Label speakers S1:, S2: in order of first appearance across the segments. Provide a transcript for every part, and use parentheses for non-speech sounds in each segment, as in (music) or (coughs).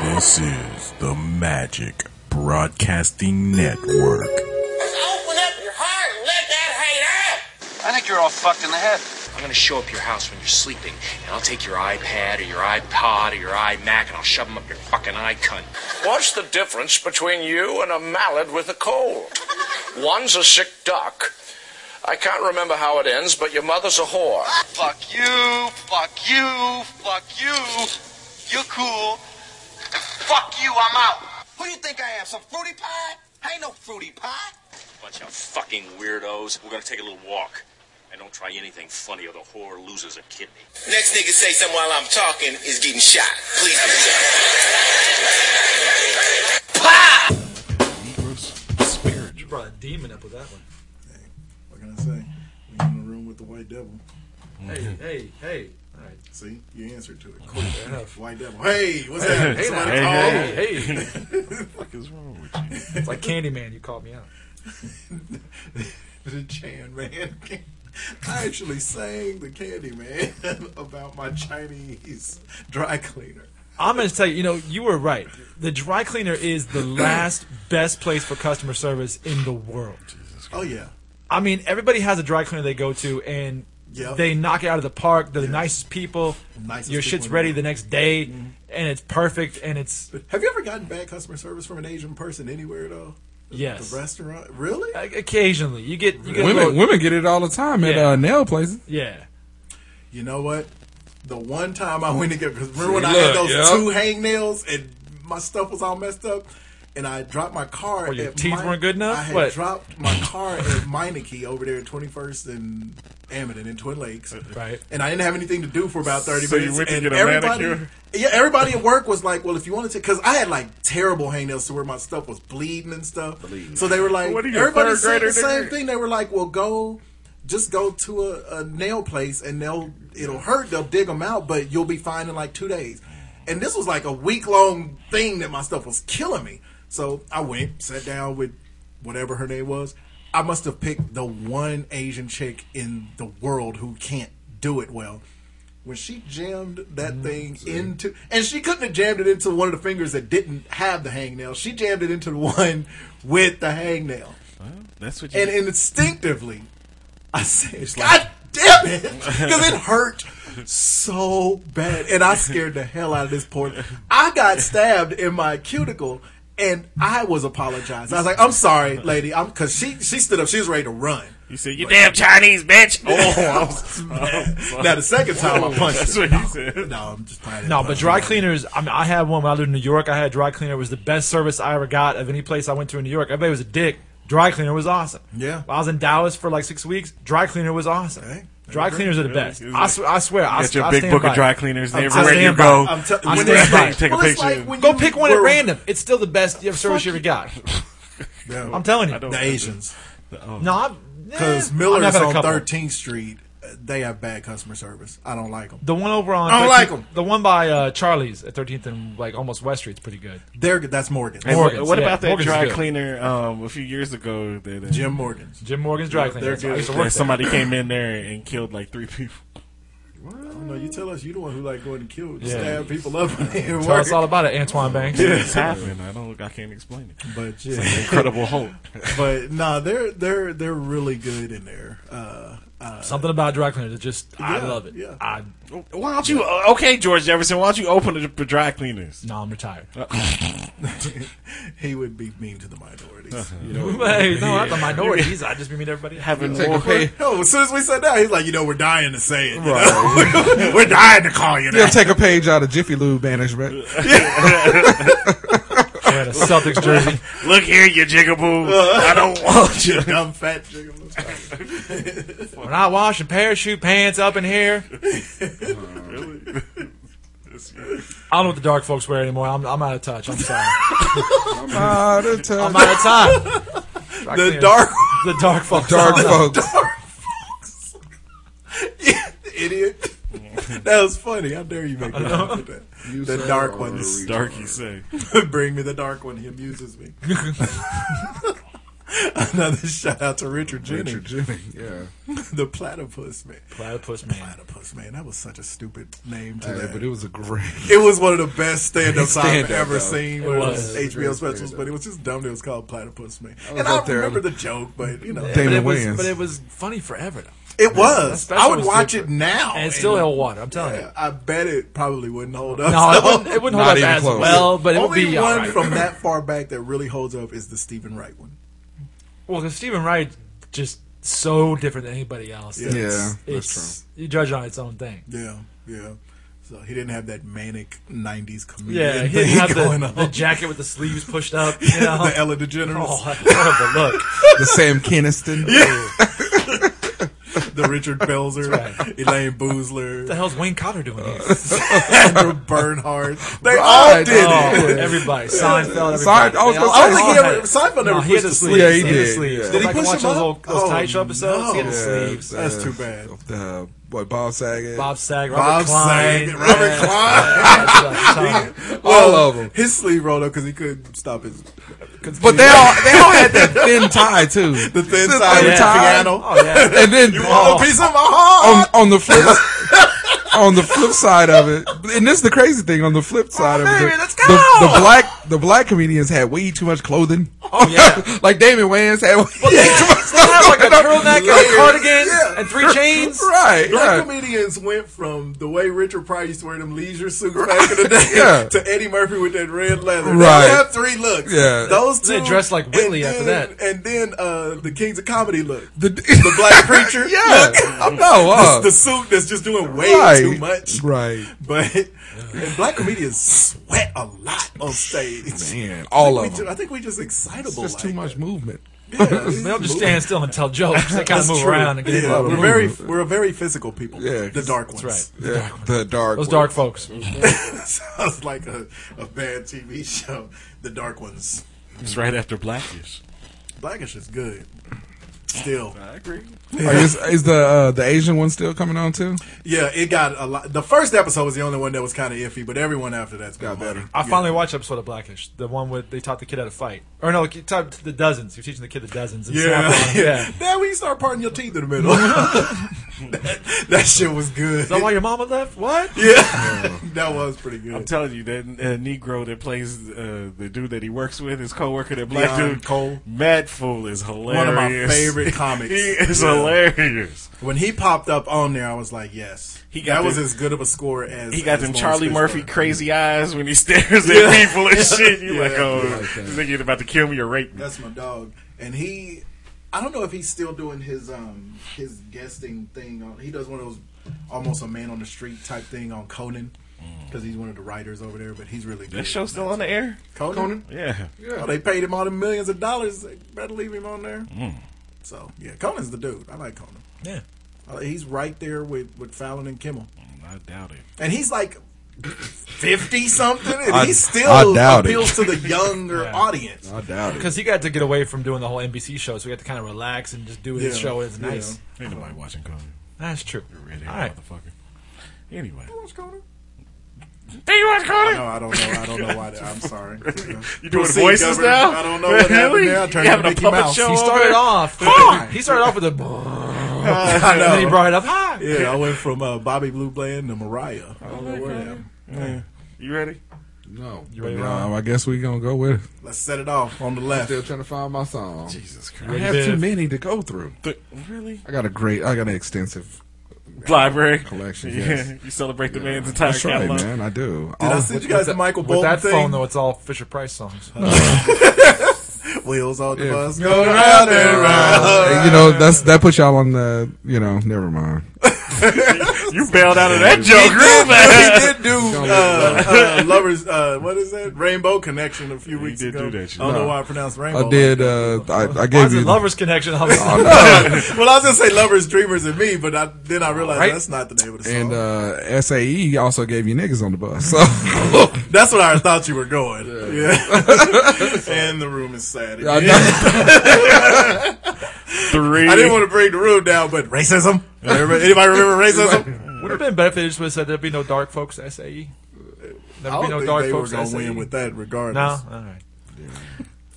S1: This is the Magic Broadcasting Network.
S2: Open up your heart and let that hate out.
S3: I think you're all fucked in the head.
S4: I'm gonna show up your house when you're sleeping, and I'll take your iPad or your iPod or your iMac and I'll shove them up your fucking eye cunt.
S2: What's the difference between you and a mallet with a cold? Oh, One's a sick duck. I can't remember how it ends, but your mother's a whore.
S3: Fuck you, fuck you, fuck you. You're cool. And fuck you, I'm out.
S2: Who do you think I am, some fruity pie? I ain't no fruity pie.
S4: Bunch of fucking weirdos. We're gonna take a little walk. And don't try anything funny or the whore loses a kidney.
S5: Next nigga say something while I'm talking is getting shot. Please do that.
S6: Negroes, spirit.
S7: Brought a demon up with that one.
S6: Hey, what can I say? We in the room with the white devil.
S7: Hey, hey, hey. All right.
S6: See, you answered to it.
S7: Fair enough.
S6: White devil. Hey, what's that?
S7: Hey,
S6: Somebody
S7: now.
S6: call?
S7: hey, (laughs) hey.
S6: What the fuck is wrong with
S7: It's like Candyman, you called me out.
S6: you? (laughs) the Chan man. I actually sang the Candy Man (laughs) about my Chinese dry cleaner.
S7: I'm going to tell you, you know, you were right. The dry cleaner is (laughs) the last best place for customer service in the world.
S6: Oh yeah,
S7: I mean, everybody has a dry cleaner they go to, and
S6: Yep.
S7: they knock it out of the park. They're the nicest people.
S6: Nicest
S7: Your
S6: people
S7: shit's
S6: in the
S7: ready
S6: world.
S7: the Mm-hmm. next day, and it's perfect, and (laughs) it's
S6: have you ever gotten bad customer service from an Asian person anywhere at all?
S7: yes.
S6: The restaurant, really?
S7: Occasionally, you get you get a
S8: Women,
S7: little-
S8: women get it all the time at
S7: Yeah.
S8: uh, nail places.
S7: yeah.
S6: You know what? The one time I went to get, cause remember when I had
S8: Look,
S6: those
S8: yep.
S6: two hangnails and my stuff was all messed up, and I dropped my car.
S7: Oh, your
S6: at
S7: teeth weren't good enough?
S6: I had
S7: What?
S6: dropped my car at Meineke over there at Twenty First and Amity in Twin Lakes.
S7: Right.
S6: And I didn't have anything to do for about thirty
S9: So you
S6: minutes.
S9: went to
S6: and
S9: get a
S6: everybody,
S9: manicure?
S6: yeah, everybody at work was like, "Well, if you want to," because I had like terrible hangnails to where my stuff was bleeding and stuff. So they were like,
S9: What are you, a
S6: everybody
S9: third
S6: said the
S9: grader,
S6: same
S9: nigga?
S6: thing. They were like, "Well, go." just go to a, a nail place and they'll it'll hurt they'll dig them out but you'll be fine in like two days and this was like a week long thing that my stuff was killing me so i went sat down with whatever her name was i must have picked the one asian chick in the world who can't do it well when she jammed that thing into and she couldn't have jammed it into one of the fingers that didn't have the hangnail she jammed it into (laughs) the one with the hangnail
S9: That's what you.
S6: and instinctively, I said, "God damn it!" Because it hurt so bad, and I scared the hell out of this poor. I got stabbed in my cuticle, and I was apologizing. I was like, "I'm sorry, lady," I'm because she she stood up, she was ready to run.
S9: you said you damn
S6: (laughs)
S9: Chinese bitch. Oh, (laughs) I was,
S6: Now the second time I punched.
S9: that's
S6: her.
S9: what he said.
S6: No, I'm just playing.
S7: No, but dry cleaners. I mean, I had one when I lived in New York. I had a dry cleaner. It was the best service I ever got of any place I went to in New York. Everybody was a dick. Dry cleaner was awesome.
S6: Yeah.
S7: When I was in Dallas for like six weeks. Dry cleaner was awesome.
S6: Okay.
S7: Dry cleaners are the best.
S9: It's
S7: I, sw- I swear. I,
S9: Get
S7: s- I
S9: your big
S7: stand
S9: book
S7: by
S9: of
S7: it.
S9: dry cleaners and
S7: I'm- I
S9: everywhere you
S7: stand by
S9: go.
S7: it.
S6: I'm telling
S7: I
S6: you,
S7: stand by it.
S9: Take a
S6: Well, it's
S9: picture.
S6: like when
S7: Go
S6: you
S7: pick one at
S6: were-
S7: random. It's still the best service you ever got.
S6: Yeah.
S7: I'm telling you.
S9: I don't-
S6: the Asians.
S7: No, I'm- eh,
S6: Because
S7: (laughs) I've
S6: Miller's
S7: had a
S6: on
S7: couple.
S6: 13th Street, uh, they have bad customer service. I don't like them.
S7: The one over on.
S6: I don't
S7: 13th
S6: like 'em.
S7: The one by uh, Charlie's at 13th and like almost West Street's pretty good.
S6: They're good. That's Morgan.
S9: And
S7: Morgan's,
S9: what, what
S7: yeah,
S9: about that
S7: Morgan's is
S9: dry
S7: good.
S9: cleaner um, a few years ago? That, that
S6: Jim Morgan's.
S7: Jim Morgan's dry cleaner.
S6: they're
S7: That's where I
S6: good.
S7: used to
S9: that
S7: work there.
S9: somebody came in there and killed like three people.
S6: No, you tell us. You the one who like going to kill,
S7: Yeah.
S6: stab people up. (laughs) and
S7: Tell
S6: work.
S7: us all about it, Antoine Banks.
S9: (laughs) It's happened. I don't. I can't explain it.
S6: But yeah,
S9: Incredible Hulk.
S6: (laughs) but nah, they're they're they're really good in there. Uh, (laughs) uh,
S7: Something about dry cleaner that just I
S6: Yeah,
S7: love it.
S6: yeah.
S7: I
S9: (laughs) Why don't you? uh, Okay, George Jefferson. Why don't you open the, the dry cleaners?
S7: no, I'm retired.
S6: he would be mean to the
S7: Uh-huh.
S6: minorities.
S9: You know,
S7: (laughs) hey, no, I'm the (laughs) minorities. I just meet everybody.
S9: having
S8: Take a
S9: more.
S8: pay,
S6: No, as soon as we said that, he's like, you know, we're dying to say it. you know? (laughs) we're dying to call you
S8: they'll
S6: that.
S8: take a page out of Jiffy Lube
S7: (laughs)
S8: management.
S7: Wear a Celtics jersey.
S9: Look here, you (laughs) jigaboo. I don't want you.
S6: You dumb fat chicken.
S7: (laughs) When I wash and parachute pants up
S6: (laughs)
S7: in here, I don't know what the dark folks wear anymore. I'm, I'm out
S6: (laughs)
S7: of touch. I'm sorry.
S8: Out of time.
S7: I'm out of time. Dry
S6: The
S7: cleaners.
S6: dark
S7: the dark folks.
S8: Dark
S7: (laughs) I'm out.
S8: folks.
S6: idiot. (laughs) that was funny. How dare you make me laugh at that? The dark ones. (laughs)
S9: Darky say.
S7: (laughs)
S6: Bring me the dark one. He amuses me. Another shout out to Richard Jennings,
S8: Richard Jimmy. Yeah.
S6: the platypus man.
S7: Platypus man.
S6: Platypus man, that was such a stupid name to
S8: Yeah,
S6: that.
S8: but it was a great.
S6: It was one of the best stand-ups I've
S8: Stand-up,
S6: ever
S8: though.
S6: seen.
S7: It
S6: one of
S7: was.
S6: those HBO specials, but it was just dumb. that It was called Platypus Man,
S8: was
S6: and I
S8: up there.
S6: remember the joke, but you know,
S7: But
S8: David
S7: it, was,
S8: Wayans.
S7: but it was funny forever, though.
S6: it was.
S7: special
S6: I would
S7: was
S6: watch
S7: different.
S6: it now,
S7: And it still held water, I'm telling
S6: I bet it probably wouldn't hold up.
S7: you. No,
S6: (laughs)
S7: it wouldn't, it wouldn't
S8: Not
S7: hold up
S8: even
S7: as
S8: close.
S7: well, but it would
S6: Only
S7: be all
S6: one
S7: right.
S6: from
S7: (laughs)
S6: that far back that really holds up is the Stephen Wright one.
S7: Well, because Stephen Wright's just so different than anybody else.
S6: Yeah.
S8: Yeah, that's
S7: It's you judge on its own thing.
S6: Yeah, yeah. So he didn't have that manic '90s comedian
S7: Yeah, he
S6: thing
S7: didn't
S6: (laughs)
S7: have
S6: going
S7: the,
S6: on.
S7: the jacket with the sleeves pushed up. You know?
S6: the Ella DeGeneres,
S7: oh, that's horrible look.
S8: true. (laughs) The Sam Keniston.
S6: the
S7: (laughs)
S6: Richard Belzer, Elaine Boozler,
S7: What the hell's Wayne Cotter doing here?
S6: Sandra Bernhardt. They all
S8: Right.
S6: did
S7: Oh,
S6: it.
S7: everybody, Seinfeld. Everybody.
S8: Sorry, I was gonna
S7: They all-
S6: I
S8: say-
S6: don't think he
S7: all had
S6: ever.
S7: it.
S6: Seinfeld never
S7: No, he had
S6: pushed the
S7: the sleeves.
S6: sleeve.
S8: Yeah, he
S7: had the
S8: did.
S7: sleeves.
S8: Yeah.
S7: Go
S6: Did he
S7: back and
S6: push
S7: watch
S6: him
S7: those
S6: up?
S7: old those
S6: Oh,
S7: tight show episodes. He had the
S6: no.
S7: sleeves.
S6: That's too bad.
S8: The boy Bob Saget.
S7: Bob Sag,
S6: Bob
S7: Robert Klein,
S6: Saget, Robert Klein. (laughs)
S7: Klein.
S8: all of them.
S6: His sleeve rolled up because he couldn't stop his
S8: But they all they all had that thin tie
S7: (laughs)
S8: too.
S6: the thin side
S7: yeah.
S6: of the piano.
S7: Oh
S6: (laughs)
S7: yeah.
S8: And then
S6: Oh, piece of my heart.
S8: on on the flip on the flip side of it, and this is the crazy thing. On the flip side of
S7: baby,
S8: it, the-
S7: let's
S8: the,
S7: go!
S8: the black the black comedians had way too much clothing.
S7: Oh yeah.
S8: (laughs) like Damon Wayans had way too much
S7: They have like a
S8: going on.
S7: turtleneck and a
S8: Yeah.
S7: cardigan
S6: Yeah. (laughs)
S7: and three chains.
S8: (laughs) Right,
S6: Black
S8: right.
S6: comedians went from the way Richard Pryor used to wear them leisure suits back in the day
S8: Yeah.
S6: to Eddie Murphy with that red leather.
S8: Right.
S6: They have three looks.
S8: Yeah.
S6: Those two.
S7: They dressed like Whitley
S6: and
S7: after
S6: then-
S7: that.
S6: And then uh, the Kings of Comedy look. (laughs)
S8: The, (laughs)
S6: The black preacher.
S8: yeah,
S6: Look.
S8: no, uh,
S6: the suit that's just doing way
S8: right,
S6: too much.
S8: Right,
S6: But and black comedians sweat a lot on stage.
S8: man, all
S6: We
S8: of
S6: ju-
S8: them.
S6: I think we're just excitable.
S8: There's too
S6: like
S8: much movement.
S6: that. Yeah,
S7: They don't just stand still and tell jokes. They kind of
S6: That's
S7: move
S6: true.
S7: around and get
S6: Yeah,
S7: a lot of
S6: we're
S7: movement.
S6: very we're a very physical people.
S8: Yeah,
S6: the dark ones.
S7: That's right.
S8: Yeah, the dark.
S7: Those
S8: ones.
S7: dark folks.
S6: (laughs) Sounds like a, a bad TV show. The Dark Ones.
S9: It's right after Blackish.
S6: Blackish is good. Still,
S9: I agree.
S8: Like, is, is the uh, the Asian one still coming on too?
S6: yeah, it got a lot. The first episode was the only one that was kind of iffy, but everyone after that's been
S8: Got better.
S7: I finally watched an episode of Blackish, the one where they taught the kid how to fight. Or no, he taught the dozens. He was teaching the kid the dozens.
S6: (laughs)
S7: And
S6: Yeah,
S7: snap on him. yeah.
S6: yeah. Now when you start parting your teeth in the
S9: (laughs)
S6: middle, that, that shit was good.
S7: Is that why your mama left? What?
S6: yeah, (laughs) that was pretty
S9: I'm
S6: good.
S9: telling you that uh, Negro that plays uh, the dude that he works with, his coworker, that black
S6: Leon
S9: dude,
S6: Cole.
S9: Mad Fool is hilarious.
S6: One of my
S9: (laughs)
S6: favorite comics.
S9: he is
S6: Yeah.
S9: hilarious.
S6: When he popped up on there, I was like, yes,
S9: He got
S6: that was
S9: the-
S6: as good of a score as
S9: He got
S6: as
S9: them
S6: Lawrence
S9: Charlie
S6: Fishburne.
S9: Murphy crazy eyes when he stares at
S6: Yeah.
S9: people (laughs) and shit. You
S6: Yeah.
S9: like, oh,
S6: I
S9: this nigga about to kill me or rape me.
S6: That's my dog. And he, I don't know if he's still doing his um his guesting thing. On, he does one of those almost a man on the street type thing on Conan
S8: Mm.
S6: because he's one of the writers over there. But he's really good.
S9: That show's still on the air?
S6: Conan.
S9: Yeah.
S6: Oh, they paid him all the millions of dollars. They better leave him on there.
S8: Mm.
S6: So yeah, Conan's the dude. I like Conan.
S7: Yeah.
S6: Uh, He's right there with with Fallon and Kimmel,
S8: Mm.
S9: I doubt it.
S6: and he's like. 50 something and
S8: I-
S6: he
S8: I
S6: still
S8: doubt it.
S6: appeals to the
S7: (laughs)
S6: younger audience.
S8: I doubt it.
S7: Because he got to get away from doing the whole NBC show, so he got to kind of relax and just do his
S6: Yeah.
S7: show. It's
S6: Yeah.
S7: nice.
S9: Ain't nobody watching Conan.
S7: That's true.
S9: Red-haired
S7: All right.
S9: motherfucker. Anyway.
S4: There you are, Conan.
S6: No, I don't know. I don't know why. That, I'm (laughs) sorry.
S9: You doing
S6: Proceed,
S9: voices
S6: Governor.
S9: now?
S6: I don't know what happened
S9: Really?
S6: there. I turned
S9: You
S6: to
S9: having a
S6: Mickey
S9: puppet
S6: Mouse.
S9: show
S7: He
S9: over
S7: started
S6: (laughs)
S9: there?
S7: off. (laughs) he started off with a.
S6: I
S7: And then he
S6: know.
S7: brought it up. Hi.
S6: Yeah, I went from uh, Bobby Blue Bland to Mariah. I don't know where I am.
S9: You ready?
S8: No,
S7: ready,
S8: no. I guess we gonna go with. it.
S6: Let's set it off on the left.
S8: Still trying to find my song.
S9: Jesus
S8: I
S9: Christ.
S8: have
S7: Biff?
S8: too many to go through.
S9: really?
S8: I got a great. I got an extensive.
S9: Library. (laughs)
S8: Collection,
S9: Yeah.
S8: yes.
S9: You celebrate the man's entire
S8: That's right,
S9: catalog.
S8: man. I do.
S6: Did
S8: All-
S6: I send you guys the Michael
S7: With
S6: Bolton
S7: that
S6: thing?
S7: phone, though, it's all Fisher
S6: (laughs)
S7: Price songs.
S6: Wheels on the
S8: Yeah.
S6: bus. Go round and round.
S8: Hey, you know that's that put y'all on the. You know, never mind.
S9: You bailed out of that
S6: He
S9: joke,
S6: (laughs)
S9: real bad.
S6: did, (laughs) he did do uh, uh, lovers. Uh, what is that? Rainbow Connection a few
S9: He
S6: weeks
S9: did
S6: ago.
S9: do that, you
S6: I don't
S8: know.
S6: know why I pronounced rainbow.
S8: I did. Uh, I, I
S7: Why
S8: gave
S7: is
S8: you.
S7: it Lovers Connection? (laughs) I was-
S6: (laughs) well, I was gonna say lovers, dreamers, and me, but I, then I realized
S8: Right.
S6: that's not the name of the song.
S8: and uh, SAE also gave you niggas on the bus. (laughs) So
S6: that's where I thought you were going. Yeah. (laughs) and the room is sad.
S8: I
S6: again.
S8: know.
S9: Three.
S6: I didn't want to bring the room down, but racism. Everybody, anybody remember racism?
S7: Would have been better if they just would have said there'd be no dark folks
S6: I
S7: SAE. There'd
S6: don't
S7: be no
S6: think
S7: dark
S6: they were
S7: folks
S6: gonna
S7: SAE.
S6: win with that,
S7: no,
S6: regardless.
S7: all right.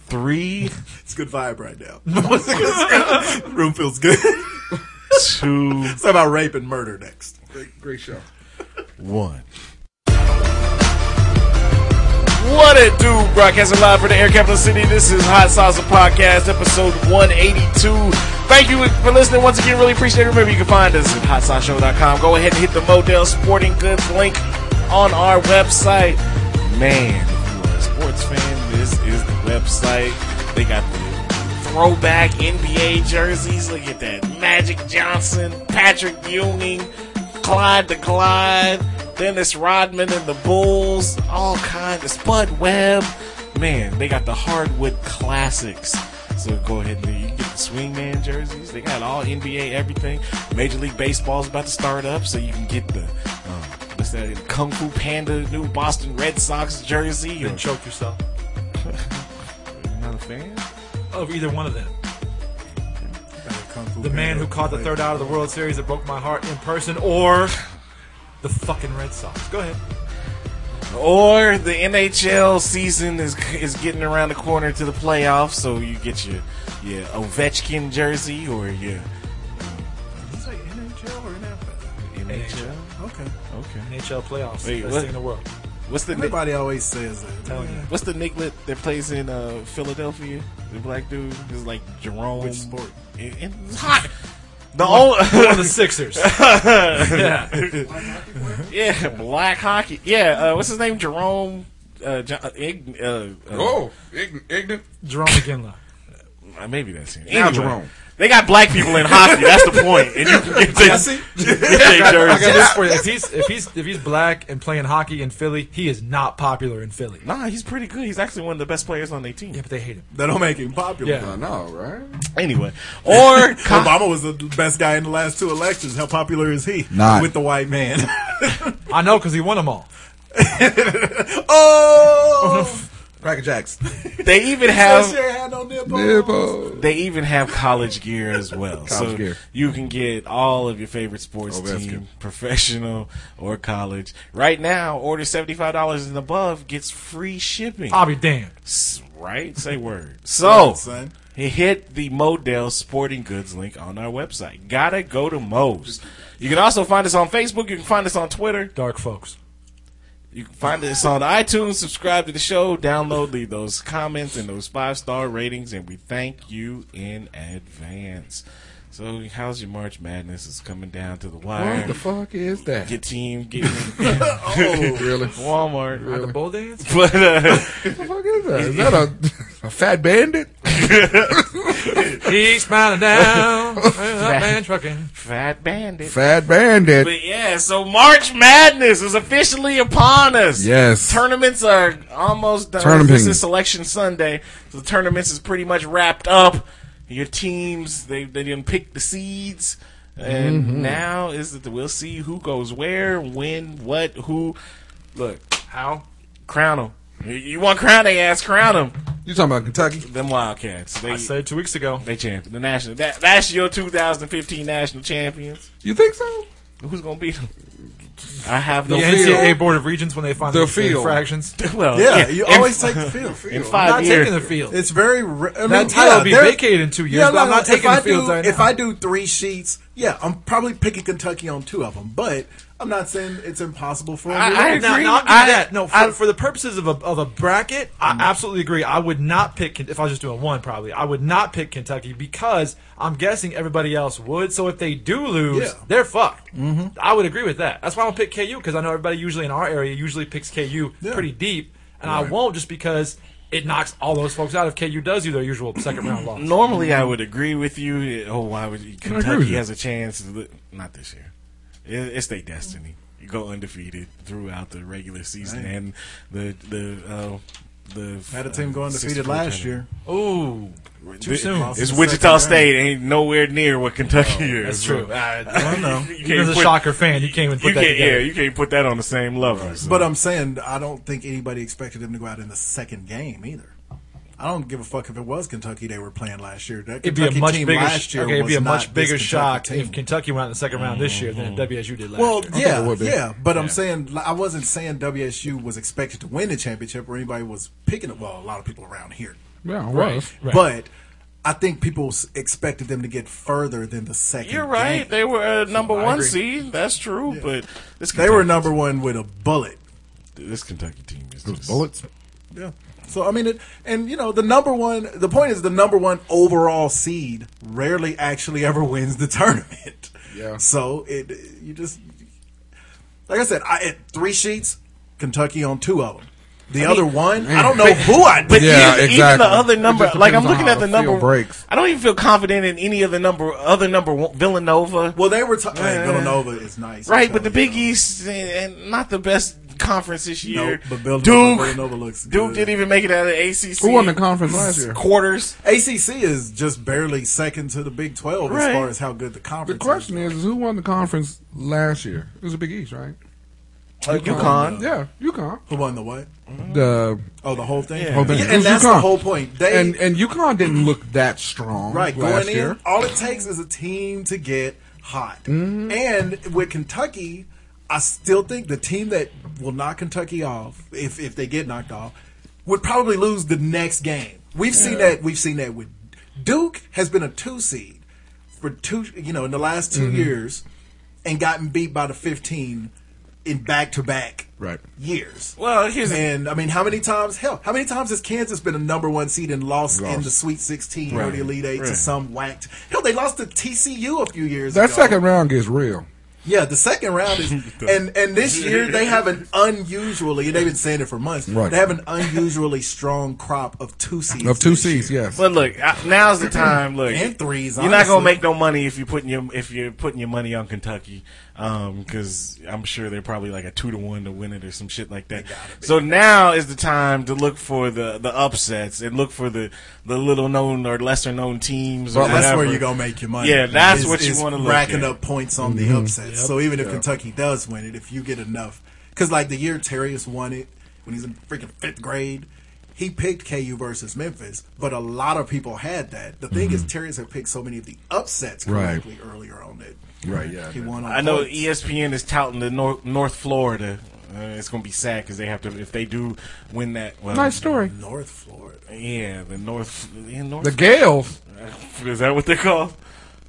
S10: three
S6: It's a good vibe right now. (laughs) Room feels good.
S10: to
S6: It's about rape and murder next.
S8: Great show.
S10: one.
S9: What it do, broadcasting live from the Air Capital City. This is Hot Salsa Podcast, episode 182. Thank you for listening once again. Really appreciate it. Remember, you can find us at hotsalshow.com. Go ahead and hit the Modell Sporting Goods link on our website. Man, if you are a sports fan, this is the website. They got the throwback NBA jerseys. Look at that. Magic Johnson, Patrick Ewing. Clyde the Clyde, Dennis Rodman and the Bulls, all kinds of Spud Webb. Man, they got the hardwood classics. So go ahead and you can get the swingman jerseys. They got all NBA everything. Major League Baseball's about to start up, so you can get the um, what's that? Kung Fu Panda new Boston Red Sox jersey. Or,
S7: Then choke yourself.
S9: not a fan.
S7: Of either one of them. The man who caught the third out of the World Series that broke my heart in person, or the fucking Red Sox. Go ahead.
S9: Or the NHL season is is getting around the corner to the playoffs, so you get your your Ovechkin jersey or your
S6: Did you say NHL or NFL?
S9: NHL.
S6: Okay.
S7: NHL playoffs.
S9: Wait,
S7: best
S9: what?
S7: thing in the world.
S9: What's the Nick,
S6: Everybody always says that.
S7: Telling you.
S9: What's the nicklet that plays in uh, Philadelphia? The black dude is like Jerome.
S6: Which sport?
S9: It- it's hot. The only (laughs)
S7: One of the Sixers. yeah.
S9: yeah black hockey yeah uh, what's his name Jerome. Uh, John, uh, Ig- uh, uh,
S8: (laughs) Oh, ign- ignorant.
S7: Jerome McGinley.
S9: uh, maybe that's it.
S8: Now
S9: Anyway,
S8: Jerome.
S9: They got black people in hockey. That's the point. And you can get this, get
S8: (laughs)
S9: their
S7: I
S9: jersey.
S7: got this for you. If he's if he's if he's black and playing hockey in Philly, he is not popular in Philly.
S9: Nah, he's pretty good. He's actually one of the best players on their team.
S7: Yeah, but they hate him.
S6: That don't make him popular.
S7: Yeah.
S8: I know, right?
S9: Anyway,
S8: (laughs)
S9: or co-
S6: Obama was the best guy in the last two elections. How popular is he
S8: Not.
S6: with the white man? (laughs)
S7: I know because he won them all.
S6: oh,
S8: Cracker (laughs) Jacks.
S9: they even
S6: that
S9: have
S6: shit had no nipple.
S8: Nipple.
S9: they even have college gear as well. so
S8: College gear. Oh,
S9: you can get all of your favorite sports
S8: Ovechkin.
S9: team, professional or college. Right now, order seventy five dollars and above gets free shipping.
S7: I'll be damned.
S9: S- Right? Say word. So
S6: son.
S9: He hit the Modell Sporting Goods link on our website. Gotta go to Mo's. You can also find us on Facebook. You can find us on Twitter.
S7: Dark folks.
S9: You can find us on iTunes. Subscribe to the show. Download. Leave those comments and those five star ratings, and we thank you in advance. So, how's your March Madness? It's coming down to the wire.
S8: What the fuck is that?
S9: Your team getting
S8: (laughs) really? What
S9: Walmart,
S7: The bowl dance.
S9: but uh,
S8: the fuck is (laughs) that? Is that a, a fat bandit?
S7: He's smiling down. up and
S9: (laughs)
S7: trucking.
S9: Fat Bandit.
S8: Fat bandit.
S9: But yeah, so March Madness is officially upon us.
S8: Yes.
S9: Tournaments are almost done.
S8: Tournament.
S9: This is Selection Sunday. So the tournaments is pretty much wrapped up. Your teams, they, they didn't pick the seeds. And
S8: Mm-hmm.
S9: now is that we'll see who goes where, when, what, who. Look,
S7: How?
S9: crown them. You want crown they ass, crown them.
S8: You talking about Kentucky?
S9: Them Wildcats. They,
S7: I said two weeks ago.
S9: they champion. The national. That, that's your 2015 national champions.
S8: You think so?
S9: Who's going to beat them? I have no
S7: The
S9: fear.
S7: NCAA Board of Regents when they find
S8: The
S7: the
S8: field.
S7: fractions.
S9: (laughs) Well,
S6: Yeah,
S9: yeah,
S6: you
S9: in-
S6: always take the field.
S9: in
S7: Not
S9: five years.
S7: taking the field.
S6: It's very. ra- I mean,
S7: That title
S6: yeah,
S7: will be
S6: there-
S7: vacated in two years, but I'm not
S6: if
S7: taking
S6: I
S7: the field
S6: do,
S7: right
S6: If
S7: now.
S6: I do three sheets, yeah, I'm probably picking Kentucky on two of them. But I'm not saying it's impossible for them.
S9: I-
S6: to
S9: I
S6: win.
S9: agree.
S7: Now, now I'll give you
S9: I-
S7: that. No, for,
S9: I-
S7: for the purposes of a, of a bracket, I absolutely agree. I would not pick Ken- if I was just doing one. Probably, I would not pick Kentucky because I'm guessing everybody else would. So if they do lose,
S6: Yeah.
S7: they're fucked. Mm-hmm. I would agree with that. That's why I don't pick KU because I know everybody usually in our area usually picks KU pretty deep, and I won't just because it knocks all those folks out if KU does do their usual second round loss.
S9: Normally, I would agree with you. Oh, why would you?
S8: with
S9: Kentucky
S8: you.
S9: has a chance? to li- Not this year. It- It's their destiny. You go undefeated throughout the regular season and the the uh, the
S6: Had a
S9: uh,
S6: team going defeated
S9: 64
S6: last
S9: tournament.
S6: year.
S7: Ooh, too
S9: Th-
S7: soon.
S6: Lost
S9: It's
S6: in the
S9: Wichita
S6: second round. Oh,
S9: State. Ain't nowhere near what Kentucky is.
S7: That's true.
S9: I
S6: don't
S7: (laughs)
S6: know.
S9: you
S7: You're
S9: can't
S7: a
S9: put-
S7: shocker fan. You can't even put
S9: You
S7: that
S9: can't.
S7: together.
S9: Yeah, you can't put that on the same level. so.
S6: But uh, I'm saying I don't think anybody expected them to go out in the second game either. I don't give a fuck if it was Kentucky they were playing last year. That
S7: It'd
S6: Kentucky
S7: be a much
S6: team
S7: bigger
S6: last year
S7: okay, it'd be
S6: was
S7: a much
S6: not this
S7: bigger
S6: Kentucky
S7: shock
S6: team. Mm-hmm.
S7: if Kentucky went out in the second round this year than WSU did last
S6: Well,
S7: year.
S8: it
S6: yeah,
S8: would be.
S6: yeah, but I'm saying I wasn't saying WSU was expected to win the championship or anybody was picking it. Well, a lot of people around here
S8: Yeah, it was.
S6: But I think people s- expected them to get further than the second.
S9: You're right.
S6: game.
S9: They were a number
S7: I
S9: one
S7: agree.
S9: seed. That's true. But this
S6: They were number one with a bullet.
S9: this Kentucky team is just,
S8: Bullets.
S6: Yeah. So I mean, it, and you know, the number one. The point is, the number one overall seed rarely actually ever wins the (laughs) tournament.
S8: Yeah.
S6: So it you just like I said, I had three sheets. Kentucky on two of them. The other one, I don't know who I.
S9: But
S8: Yeah,
S9: even, even
S8: exactly.
S9: the other
S8: It
S9: number,
S8: just
S9: like I'm
S8: depends on
S9: looking
S8: how
S9: at the
S8: the
S9: number,
S8: field breaks.
S9: I don't even feel confident in any of the number, other number one, Villanova,
S6: well, they were. T- hey, Villanova is nice,
S9: right? But the
S6: big.
S9: Big East and, and not the best conference this year.
S6: Nope, but Villanova,
S9: Duke,
S6: Villanova looks
S9: Duke
S6: good.
S9: didn't even make it out of ACC.
S8: Who won the conference last year?
S9: quarters?
S6: ACC is just barely second to the Big Twelve
S9: Right.
S6: as far as how good the
S8: The
S6: conference.
S8: question is, is who won the conference last year? It was the Big East, right?
S9: Uh, UConn.
S8: Yeah, UConn.
S6: who won the what?
S8: The
S6: Oh, the whole thing.
S8: whole thing.
S6: Yeah,
S8: It
S6: and
S8: was
S6: that's
S8: UConn.
S6: the whole point. They
S8: and and UConn didn't look that strong
S6: right
S8: last
S6: going in.
S8: year.
S6: All it takes is a team to get hot.
S8: Mm-hmm.
S6: And with Kentucky, I still think the team that will knock Kentucky off, if if they get knocked off, would probably lose the next game. We've seen that. We've seen that with Duke has been a two seed for two. You know, in the last 2
S8: Mm-hmm.
S6: years, and gotten beat by the fifteen in back to back
S8: Right.
S6: years.
S9: Well, here's the-
S6: and I mean, how many times? Hell, how many times has Kansas been a number one seed and lost, in the Sweet Sixteen or the Elite Eight to some whacked? Hell, they lost to TCU a few years
S8: That
S6: ago.
S8: second round gets real.
S6: yeah, the second round (laughs) is, and and this year they have an unusually, and they've been saying it for months.
S8: Right.
S6: They have an unusually strong crop of two seeds
S8: Of two
S6: this year.
S8: seeds, yes.
S9: But look, I- now's the time. Look,
S6: And threes,
S9: You're not gonna
S6: honestly.
S9: make no money if you're putting your if you're putting your money on Kentucky, because I'm sure they're probably like a two to one to win it or some shit like that. So now is the time to look for the the upsets and look for the the little known or lesser known teams. Or
S6: Well, that's
S9: whatever.
S6: where you're gonna make your money.
S9: Yeah, that's what you
S6: is
S9: wanna look
S6: racking
S9: at.
S6: up points on the upsets. So even if Kentucky does win it, if you get enough, because like the year Terrius won it when he's in freaking fifth grade, he picked KU versus Memphis, but a lot of people had that. The thing is, Terrius had picked so many of the upsets
S8: Right.
S6: correctly earlier on it.
S8: Right, yeah.
S6: he won. On
S9: I know E
S6: points.
S9: ESPN is touting the North North Florida. Uh, it's gonna be sad because they have to if they do win that. Well,
S8: Nice story.
S6: North Florida.
S9: Yeah, the North. Yeah, North
S8: The Gales.
S9: is that what they're called?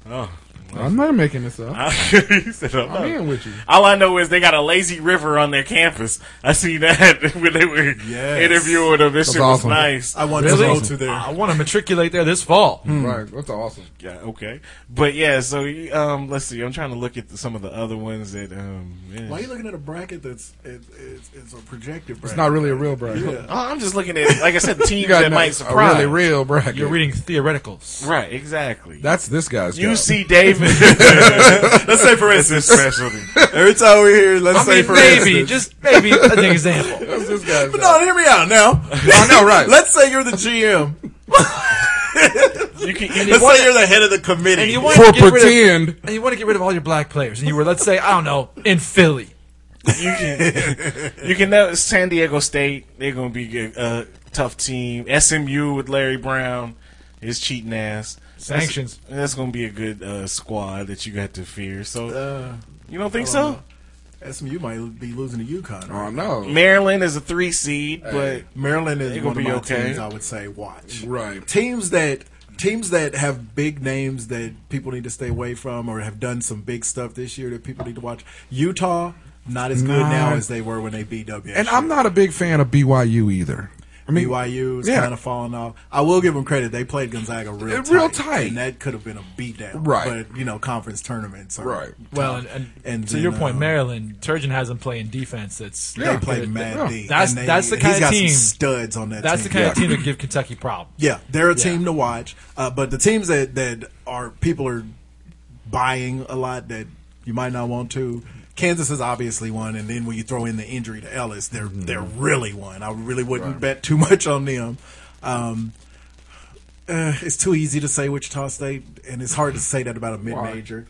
S9: Oh.
S8: (laughs) I'm not making this up.
S9: He said,
S8: I'm
S9: "I'm not."
S8: in with you.
S9: All I know is they got a lazy river on their campus. I seen that (laughs) when they were
S6: Yes.
S9: interviewing them. This shit was
S8: awesome.
S9: nice.
S6: I want
S8: Really?
S6: to go to there.
S7: I want to matriculate there this fall.
S6: Hmm.
S8: Right, that's awesome.
S9: yeah, okay, but yeah. So you- um, let's see. I'm trying to look at the, some of the other ones that. Um, yeah.
S6: Why are you looking at a bracket that's it, it's, it's a projected bracket?
S8: It's not really a real bracket.
S9: Oh, I'm just looking at, like
S8: (laughs)
S9: I said, teams
S8: You got
S9: that
S8: no-
S9: might
S8: a
S9: surprise.
S8: really real bracket.
S7: You're reading theoreticals.
S9: right, exactly.
S8: That's this guy's job. (laughs)
S9: UC Davis. (laughs) let's say for instance, specialty.
S6: Every time we hear, let's
S7: I
S6: say
S7: mean,
S6: for
S7: maybe,
S6: instance.
S7: just maybe an
S6: (laughs)
S7: example.
S8: That's this guy's
S6: But
S8: job.
S6: no, hear me out now.
S8: I know, (laughs) right?
S6: Let's say you're the GM.
S9: (laughs) You can, you
S6: Let's say you're the head of the committee.
S7: And you want
S8: For
S7: to get rid of,
S8: pretend.
S7: and you want to get rid of all your black players, and you were, let's say, I don't know, in Philly.
S9: you can you can know San Diego State. They're gonna be a uh, tough team. SMU with Larry Brown, his cheating ass.
S7: Sanctions.
S9: That's, that's gonna be a good uh, squad that you got to fear. So
S7: Uh,
S9: you don't think so?
S6: don't SMU Uh, might be losing to UConn.
S8: Oh
S6: Right?
S8: no!
S9: Maryland is a three seed, but
S6: Maryland is
S9: gonna
S6: one of
S9: be
S6: my
S9: okay.
S6: teams. I would say watch.
S8: Right.
S6: Teams that teams that have big names that people need to stay away from, or have done some big stuff this year that people need to watch. Utah. Not as good now
S8: Nah.
S6: as they were when they beat WSU.
S8: And I'm not a big fan of BYU either. I mean,
S6: BYU is
S8: Yeah.
S6: kind of falling off. I will give them credit; they played Gonzaga real
S8: Real
S6: tight,
S8: tight.
S6: and that could have been a beatdown.
S8: Right.
S6: But you know, conference tournaments, are
S8: Right.
S7: Well, and, and,
S6: And
S7: to
S6: then,
S7: your point,
S6: uh,
S7: Maryland, Turgeon has them playing defense. That's
S6: They played Mad
S8: yeah.
S6: D.
S7: That's-
S6: and they-
S7: that's the kind
S6: he's
S7: of
S6: got
S7: team-
S6: Some studs on that.
S7: That's the
S6: team.
S7: kind of team that give Kentucky problems.
S6: Yeah, they're a
S7: Yeah.
S6: team to watch. Uh, but the teams that that are people are buying a lot that you might not want to. Kansas is obviously one, and then when you throw in the injury to Ellis, they're
S7: Mm-hmm.
S6: they're really one. I really wouldn't bet too much on them. Um, uh, it's too easy to say Wichita State, and it's hard to say that about a mid major.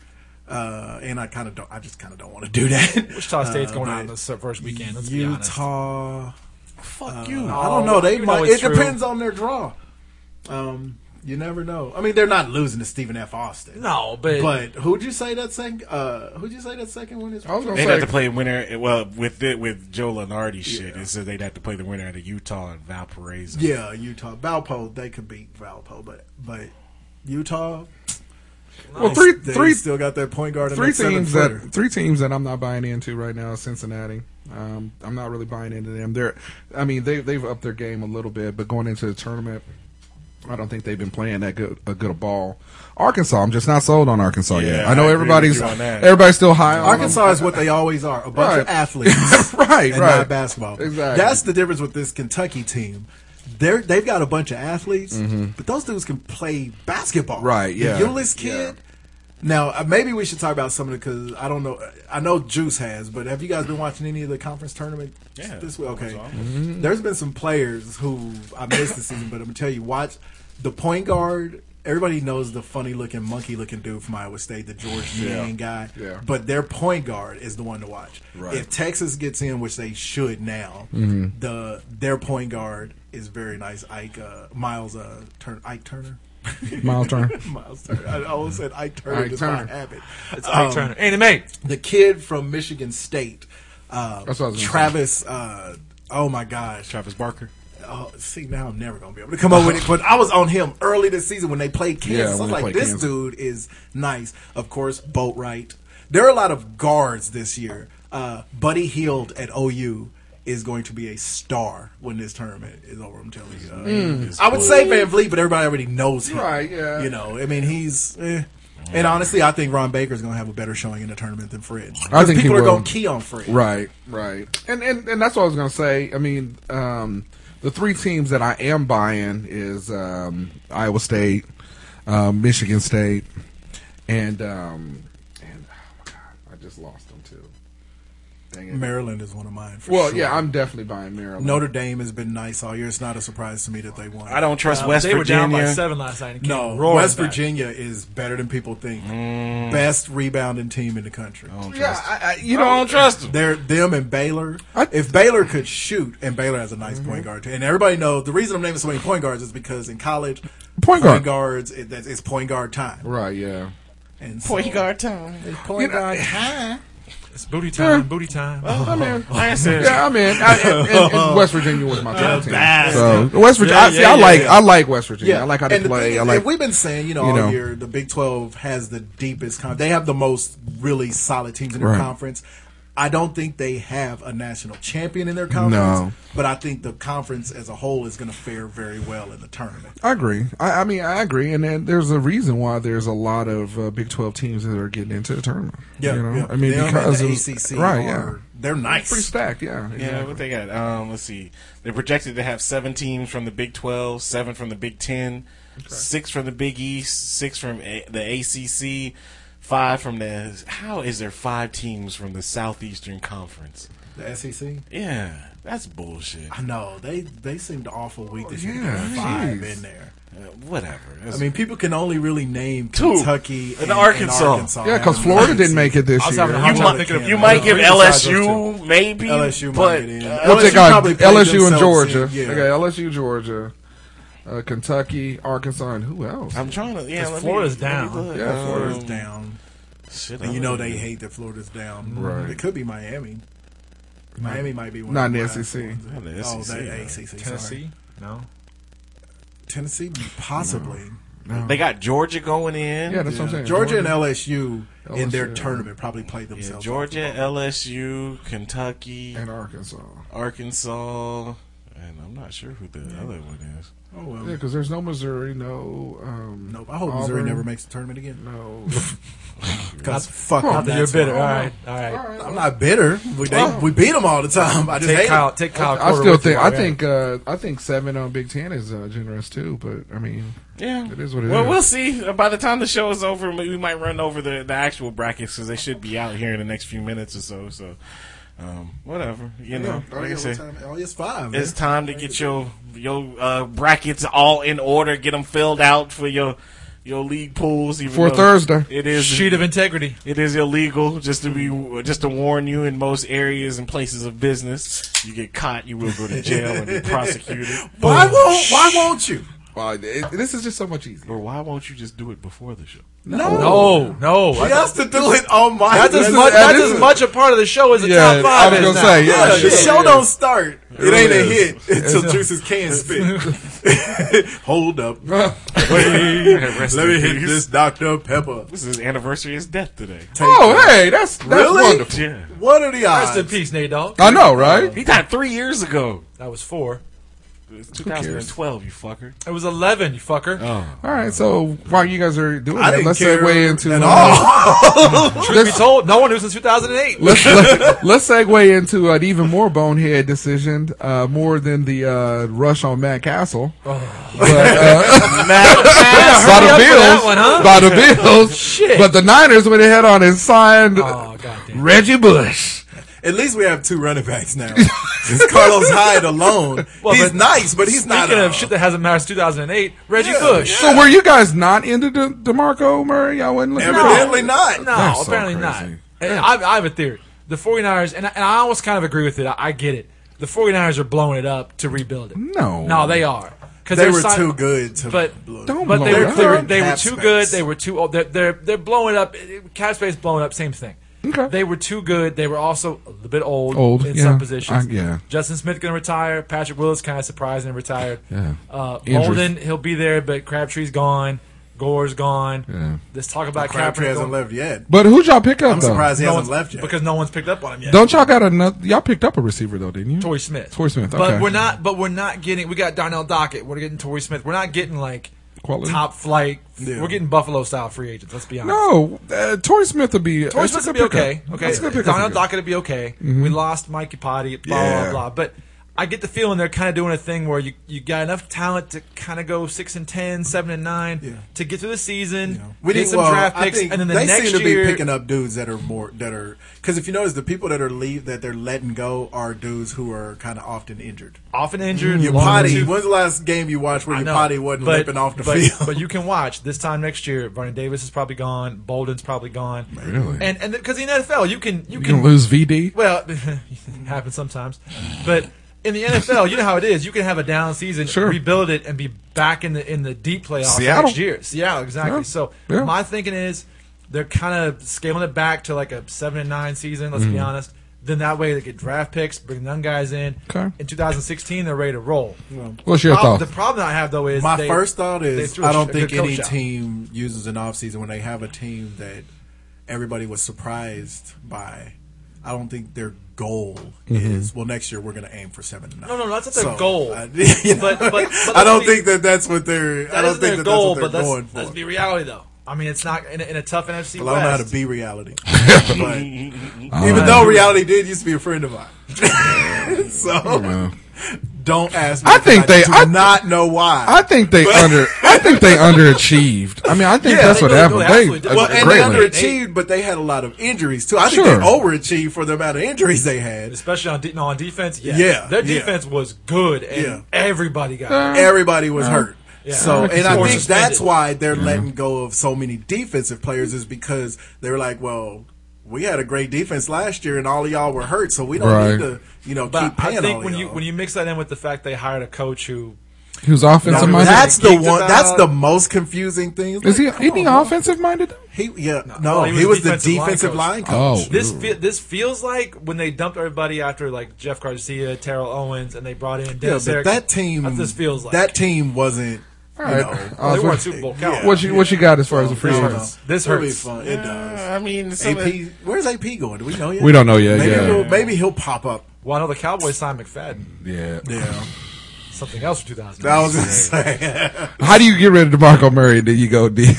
S6: Uh, and I kind of don't. I just kind of don't want to do that.
S7: Wichita State's going out
S6: Uh, but
S7: this first weekend, let's be honest.
S6: Utah. Uh,
S9: fuck you.
S6: I don't know. They
S7: you know
S6: might.
S7: it's
S6: it
S7: true.
S6: depends on their draw. Um, You never know. I mean, they're not losing to Stephen F. Austin.
S7: No, but,
S6: But who'd you say that second? Uh, who'd you say that second one is?
S8: I was
S6: from?
S8: gonna say-
S9: They'd have to play winner. Well, with the, with Joe Lenardi shit, it said they'd have to play the winner out of Utah and Valparaiso.
S6: yeah, Utah, Valpo. They could beat Valpo, but but Utah,
S8: Well, three
S6: they
S8: three
S6: still got their point guard. and
S8: three
S6: that seven
S8: teams
S6: footer.
S8: that three teams that I'm not buying into right now is Cincinnati. Um, I'm not really buying into them. They're, I mean, they they've upped their game a little bit, but going into the tournament, I don't think they've been playing that good a good a ball. Arkansas, I'm just not sold on Arkansas yet.
S9: Yeah,
S8: I
S9: I
S8: know
S9: agree
S8: everybody's
S9: with you on that.
S8: everybody's still high. on
S6: Arkansas is what they always are a bunch of
S8: Right.
S6: athletes.
S8: them. (laughs) right,
S6: and
S8: right,
S6: not basketball.
S8: Exactly.
S6: That's the difference with this Kentucky team. They're, they've got a bunch of athletes, but those dudes can play basketball.
S8: Mm-hmm. Right, yeah,
S6: The Euless
S8: yeah.
S6: kid. Now, uh, maybe we should talk about some of the because I don't know. I know Juice has, but have you guys been watching any of the conference tournament
S9: Yeah,
S6: this week? Okay,
S9: that's all.
S8: Mm-hmm.
S6: there's been some players who I missed the season, but I'm gonna tell you, watch the point guard. Everybody knows the funny looking, monkey looking dude from Iowa State, the George Yang guy.
S8: Yeah.
S6: But their point guard is the one to watch.
S8: Right.
S6: If Texas gets in, which they should now,
S8: Mm-hmm.
S6: the their point guard is very nice. Ike uh, Miles uh, Turner, Ike Turner. (laughs)
S8: Miles Turner.
S6: Miles Turner. I always said Ike Turner.
S8: Ike
S6: just
S8: Turner.
S6: by habit. Uh,
S7: it's
S6: um,
S7: Ike Turner. Andy May.
S6: The kid from Michigan State, uh,
S8: That's what I was gonna say.
S6: Travis. Uh, oh my gosh,
S9: Travis Barker.
S6: Oh, see, now I'm never gonna be able to come up with it. But I was on him early this season when they played
S8: Yeah,
S6: Kansas.
S8: when
S6: I was
S8: they
S6: like,
S8: played
S6: this
S8: Kansas.
S6: dude is nice. Of course, Boatwright. There are a lot of guards this year. Uh, Buddy Heald at OU is going to be a star when this tournament is over. I'm telling you. Uh, I would say Van Vliet, but everybody already knows him.
S8: Hmm. Right, yeah.
S6: You know, I mean, he's. Eh. And honestly, I think Ron Baker's going to have a better showing in the tournament than Fred.
S8: I think he
S6: people are
S8: will.
S6: going to key on Fred.
S8: Right, right, and and and that's what I was gonna say. I mean, um, the three teams that I am buying is um, Iowa State, um, Michigan State, and um, and oh my god, I just lost them too. Dang it.
S6: Maryland is one of mine. For
S8: well,
S6: sure.
S8: yeah, I'm definitely buying Maryland.
S6: Notre Dame has been nice all year. It's not a surprise to me that they won.
S9: I don't trust
S7: Uh,
S9: West
S7: they were down by
S9: Virginia.
S7: seven last night. and came
S6: No,
S7: roaring
S6: West
S7: back.
S6: Virginia is better than people think. Best rebounding team in the country.
S8: yeah, I, I, you
S9: You know, I
S8: know,
S9: don't trust him.
S6: They're them and Baylor.
S8: I- Mm-hmm.
S6: if Baylor could shoot, and Baylor has a nice point guard, too. and everybody knows the reason I'm naming so many point guards is because in college,
S8: Point guard.
S6: guards it, that's- it's point guard time.
S8: right, yeah.
S6: And point guard time. It's point (sighs) guard time.
S7: It's booty time, booty time.
S8: I mean,
S9: Like I said,
S8: yeah, I mean, I, and, and,
S9: (laughs)
S8: and West Virginia was my top team. So West Virginia,
S9: Yeah,
S8: I, see,
S9: yeah,
S8: I
S9: yeah,
S8: like,
S9: yeah.
S8: I like West Virginia.
S6: Yeah,
S8: I like how they
S6: and the
S8: play.
S6: thing is,
S8: I like
S6: and we've been saying, you know,
S8: you
S6: all
S8: know.
S6: year the Big Twelve has the deepest. Con- they have the most really solid teams in their
S8: Right.
S6: conference. I don't think they have a national champion in their conference,
S8: No.
S6: but I think the conference as a whole is going to fare very well in the tournament.
S8: I agree. I, I mean, I agree, and then there's a reason why there's a lot of uh, Big Twelve teams that are getting into the tournament.
S6: Yeah,
S8: you know?
S6: yeah.
S8: I mean,
S6: Them and
S8: because
S6: the
S8: of-
S6: ACC,
S8: right?
S6: are-
S8: Yeah,
S6: they're nice.
S8: pretty stacked. Yeah,
S9: Yeah,
S8: exactly.
S9: what they got? Um, let's see. They're projected to have seven teams from the Big 12, seven from the Big 10, six from the Big East, six from A- the ACC, five from the. How is there five teams from the Southeastern Conference?
S6: The SEC,
S9: Yeah, that's bullshit.
S6: I know they they seemed awful weak this year.
S8: yeah,
S6: There's five
S8: jeez.
S6: in there.
S9: Uh, whatever. That's-
S6: I mean, people can only really name
S9: Two.
S6: Kentucky
S9: And Arkansas.
S8: Yeah, because Florida didn't make it this
S7: I was
S8: year.
S7: having a
S6: You
S7: hard
S6: might-
S7: time thinking of
S9: you might give
S7: Besides those two.
S9: LSU, maybe.
S6: LSU might
S9: but,
S6: get in.
S9: uh,
S8: What they
S6: LSU
S8: got?
S6: probably played
S8: LSU and
S6: themselves in,
S8: Georgia.
S6: yeah.
S8: They got LSU, Georgia, uh, Kentucky, Arkansas, and who else?
S9: I'm trying to. Yeah, let me-
S7: Florida's
S9: let me
S7: down.
S9: look. Um,
S8: Yeah, Florida's
S6: Florida's down.
S9: Shit,
S6: And
S9: I
S6: you know
S9: don't
S6: they hate that Florida's down.
S8: Right.
S6: It could be Miami. Miami might be one.
S8: Not
S6: of
S8: in the E
S6: last
S8: SEC.
S6: ones.
S9: Not in the
S6: Oh,
S9: SEC,
S6: they
S9: yeah.
S6: ACC. Sorry.
S7: Tennessee? No.
S6: Tennessee, possibly.
S9: They got Georgia going in.
S8: Yeah, that's what I'm saying.
S6: Georgia and LSU, in their
S8: LSU.
S6: tournament probably played
S9: Yeah,
S6: themselves.
S9: Georgia, LSU, Kentucky,
S8: and Arkansas.
S9: Arkansas, and I'm not sure who the other one is.
S6: Oh well.
S8: Yeah, because there's no Missouri, no. Um,
S6: Nope. I hope Missouri
S8: Auburn,
S6: never makes the tournament again. (laughs)
S8: No.
S6: Because fuck
S8: Huh.
S6: them,
S7: You're
S6: that's
S7: bitter.
S6: why.
S7: All right. All right.
S8: All right. Oh.
S6: I'm not bitter. We they,
S8: Wow.
S6: we beat them all the time. I just
S7: Take
S6: hate 'em.
S7: Kyle. Take Kyle.
S8: I
S7: Korver
S8: still
S7: with
S8: think
S7: you,
S8: I
S7: all right?
S8: think uh, I think seven on Big Ten is uh, generous too, but I mean,
S9: Yeah,
S8: It is what it
S9: it well,
S8: is.
S9: we'll see. By the time the show is over, we we might run over the, the actual brackets because they should be out here in the next few minutes or so. So, um, whatever, you know.
S8: Yeah.
S9: Like I
S6: Yeah, what
S9: said,
S6: time- Oh, it's five. man.
S9: it's time to get your your uh, brackets all in order, get them filled out for your your league pools. Even
S8: For
S9: though
S8: Thursday.
S9: it is
S7: sheet of integrity.
S9: It is illegal just to
S8: Mm-hmm.
S9: be just to warn you in most areas and places
S8: (laughs)
S9: of business. You get caught, you will go to jail and be prosecuted.
S6: Why won't Why won't you?
S8: Wow, it- this is just so much easier. (laughs)
S9: Or why won't you just do it before the show?
S8: No,
S7: No, Oh, no.
S6: He has to do it on my.
S7: That's as
S8: is-
S7: much,
S8: that
S7: that's
S8: is-
S7: as much a part of the show as the
S8: Yeah,
S7: top five
S8: I was
S7: is
S8: gonna
S7: now.
S8: say, yeah,
S6: the
S8: sure,
S6: show
S8: yeah.
S6: don't start. It, ain't a
S8: is.
S6: hit until Juices can
S8: (laughs)
S6: spit. Hold up.
S8: Oh,
S9: (laughs) Rest
S6: Let
S9: in
S6: me hit
S9: peace.
S6: this Dr. Pepper.
S9: This is anniversary of his death today.
S8: Oh, hey, that's that's
S6: Really?
S8: wonderful.
S9: Yeah.
S6: What are the
S7: Rest in
S6: odds?
S7: peace, Nate Dog.
S8: I know, right?
S9: He died three years ago.
S7: That was four.
S9: It's 2012, you fucker.
S7: It was eleven, you fucker.
S8: All right, so while you guys are doing
S6: I
S8: that,
S6: didn't
S8: let's
S6: care
S8: segue into
S6: at
S8: uh,
S6: all.
S7: Truth be told, no one knew since
S8: (laughs)
S7: 2008.
S8: let's let, let's segue into an even more bonehead decision, uh, more than the uh, rush on Matt Castle. by
S7: hurry
S8: the
S7: up for that
S8: Bills,
S7: one, huh?
S8: by the Bills,
S7: Shit.
S8: but the Niners went ahead on and signed
S7: Oh goddamn!
S8: Reggie Bush.
S6: At least we have two running backs
S8: (laughs)
S6: now. Since Carlos Hyde alone,
S7: Well,
S6: he's
S7: but
S6: nice, but he's not.
S7: Speaking
S6: a-
S7: of shit that hasn't mattered since 2008, Reggie
S6: Yeah,
S7: Bush.
S8: So were you guys not into De- Demarco Murray? Y'all wasn't looking. for him?
S6: evidently not.
S7: No,
S8: That's so
S7: apparently not.
S8: crazy.
S7: And I, I have a theory. The 49ers, and I, and I almost kind of agree with it. I, I get it. The 49ers are blowing it up to rebuild it.
S8: No.
S7: No, they are. Because
S6: They were too good to.
S7: But,
S8: Don't
S7: but
S8: blow
S7: they,
S8: it
S7: were,
S8: up.
S7: they, were,
S6: They're
S7: they were
S6: cap
S7: too
S6: space.
S7: good. They were too old. They're, they're, they're blowing up. Cap space blowing up, same thing.
S8: Okay.
S7: They were too good. They were also a little bit old,
S8: Old,
S7: in
S8: yeah.
S7: some positions.
S8: I- yeah.
S7: Justin Smith going to retire. Patrick Willis kind of surprised and retired.
S8: Yeah.
S7: Uh,
S8: Injuries.
S7: Bolden, he'll be there, but Crabtree's gone. Gore's gone.
S8: Yeah.
S7: Let's talk about
S6: Crabtree
S7: Kaepernick
S6: hasn't
S7: going-
S6: left yet.
S8: But who'd y'all pick up
S6: I'm
S8: though?
S6: surprised he
S7: no
S6: hasn't
S7: one's-
S6: left yet.
S7: because no one's picked up on him yet.
S8: Don't y'all got another? Y'all picked up a receiver though, didn't you?
S7: Torrey Smith.
S8: Torrey Smith, okay.
S7: But we're not. But we're not getting. We got Darnell Dockett. We're getting Torrey Smith. We're not getting like
S8: Quality?
S7: top flight.
S6: Yeah.
S7: We're getting Buffalo style free agents. Let's be honest.
S8: No, uh, Torrey Smith would be.
S7: Torrey
S8: that's a
S7: Smith would be
S8: good pickup.
S7: okay. Okay.
S8: that's a good pickup.
S7: Darnell Dockett would be okay.
S8: Mm-hmm.
S7: We lost Mikey Potty. Blah
S8: Yeah.
S7: blah blah. But I get the feeling they're kind of doing a thing where you you got enough talent to kind of go six and 10, 7 and nine
S6: Yeah.
S7: to get through the season.
S6: We
S7: get
S6: need
S7: some
S6: well,
S7: draft
S6: I
S7: picks,
S6: think
S7: and then the
S6: they
S7: next
S6: seem to
S7: year
S6: be picking up dudes that are more that are because if you notice the people that are leave that they're letting go are dudes who are kind of often injured.
S7: often injured.
S6: Mm-hmm. Your
S7: long
S6: potty.
S7: tooth-
S6: When's the last game you watched where
S7: I
S6: your
S7: know,
S6: potty wasn't
S7: but-
S6: limping off the
S7: but-
S6: field?
S7: But you can watch this time next year. Vernon Davis is probably gone. Bolden's probably gone.
S8: Really?
S7: And and because in the NFL you can
S8: You
S7: you can
S8: can lose VD.
S7: well (laughs) it happens sometimes, but in the NFL you know how it is. You can have a down season,
S8: Sure.
S7: rebuild it, and be back in the in the deep playoffs
S8: Seattle.
S7: next year. Seattle exactly.
S8: Yeah.
S7: So
S8: Yeah.
S7: my thinking is they're kind of scaling it back to like a seven and nine season. Let's
S8: Mm.
S7: be honest. Then that way they get draft picks, bring young guys in.
S8: Okay.
S7: In 2016, they're ready to roll.
S8: What's your
S7: Prob-
S8: thought?
S7: The problem I have though is
S6: My
S7: they-
S6: first thought
S7: they
S6: is
S7: threw a
S6: I
S7: sh-
S6: don't
S7: a
S6: think
S7: good coach
S6: any
S7: out.
S6: team uses an offseason when they have a team that everybody was surprised by. I don't think their goal
S8: Mm-hmm.
S6: is well next year we're going to aim for seven and nine.
S7: No, no, that's not their goal.
S6: I, (laughs) you know,
S7: But- but- but
S6: I don't
S7: that's the-
S6: think that that's what they're.
S7: That
S6: I don't
S7: isn't
S6: think
S7: their
S6: that
S7: goal,
S6: that's what
S7: but
S6: they're
S7: let's,
S6: going for.
S7: let's be reality though. I mean, it's not in a, in a tough NFC
S6: well, I don't know how to
S7: West.
S6: be reality.
S8: (laughs)
S6: But even though reality did used to be a friend of mine, (laughs) so don't ask me.
S8: I
S6: 'cause
S8: think they-
S6: do
S8: I-
S6: not know why.
S8: I think they under. I think
S7: (laughs)
S8: they underachieved. I mean, I think
S6: Yeah,
S8: that's
S6: they
S8: what
S7: really-
S8: happened.
S7: they
S8: They,
S7: absolutely did.
S8: uh,
S6: Well, and they
S8: greatly.
S6: underachieved, but they had a lot of injuries too. I think
S8: Sure.
S6: they overachieved for the amount of injuries they had.
S7: especially on de- no, on defense. Yeah,
S6: Yeah,
S7: their
S6: yeah.
S7: defense was good, and
S6: Yeah.
S7: everybody got it.
S6: Everybody was
S8: Uh-huh.
S6: hurt. So,
S7: Yeah.
S6: and I
S7: Or
S6: think
S7: suspended.
S6: that's why they're
S8: Mm-hmm.
S6: letting go of so many defensive players is because they were like, well, we had a great defense last year, and all of y'all were hurt, so we don't
S8: Right.
S6: need to, you know,
S7: But
S6: keep paying
S7: I
S6: all
S7: think when
S6: of
S7: you
S6: y'all.
S7: when you mix that in with the fact they hired a coach who
S8: Who's offensive minded?
S6: that's the
S7: Geeked
S6: one.
S7: about-
S6: That's the most confusing thing.
S8: Is he?
S6: Like,
S8: Isn't he
S6: come on,
S8: offensive minded?
S6: He, yeah, no,
S7: Well,
S6: he was, the defensive, line, coach.
S8: Oh,
S7: this fe- this feels like when they dumped everybody after like Jeff Garcia, Terrell Owens, and they brought in
S6: Yeah,
S7: Dennis
S6: but
S7: Erickson.
S6: that team,
S7: That's what this feels like
S6: that team wasn't.
S8: All right.
S6: You know,
S8: Uh,
S7: they
S8: so
S7: weren't Super Bowl
S6: yeah.
S7: caliber.
S8: what you what you got as far as the free
S6: No, no.
S8: agents?
S7: This
S6: It'll be
S7: hurts.
S6: fun. It does.
S9: I mean, some of-
S6: AP, where's AP going? Do we know yet?
S8: We don't know yet,
S6: Maybe
S8: yeah.
S6: he'll, maybe he'll pop up.
S7: Well, I know the Cowboys signed McFadden.
S8: Yeah.
S6: Yeah,
S7: Something else for 2000.
S6: that was insane.
S8: How do you get rid of Demarco Murray? Then you go D.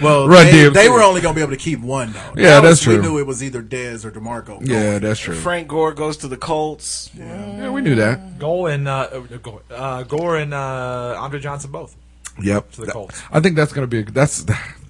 S6: Well,
S8: Run
S6: they,
S8: DMC.
S6: they were only going to be able to keep one though.
S8: Yeah,
S6: That was-
S8: that's true.
S6: We knew it was either Dez or Demarco.
S8: yeah, that's true.
S9: Frank Gore goes to the Colts.
S8: Yeah, we knew that.
S7: Goal and uh, uh, Gore, uh, Gore and uh, Andre Johnson both.
S8: Yep.
S7: the Colts.
S8: I think that's gonna be. A, that's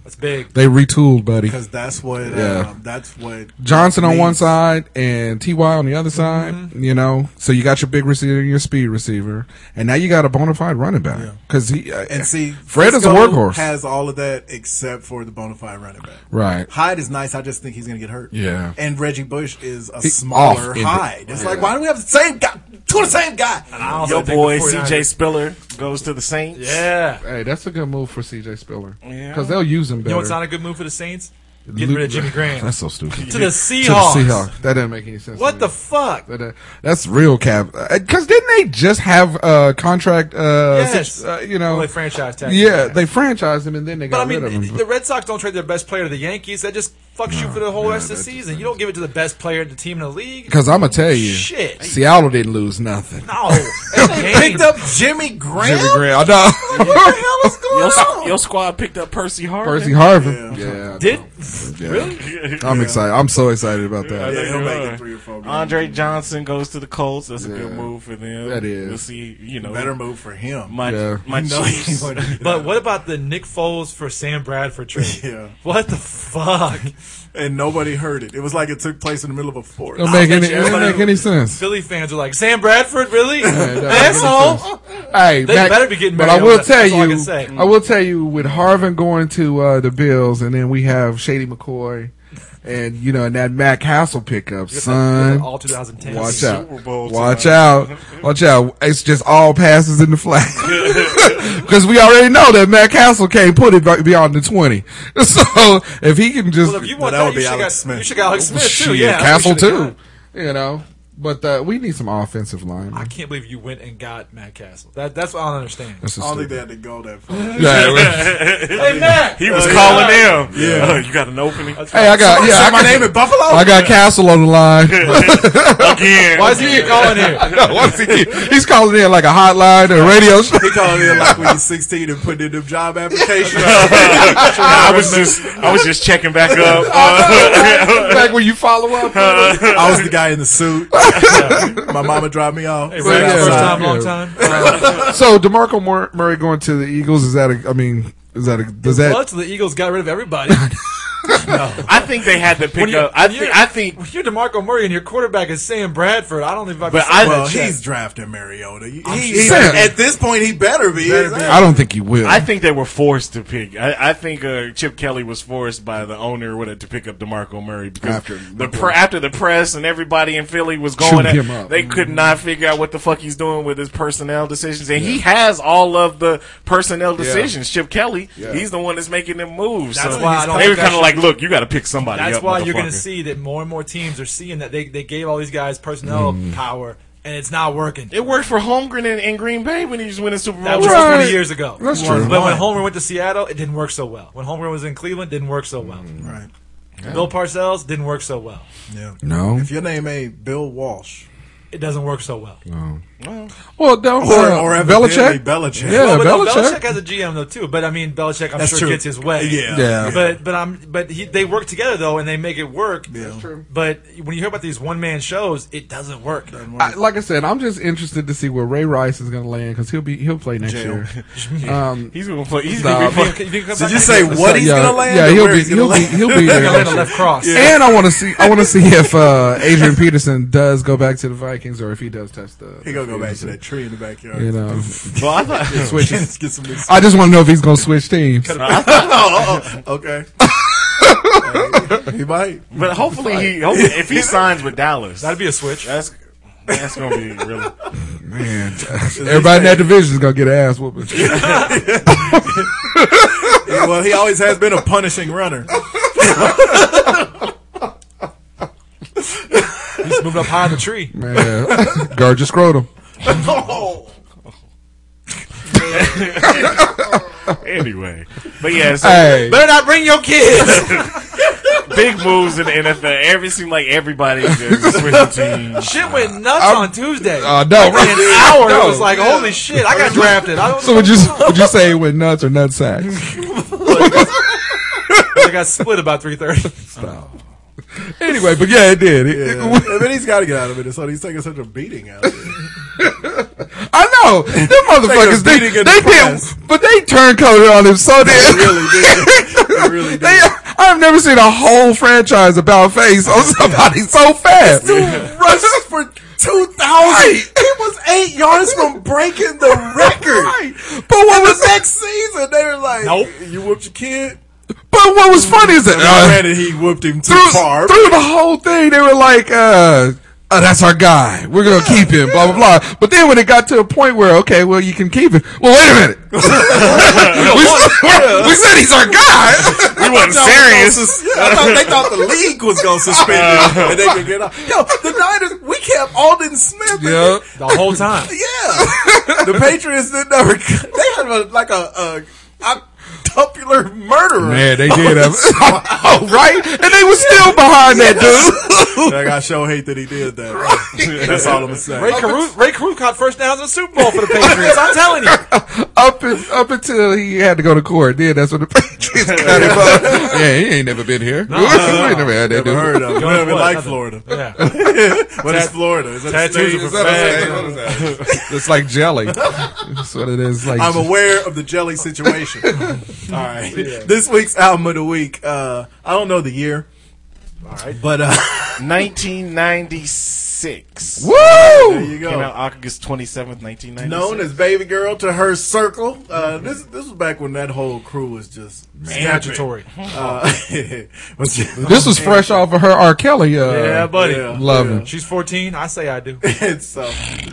S7: That's big.
S8: they retooled, buddy.
S6: because that's what.
S8: Yeah.
S6: Um, that's what
S8: Johnson on
S6: Leads.
S8: one side and Ty on the other side. You know, so you got your big receiver and your speed receiver, and now you got a bona fide running back because he uh,
S6: And see,
S8: Fred is a
S6: Frisco
S8: workhorse,
S6: Has all of that except for the bona fide running back.
S8: right?
S6: Hyde is nice. I just think he's going to get hurt.
S8: Yeah.
S6: And Reggie Bush is a
S8: He-
S6: smaller
S8: off in the-
S6: Hyde. It's like why do we have the same guy? Two of the same guy.
S7: I also
S9: Your
S7: think the
S9: boy
S7: 49ers
S9: CJ Spiller. goes to the Saints.
S7: Yeah.
S8: Hey, that's a good move for C.J. Spiller
S9: Yeah.
S8: because they'll use him
S7: You
S8: better.
S7: know what's not a good move for the Saints? Getting rid of Jimmy
S8: (laughs)
S7: Graham.
S8: That's so stupid.
S7: to the
S8: To
S7: Seahawks.
S8: the Seahawks. That doesn't make any sense. to
S7: What
S8: me.
S7: the fuck?
S8: That, uh, that's real cap. Because didn't they just have uh, contract? Uh,
S7: Yes.
S8: sit- uh, you know,
S7: Well, they franchise tag him.
S8: Yeah, they franchised him and then they
S7: But I
S8: got
S7: mean,
S8: rid of him.
S7: the Red Sox don't trade their best player to the Yankees. That just fucks you for the whole
S8: no,
S7: rest of
S8: that
S7: the
S8: just
S7: season. You don't give it to the best player in the team in the league.
S8: Because I'm gonna tell you,
S7: Shit.
S8: Seattle didn't lose nothing.
S7: No,
S8: (laughs)
S7: It's
S6: They
S7: a game.
S6: picked
S7: (laughs)
S6: up Jimmy Graham.
S8: Jimmy Graham, no.
S6: What the hell is going
S9: Your,
S6: on?
S9: your squad picked up Percy
S8: (laughs)
S9: Harvin.
S8: Percy Harvin. Yeah,
S7: Did
S8: yeah. I'm excited. I'm so excited about that.
S9: Yeah,
S6: he'll
S9: you
S6: make
S9: are.
S6: it three or four games.
S9: Andre Johnson goes to the Colts. That's a good
S8: Yeah.
S9: move for them.
S8: That is.
S9: We'll see. You know,
S6: Better move for (laughs) him.
S9: My
S8: Yeah.
S9: my
S6: You know he's
S9: Chiefs.
S6: going to do
S7: But what about the Nick Foles for Sam
S8: (laughs)
S7: Bradford trade?
S6: Yeah.
S7: What the fuck?
S6: that. and nobody heard it. It was like it took place in the middle of a forest.
S8: Don't make any.
S7: bet you
S8: It don't
S7: everybody-
S8: make any sense.
S7: Philly fans are like, Sam Bradford,
S8: (laughs)
S7: really?
S8: don't make any
S7: Asshole.
S8: Hey,
S7: They better be getting
S8: But I
S7: Mariota.
S8: will
S7: That's
S8: tell
S7: all I
S8: you,
S7: can say.
S8: I, will tell you, with Harvin going to uh, the Bills, and then we have Shady McCoy, and you know, and that Matt Castle pickup, son.
S7: All 2010.
S8: Watch out!
S9: Super Bowl
S8: Watch
S9: time.
S8: out! Watch out! It's just all passes in the
S7: (laughs)
S8: flat because we already know that Matt Castle can't put it be- beyond the twenty. (laughs) So if he can just
S7: Well, if you want
S6: that
S7: that,
S6: would
S7: you,
S6: be
S7: should
S6: Alex
S7: got,
S6: Smith.
S7: you should got Alex Smith too.
S8: Shit,
S7: Yeah, that's
S8: Castle
S7: what you shoulda
S8: too,
S7: got.
S8: you know. But uh, we need some offensive line.
S7: I can't believe you went and got Matt Castle. That, that's what I don't understand.
S8: That's
S6: I
S8: just
S6: don't think
S8: stupid.
S6: they had to go that far.
S7: (laughs)
S8: Yeah, well-
S7: hey Matt,
S9: He was calling them. Yeah, (laughs) you got an opening
S8: Hey, I got yeah. I
S6: my
S8: got,
S6: name at Buffalo?
S8: I got Castle on the
S6: (laughs)
S8: line.
S9: again.
S7: why is he keep calling
S8: (laughs)
S7: here?
S8: No, what is he- He's calling in like a hotline or
S6: (laughs)
S8: a radio. show.
S6: He called in like when he's 16 and putting in them job
S8: (laughs)
S6: applications.
S9: I was just I was just checking back up.
S8: Back when you follow
S6: (laughs)
S8: up.
S6: I was the guy in the
S8: (laughs)
S6: suit. My mama dropped me off.
S7: Hey,
S6: Sat
S7: right, first
S8: Yeah.
S6: outside.
S7: time, long
S8: Yeah.
S7: time.
S8: So Demarco Mur- Murray going to the Eagles is that? A, I mean, is that? A, does
S7: Well,
S8: that?
S7: till the Eagles got rid
S8: (laughs)
S7: of everybody.
S9: I think they had to pick
S7: you-
S9: up. I
S7: when
S9: think
S7: you-
S9: I think,
S7: If you're Demarco Murray and your quarterback is Sam Bradford, I don't think I've
S9: but I
S6: Well,
S9: think-
S6: he's drafting Mariota. He, he-
S8: Sam.
S6: at this point, he better be.
S8: I don't think you will.
S9: I think they were forced to pick. I, I think uh, Chip Kelly was forced by the owner with it to pick up Demarco Murray because
S8: After
S9: the pre- after the press and everybody in Philly was going
S8: Chewed
S9: at
S8: him up. Mm-hmm.
S9: They could not figure out what the fuck he's doing with his personnel decisions, and he has all of the personnel decisions. Chip Kelly, he's the one that's making them moves.
S7: That's
S9: so
S7: why I don't
S9: they were
S7: think I
S9: kind of
S7: should-
S9: like, look, you got to pick somebody.
S7: That's
S9: up,
S7: why you're going
S9: motherfucker."
S7: to see that more and more teams are seeing that they, they gave all these guys personnel
S8: Mm.
S7: power and it's not working.
S9: It worked for Holmgren in, in Green Bay when he was winning Super
S7: that
S9: Bowl.
S7: was
S8: Right.
S7: 20 years ago.
S8: That's
S7: But
S8: true.
S7: when Homer went to Seattle, it didn't work so well. When Homer was in Cleveland, it didn't work so well.
S6: Right.
S7: Bill Parcells didn't work so well.
S6: Yeah.
S8: no.
S6: If your name ain't Bill Walsh
S7: It doesn't work so well.
S8: Well, don't
S6: or,
S8: uh,
S6: or evidently
S8: Belichick.
S6: Belichick,
S8: Yeah.
S7: Well, Oh, but no,
S8: Belichick.
S7: Belichick has a GM though too. But I mean, Belichick, I'm
S6: That's
S7: sure
S6: true.
S7: gets his way.
S6: Yeah.
S8: Yeah.
S7: But but I'm but he, they work together though, and they make it work.
S6: Yeah. That's true.
S7: But when you hear about these one man shows, it doesn't work.
S8: I, like I said, I'm just interested to see where Ray Rice is going to land because he'll be he'll play
S6: (laughs)
S8: next
S6: Jail.
S8: year. Um,
S9: He's going to play. He's
S8: Nah,
S9: going to be
S7: You think about
S6: Did you
S7: that?
S6: say
S7: He's
S6: what he's
S8: yeah,
S6: gonna land?
S8: yeah,
S6: or
S8: he'll
S6: where
S8: be
S6: he's gonna
S8: he'll be
S6: land?
S8: he'll be there.
S7: gonna land a left cross.
S8: And I want to see I want to see if uh, Adrian Peterson does go back to the Vikings or if he does touch the.
S6: (laughs) He gonna go back to that tree in the backyard.
S8: You know,
S9: Well, I thought,
S8: switches.
S6: Let's get some new (laughs)
S8: I just want to know if he's gonna switch teams.
S6: oh, oh, okay. Uh, he might.
S9: but hopefully he, hopefully if
S7: (laughs)
S9: he signs with Dallas,
S7: That'd be a switch.
S9: That's that's gonna be really.
S6: (laughs)
S8: Man, everybody in that division is gonna get an ass whooping.
S6: Well, he always has been a punishing runner.
S7: He's moving up high in the tree.
S8: Man, guard your scrotum.
S9: Anyway, but yeah,
S6: (laughs)
S9: so
S8: Hey,
S7: Better not bring your kids.
S9: big moves in the NFL. Every seemed like everybody is switching
S8: (laughs)
S9: teams.
S7: shit went nuts on Tuesday.
S8: uh, no,
S7: In an
S8: right?
S7: hour, it
S8: No.
S7: was like, holy shit, I got drafted. I don't
S8: So would you would you say it went nuts or
S6: (laughs)
S8: nut sacks?
S7: I got split about three thirty.
S8: Anyway, but yeah, it did. It- it-
S6: Yeah. I mean, he's got to get out of Minnesota. He's taking such a beating out. There.
S8: I know them motherfuckers. They,
S6: beating in
S8: they
S6: the press.
S8: did, but they turncoated on him so
S6: He (laughs)
S8: damn.
S6: really did. He (laughs) really
S8: They,
S6: did.
S8: I've never seen a whole franchise about face on somebody so fast.
S6: Rushes for two thousand. He was eight yards from breaking the record.
S8: Right. But what was
S6: Next season, they were like,
S7: Nope.
S6: "You whooped your kid."
S8: but what was funny is that uh,
S6: Granted, he whooped him too
S8: through,
S6: far.
S8: through the whole thing they were like, uh, oh, that's our guy. We're gonna keep him. Blah blah blah. But then when it got to a point where okay, well you can keep him. Well, wait a
S9: (laughs)
S8: minute. we, we said he's our guy.
S9: We
S8: (laughs)
S9: wasn't serious.
S6: I thought they thought the league was going to suspend (laughs) him and they could get off. Yo, the Niners, we kept Alden Smith. and-
S8: Yep.
S7: the whole time.
S6: Yeah. the Patriots did never. (laughs) They had a, like a, a octopular murderer.
S8: Man, they did. Have, (laughs) oh, right? And they were still behind that dude.
S6: Like, I sure hate that he did (laughs) that. That's all I'm gonna say.
S7: Ray Caruth, Ray Caruth caught first downs in the Super Bowl for the Patriots. I'm telling you.
S8: Up in, up until he had to go to court. Then that's when the
S9: (laughs)
S8: Patriots cut him up. Yeah, he ain't never been here. (laughs) we ain't never had that dude.
S6: Heard of him.
S7: Going
S6: We
S7: what?
S6: like
S7: Nothing.
S6: Florida. (laughs)
S7: Yeah.
S6: What is Florida? Is that the state?
S7: Tattoos are
S6: Is
S7: for
S6: that a state?
S8: (laughs) It's like jelly. That's what it is.
S6: (laughs)
S8: Like
S6: I'm aware of the jelly (laughs) situation. All right. This week's album of the week. Uh, I don't know the year. All right. But
S7: (laughs)
S6: uh,
S9: 1996.
S6: there
S8: woo.
S6: you
S9: Came
S6: go.
S9: out August 27th, 1996.
S6: Known as Baby Girl to her circle. Uh, this this was back when that whole crew was just
S7: (laughs) Statutory.
S6: Uh, (laughs) was just-
S8: This was fresh off of her R. Kelly. Uh,
S7: Yeah, buddy.
S6: Yeah. (laughs)
S8: love him.
S7: She's 14. I say I do.
S6: And so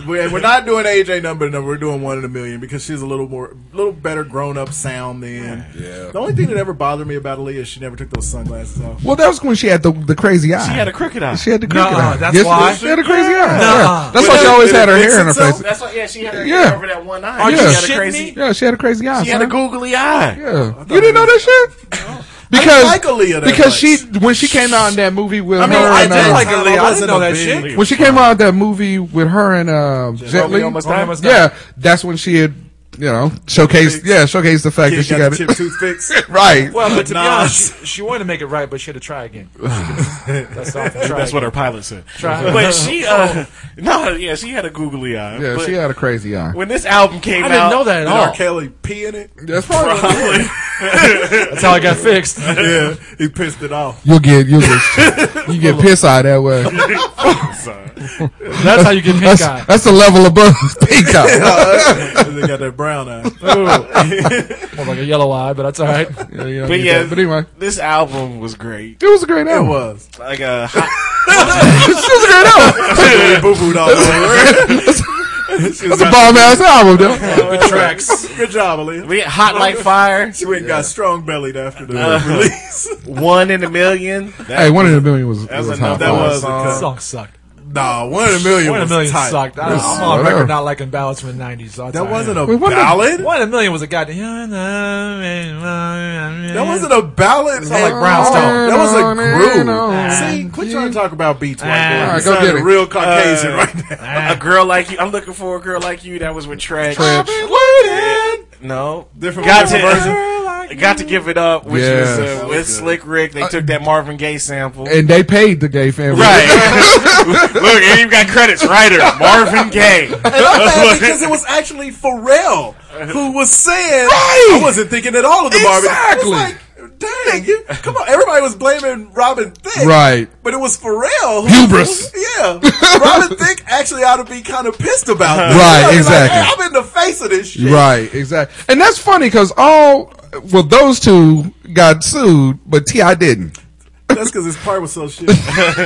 S6: we're, we're not doing AJ number to number. We're doing one in a million because she's a little more, little better grown up sound than. Yeah. The only thing that ever bothered me about Aaliyah is she never took those sunglasses off.
S8: Well, that was when she had the the crazy eye.
S9: She had a crooked eye.
S8: She had the crooked
S7: Nuh-uh,
S8: eye.
S7: that's
S8: Yes,
S7: why.
S8: She had a crazy eye.
S7: Nuh-uh.
S8: Yeah. That's why she always had her hair in her
S6: itself?
S8: face.
S9: That's why, yeah, she had her
S8: Yeah.
S9: over that one eye.
S7: Are
S8: Yeah.
S7: you
S9: She had a
S7: shitting
S9: crazy-
S7: me?
S8: Yeah, she had a crazy eye.
S9: She had a
S8: son.
S9: googly eye.
S8: Yeah. You didn't know that shit? Because
S6: like Aaliyah that
S8: because
S6: much.
S8: she when she came out in that movie with
S6: I mean,
S8: her
S6: I
S8: and,
S6: did
S8: uh,
S6: like
S7: Aaliyah.
S6: I
S7: I
S6: wasn't
S7: didn't know
S6: a
S7: that
S6: big
S7: shit.
S8: when she came out in that movie with her and um, Jet Li.
S9: Romeo Must Die.
S7: Almost
S8: Yeah, that's when she had you know showcased yeah showcased the fact
S6: Kid
S8: that she
S6: got
S8: got
S6: the
S8: it
S6: chip tooth
S7: (laughs)
S6: fix.
S8: (laughs) right.
S7: Well, but to be
S6: Nas.
S7: honest, she, she wanted to make it right, but she had to try again. That's
S6: (laughs)
S7: all. Try
S9: That's what
S7: again.
S9: her pilot said.
S7: Try.
S9: But she, uh, (laughs) no, yeah, she had a googly eye.
S8: Yeah,
S9: but
S8: she had a crazy eye.
S9: When this album came
S7: I
S9: out,
S7: didn't know that at
S6: Did R.
S7: all.
S6: Kelly pee in
S7: (laughs)
S6: it?
S8: That's probably
S7: That's how I got fixed. (laughs)
S6: Yeah, he pissed it off.
S8: you'll get you'll get you get piss eye that way.
S7: That's how you get pink
S8: That's
S7: eye.
S8: that's the level above (laughs) pink eye.
S6: And they got that brown
S8: (laughs)
S6: eye.
S7: More like a yellow eye, but that's all (laughs) right.
S8: Yeah, you don't
S9: But
S8: get
S9: yeah,
S8: that. but anyway,
S9: this album was great.
S8: it was a great
S6: It
S8: album.
S6: was.
S9: Like a hot,
S8: It was a
S6: boo
S8: great album.
S6: booed all (laughs) over. She was
S8: It's a
S6: like,
S8: bomb ass album though.
S7: Good tracks.
S6: Good job, Aaliyah.
S9: we had hot like fire,
S6: She went and got strong bellied after the
S7: Uh, (laughs)
S6: release.
S9: one in a million. That,
S8: Hey, one in a million was
S9: was
S8: was
S9: enough.
S8: hot.
S6: That was a cut.
S7: Song sucked.
S6: Nah, one in a million.
S7: Uh, One in a
S6: was
S7: Million
S6: tight.
S7: sucked. I, I'm on record not liking ballads from the 90s. so I'll tell
S6: That
S7: you.
S6: wasn't a
S8: Wait, what the-
S6: ballad.
S7: One in a Million was a goddamn. That
S6: That wasn't a ballad.
S7: Sound like
S6: Hey,
S7: Brownstone.
S6: That was a
S8: Ah.
S6: groove. See, quit trying to talk about beats like
S7: Ah.
S6: that.
S8: All
S6: You
S8: right, go
S6: sounded
S8: get it.
S6: real
S7: Uh,
S6: Caucasian right now.
S9: a girl like you. I'm looking for a girl like you. That was with Trash.
S6: (laughs)
S9: No,
S6: Different-
S9: got
S6: different
S9: to, Got to give it up, which
S8: Yeah.
S9: was
S8: That
S9: uh, with Slick Rick. They took that Marvin Gaye sample.
S8: And they paid the gay family.
S9: (laughs) Right. Look, and you've got credits. Writer Marvin Gaye.
S6: And I'm
S9: (laughs)
S6: mad because it was actually Pharrell who was saying,
S8: Right.
S6: I wasn't thinking at all of the Marvin. It
S8: Exactly.
S6: was like, dang, you, come on. Everybody was blaming Robin Thicke.
S8: Right.
S6: But it was Pharrell. Who
S8: Hubris.
S6: yeah. Robin Thicke actually ought to be kind of pissed about this.
S8: Right,
S6: He's like,
S8: exactly.
S6: "Hey, I'm in the face of this shit.
S8: (laughs) Right, exactly. And that's funny because all, well, those two got sued, but T.I.
S6: (laughs)
S8: didn't.
S6: That's because his part was so
S8: (laughs)
S6: shit. they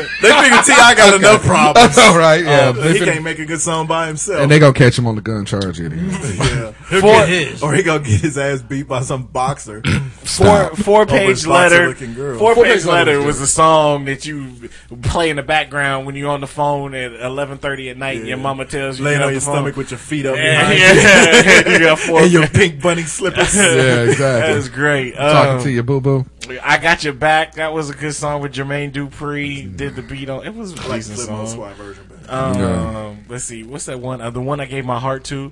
S6: figured T.I. got enough problems.
S8: all right, (laughs) yeah.
S6: Um,
S8: They
S6: he
S8: fin-
S6: can't make a good song by himself.
S8: and they gonna catch him on the gun charge anyway.
S7: Four, his.
S6: or he gonna get his ass beat by some boxer.
S9: Four four page
S6: boxer
S9: letter.
S6: looking girl.
S9: Four
S8: Four-page
S9: page letter
S8: letter.
S9: was a song that you play in the background when you're on the phone at eleven thirty at night. and Your mama tells you
S6: Laying
S9: you're
S6: on your
S9: the phone. (laughs)
S6: stomach with your feet up
S9: Yeah,
S6: behind you (laughs)
S9: yeah. (laughs) you got four.
S6: and your pink bunny
S9: (laughs)
S6: slippers.
S8: yeah,
S9: That
S8: exactly.
S9: was great.
S6: Oh.
S8: Talking
S9: Um,
S8: to you, boo boo.
S9: I got your back. That was a good song with Jermaine Dupri. Did the beat on. It was a
S6: Mm-hmm. Like
S9: decent
S6: Slip Knot
S9: song.
S6: Swat version, but-
S9: Um,
S8: Yeah.
S9: Let's see. What's that one? Uh, the one I gave my heart to.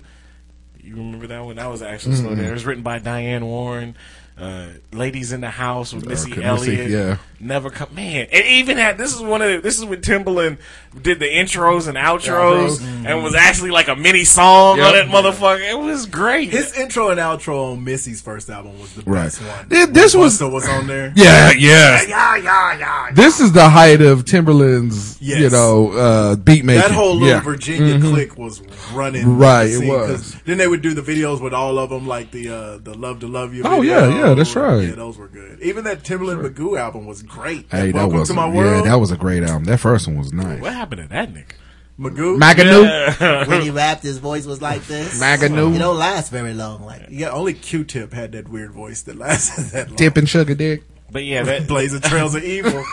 S9: You remember that one? That was actually slow down. It was written by Diane Warren. Uh, Ladies in the House with Missy
S8: Okay, Missy,
S9: Elliott.
S8: yeah.
S9: Never come. Man, it even had. This is one of. The, this is when Timbaland did the intros and
S8: Outros.
S9: outros, and was actually like a mini song on
S8: Yep.
S9: that motherfucker. It was great.
S6: His intro and outro on Missy's first album was the
S8: Right.
S6: best one.
S8: Th- This was,
S6: So what's on there?
S8: yeah, yeah.
S9: (laughs) yeah, yeah, yeah.
S8: This is the height of Timberland's,
S6: Yes.
S8: you know, uh, beat making.
S6: That whole little
S8: yeah. Mm-hmm.
S6: Virginia clique was running.
S8: Right,
S6: the
S8: it
S6: scene,
S8: was.
S6: 'cause Then they would do the videos with all of them, like the uh, the Love to Love You.
S8: Oh,
S6: video.
S8: yeah, yeah, that's right.
S6: Yeah, those were good. Even that Timbaland Magoo album was great.
S8: Hey, that
S6: Welcome
S8: was
S6: to my
S8: yeah,
S6: world.
S8: that was a great album. That first one was nice.
S9: What happened to that nigga?
S6: Magoo.
S8: Maganoo,
S11: when
S6: (laughs)
S11: he rapped, his voice was like this.
S8: Maganoo.
S11: It don't last very long. Like
S6: yeah, only Q-Tip had that weird voice that lasted (laughs) that long.
S8: dipping sugar dick.
S9: But yeah,
S6: (laughs)
S9: that
S6: Blazing Trails of Evil.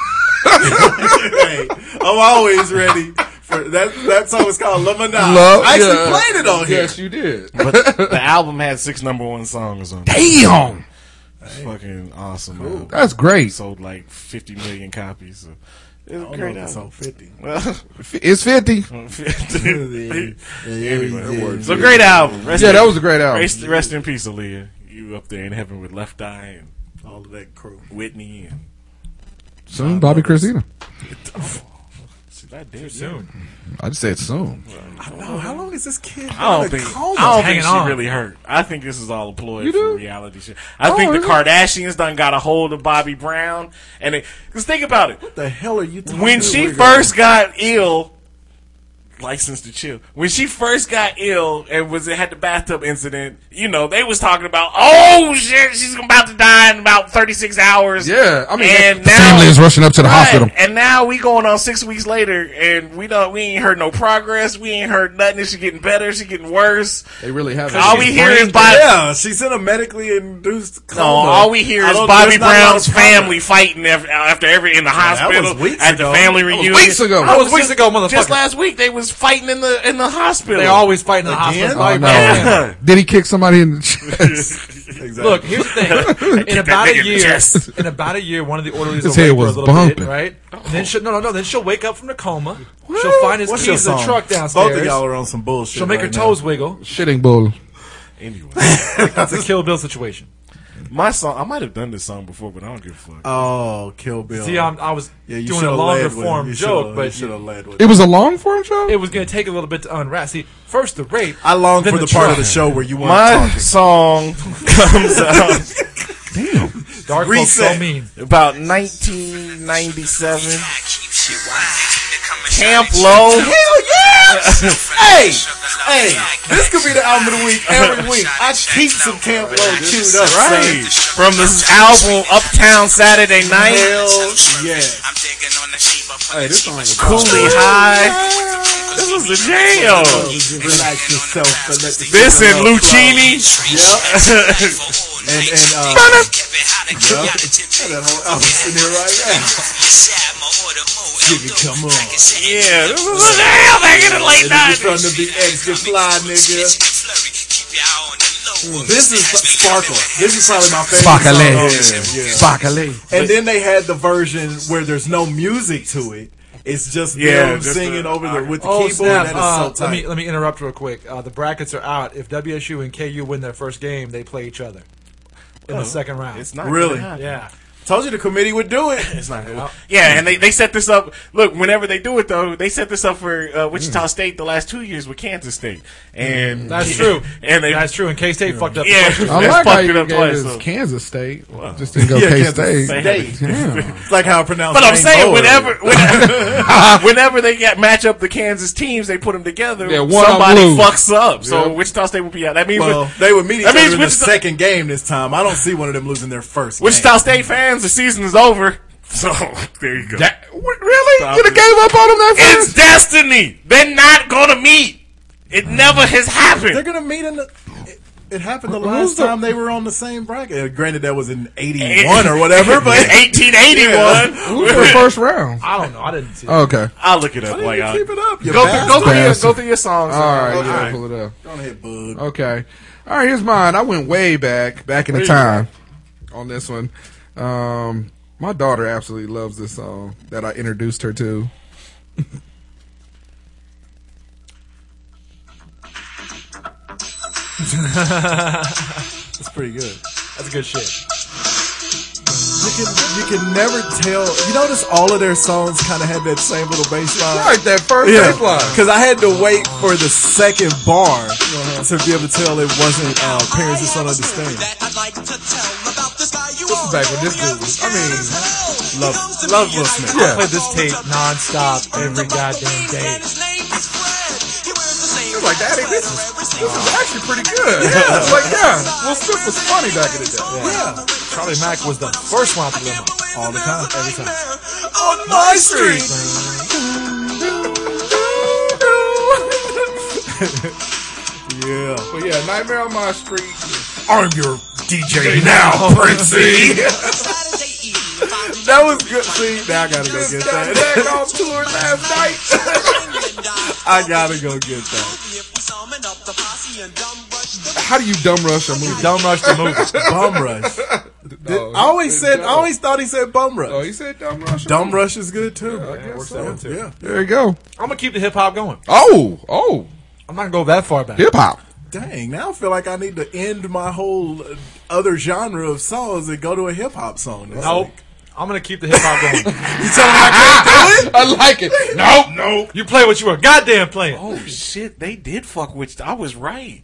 S6: hey, I'm always ready. For, that that song is called Lemonade.
S8: Love-
S6: Uh, I actually
S8: yeah.
S6: played it on here.
S8: Yes, you did.
S9: but the album had six number one songs on. it.
S8: Damn,
S9: It's fucking awesome. album.
S8: that's great.
S9: sold like fifty million copies. So it was
S6: I
S9: a
S6: don't know
S9: great
S6: if it's
S9: album.
S6: on 50.
S8: It's fifty. (laughs)
S9: anyway,
S8: works.
S9: so great album. Rest
S8: Yeah,
S9: in-
S8: that was a great album.
S9: Rest, rest in peace, Aaliyah. You up there in heaven with Left Eye and
S6: All of that crew.
S9: Whitney and
S8: Soon, Bobby Christina.
S9: see that did
S7: Soon.
S8: I just said soon.
S6: No, Oh, how long is this kid?
S9: I don't
S6: in a
S9: think
S6: coma?
S9: I don't
S7: Hanging
S9: think she
S7: on.
S9: really hurt. I think this is all a ploy
S8: You
S9: for
S8: do?
S9: reality shit. I
S8: Oh,
S9: think the
S8: is it?
S9: Kardashians done got a hold of Bobby Brown, and because think about it,
S6: the hell are you talking
S9: when
S6: to?
S9: she
S6: We're
S9: first got ill, license to chill. When she first got ill and was had the bathtub incident, you know they was talking about, oh shit, she's about to die in about thirty six hours.
S8: Yeah, I mean,
S9: and
S8: the
S9: now,
S8: family is rushing up to the
S9: Right,
S8: hospital.
S9: and now we going on six weeks later, and we don't we ain't heard no progress. We ain't heard nothing. She getting better. She getting worse.
S8: They really have.
S9: All we hear is
S6: gonna-
S9: Bobby.
S6: yeah, she's in a medically induced
S9: No,
S6: coma.
S9: all we hear
S6: I
S9: is
S6: don't-
S9: Bobby
S6: there's not a lot
S9: Brown's
S6: of progress.
S9: family fighting after, after every in the
S6: that was
S9: hospital
S6: weeks
S9: at the
S6: ago.
S9: family
S8: was
S9: reunion.
S8: weeks ago.
S9: I
S8: That
S7: was weeks ago, motherfucker.
S9: Just last week they was fighting in the in the hospital.
S7: They always fight in the hospital.
S8: Oh,
S7: Like,
S8: no.
S7: man.
S8: (laughs) Did he kick somebody in the chest?
S6: Exactly.
S7: Look, here's the
S6: (laughs)
S7: thing. In about
S9: nigga in
S7: a
S9: the
S7: year,
S9: chest.
S7: (laughs) in about a year, one of the orderlies
S8: His
S7: will
S8: head
S7: wake her
S8: was
S7: a little
S8: bumping.
S7: bit, right? And then she'll no, no, no. Then she'll wake up from the coma. She'll find his
S6: What's your
S7: keys in the
S6: song?
S7: truck downstairs.
S6: Both of y'all are on some bullshit.
S7: she'll make her
S6: right now. (laughs)
S7: toes wiggle.
S8: (laughs) Shitting bull.
S9: Anyway,
S7: That's a Kill Bill situation.
S9: my song. I might have done this song before, but I don't give a fuck.
S6: Oh, Kill Bill.
S7: See, I'm, I was
S6: Yeah, you
S7: doing a
S6: should've
S7: longer
S6: led with him.
S7: form
S6: You
S7: joke,
S6: should've- you
S7: but
S6: should have led with.
S8: It was a long form show.
S7: it was going to take a little bit to unwrap. See, first the rape.
S6: I long
S7: then
S6: for the, part of the
S7: truck.
S6: show where you weren't
S9: my
S6: talking.
S9: (laughs) song comes out
S7: Dark folks
S6: Reset.
S7: so mean.
S9: about 1997. Camp Low.
S6: Hell yeah! hey, hey, this could be the album of the week every week. I keep some Camp Low queued up.
S9: Right. From this album Uptown Saturday Night.
S6: Hell yeah. Hey, this song was
S9: Coolie High. This was the jam.
S6: Relax yourself and let the
S9: This and
S6: Camp Low
S9: Lucini.
S6: flow. (laughs) And, and, uh, yeah. that whole album sitting here right now. You can come on.
S9: Yeah, this was the jam back in the late
S6: And if you're from
S9: 90s.
S6: the big X, you fly, nigga. This is Sparkle. This is probably my favorite
S8: Sparkle.
S6: song on there. Yeah.
S8: Bacale.
S6: And then they had the version where there's no music to it. It's just
S9: Yeah,
S6: them
S9: just
S6: singing
S9: the-
S6: over the with the
S7: Oh
S6: keyboard.
S7: snap!
S6: That is
S7: Uh,
S6: so
S7: let
S6: tight.
S7: me let me interrupt real quick. Uh, the brackets are out. If WSU and KU win their first game, they play each other in the second round.
S9: Oh, It's not
S6: Really?
S9: gonna happen.
S7: yeah.
S6: Told you the committee would do it.
S9: It's
S6: (laughs)
S9: not gonna- Yeah, and they, they set this up. Look, whenever they do it though, they set this up for uh, Wichita State the last two years with Kansas State, and
S7: That's true.
S9: (laughs) And they
S7: That's true. And K State fucked up. the
S9: yeah,
S7: first
S8: I
S9: that's
S8: like how
S9: fucked it
S8: you
S9: up
S8: gave
S9: twice,
S8: us
S9: so.
S8: Kansas State. Just didn't go
S6: Yeah,
S8: K
S6: Kansas
S8: State.
S6: State.
S8: Yeah.
S6: It's like how I pronounce.
S9: But I'm
S6: Wayne
S9: saying
S6: Boyd.
S9: whenever whenever, whenever they get match up the Kansas teams, they put them together.
S8: Yeah, one
S9: somebody
S8: of them lose.
S9: fucks up, so Wichita State will be out. That means
S6: well, they would meet each
S9: That
S6: other
S9: means
S6: in the
S9: Wichita-
S6: second game this time. I don't see one of them losing their first.
S9: Wichita State fans, the season is over. So there you go.
S8: (laughs) Really?
S9: Stop
S8: You done
S9: it.
S8: gave up on them that
S9: it's (laughs)
S8: fast?
S9: destiny. They're not gonna meet. It never has happened.
S6: game. They're gonna meet in the. It, it happened the
S8: Who's
S6: last
S8: the-
S6: time they were on the same bracket. Uh, Granted, that was in '81 or
S9: (laughs)
S6: whatever, but
S9: 1881.
S8: Who's the first round?
S7: I don't know. I didn't see. it.
S8: Okay.
S9: I'll look it up. Why y'all?
S6: keep it up. You
S9: Oh Go through,
S6: bastard.
S9: go through your,
S8: Bastard.
S9: go through your songs.
S8: All right,
S9: All
S8: yeah,
S9: right.
S8: pull it up.
S6: Go ahead, bud.
S8: Okay. All right, here's mine. I went way back, back in the time on this one. Um, my daughter absolutely loves this song that I introduced her to.
S6: That's pretty good.
S7: That's good shit.
S6: You can you can never tell. You notice all of their songs kind of had that same little bass line.
S8: Like that first
S6: Yeah,
S8: baseline.
S6: because I had to wait for the second bar
S9: Uh-huh.
S6: to be able to tell it wasn't uh, parents just don't understand.
S8: This is back when this dude was. I mean,
S6: Love, love Will Smith.
S7: I play this tape nonstop every goddamn day.
S8: it's
S6: like, "Daddy, this is this is actually pretty good." Yeah, it's like yeah, Will Smith was funny back in the day. Yeah,
S7: Charlie Mack was the first one to limo all the time, every time.
S6: on my street.
S8: (laughs) Yeah. But yeah, Nightmare on My Street.
S1: I'm your DJ now, Princey.
S8: (laughs) That was good. See, now I gotta go get
S6: Got
S8: that. (laughs)
S6: back on tour last night.
S8: I gotta go get that. How do you dumb rush a movie?
S7: (laughs) Dumb Rush the movie.
S6: Bum rush.
S8: No,
S6: I always
S8: he
S6: said, I
S8: dumb.
S6: always thought he said bum rush.
S8: Oh, you said dumb rush. a
S6: Dumb
S8: movie?
S6: rush is good too. Yeah,
S7: Works that one too.
S8: There you go.
S7: I'm gonna keep the hip hop going.
S8: Oh, oh,
S7: I'm not gonna go that far back.
S8: hip hop.
S6: Dang, now I feel like I need to end my whole uh, other genre of songs and go to a hip hop song. It's
S7: Nope.
S6: like-
S7: I'm gonna keep the hip hop going.
S9: (laughs)
S6: you telling me I can't do it?
S8: Ah, I like it. Nope.
S9: No.
S7: You play what you were goddamn playing.
S9: Oh shit, they did fuck Wichita. I was right.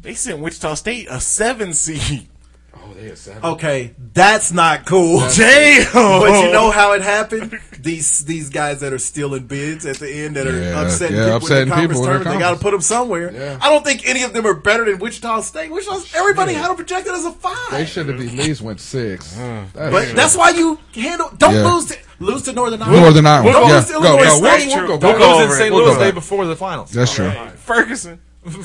S9: They sent Wichita State a seven seed.
S8: Oh, they are sad.
S6: (laughs) Okay, that's not cool.
S9: Damn.
S6: (laughs) But you know how it happened? These these guys that are stealing bids at the end that are
S8: Yeah,
S6: upsetting
S8: yeah,
S6: people in
S8: upsetting
S6: the conference
S8: people in the
S6: tournament, they got to
S8: conference.
S6: put them somewhere.
S8: Yeah.
S6: I don't think any of them are better than Wichita State. Wichita, everybody had them projected as a five.
S8: They should have at least went six. Uh-huh. That
S6: But
S8: is-
S6: that's why you handle. Don't
S8: Yeah.
S6: lose to lose to Northern Iowa.
S8: Northern Iowa.
S6: Don't
S8: yeah.
S6: lose to Illinois
S8: go, go,
S6: State.
S8: We'll, we'll
S7: Who
S8: go,
S7: goes in
S9: over it.
S7: St.
S8: We'll
S7: Louis
S8: go
S7: day
S8: back.
S7: before the finals?
S8: That's true.
S9: Ferguson.
S7: So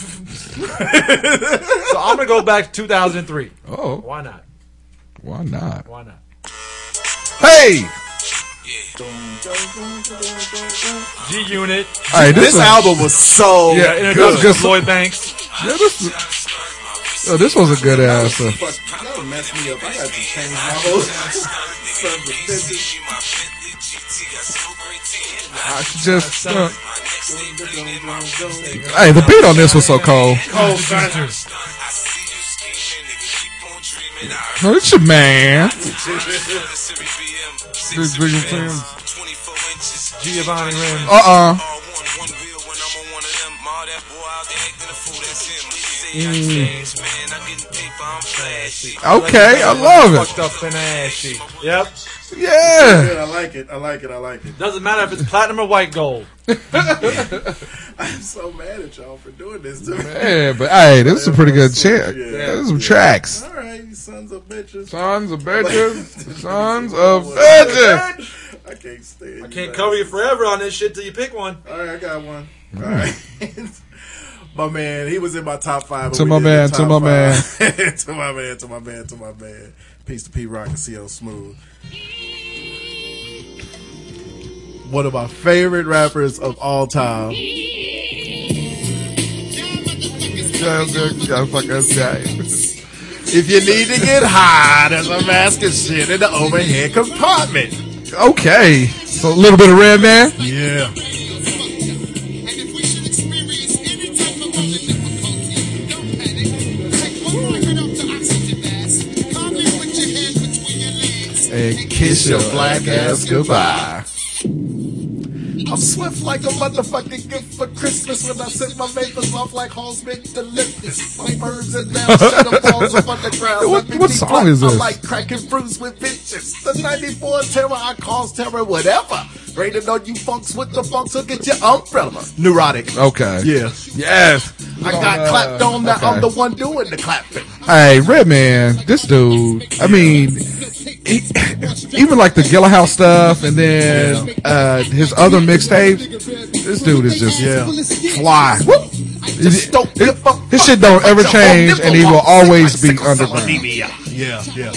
S7: I'm gonna go back to 2003.
S8: Oh,
S7: Why not?
S8: why not?
S7: Why not?
S8: Hey,
S7: G Unit.
S8: all right, this,
S6: This
S8: is-
S6: album was so.
S8: Yeah,
S7: Yeah,
S8: good,
S7: introduction.
S8: good-
S7: Lloyd Banks.
S8: yeah, this, is- oh, this was a good ass. Uh,
S6: That'll mess me up. I got to change my whole. Son of a bitch.
S8: I just. Uh, hey, the beat on this was so cold.
S7: Cold Sisters.
S8: It's your man.
S7: Giovanni Rins.
S8: Uh uh Okay, I love it.
S7: Fucked up and ashy. Yep.
S8: Yeah.
S6: Good, (laughs) I like it. I like it. I like it.
S7: Doesn't matter if it's platinum or white gold.
S6: I'm so mad at y'all for doing this to me. (laughs)
S8: Yeah, but hey, this is a pretty good check.
S6: Yeah.
S8: There's some tracks.
S6: All right, you sons of bitches.
S8: Sons of bitches. Sons of bitches.
S6: I can't stand you.
S7: Can't
S6: guys.
S7: cover you forever on this shit till you pick
S6: (laughs)
S7: one.
S6: All right, I got one. All right. (laughs) my man, he was in my top five.
S8: To
S6: when
S8: my
S6: we did
S8: man,
S6: the
S8: to
S6: top
S8: my
S6: five. (laughs) to my man, to my man, to my man. Peace to P Rock and CL Smooth. One of my favorite rappers of all time.
S8: If
S6: If you need to get high, there's a mask and shit in the overhead compartment.
S8: Okay, so a little bit of Red Man.
S6: Yeah.
S8: And kiss your black ass goodbye.
S6: I'm swift like a motherfucking gift for Christmas when I set my vapors off like Halls make the lifters. My birds are
S8: (laughs)
S6: down, shadow falls up on the ground.
S8: What-
S6: Let me
S8: what
S6: be
S8: song
S6: blunt,
S8: is
S6: I
S8: this?
S6: like cracking fruits with bitches. The 94 terror, I cause terror, whatever. Rated on you funks with the funks, look at your umbrella. Neurotic.
S8: Okay.
S6: Yeah.
S8: Yes.
S6: I got clapped on that. I'm
S8: okay.
S6: the one doing the clapping.
S8: Hey, Red Man, this dude, I mean, he, (laughs) even like the Gilla House stuff and then uh, his other mixtapes, this dude is just fly. Whoop. His,
S6: Just don't give a
S8: his shit
S6: fuck
S8: don't ever
S6: about your
S8: change
S6: own
S8: and he will
S6: nipple.
S8: always be
S6: Sickle cell
S8: underground.
S6: anemia. Yeah, yeah.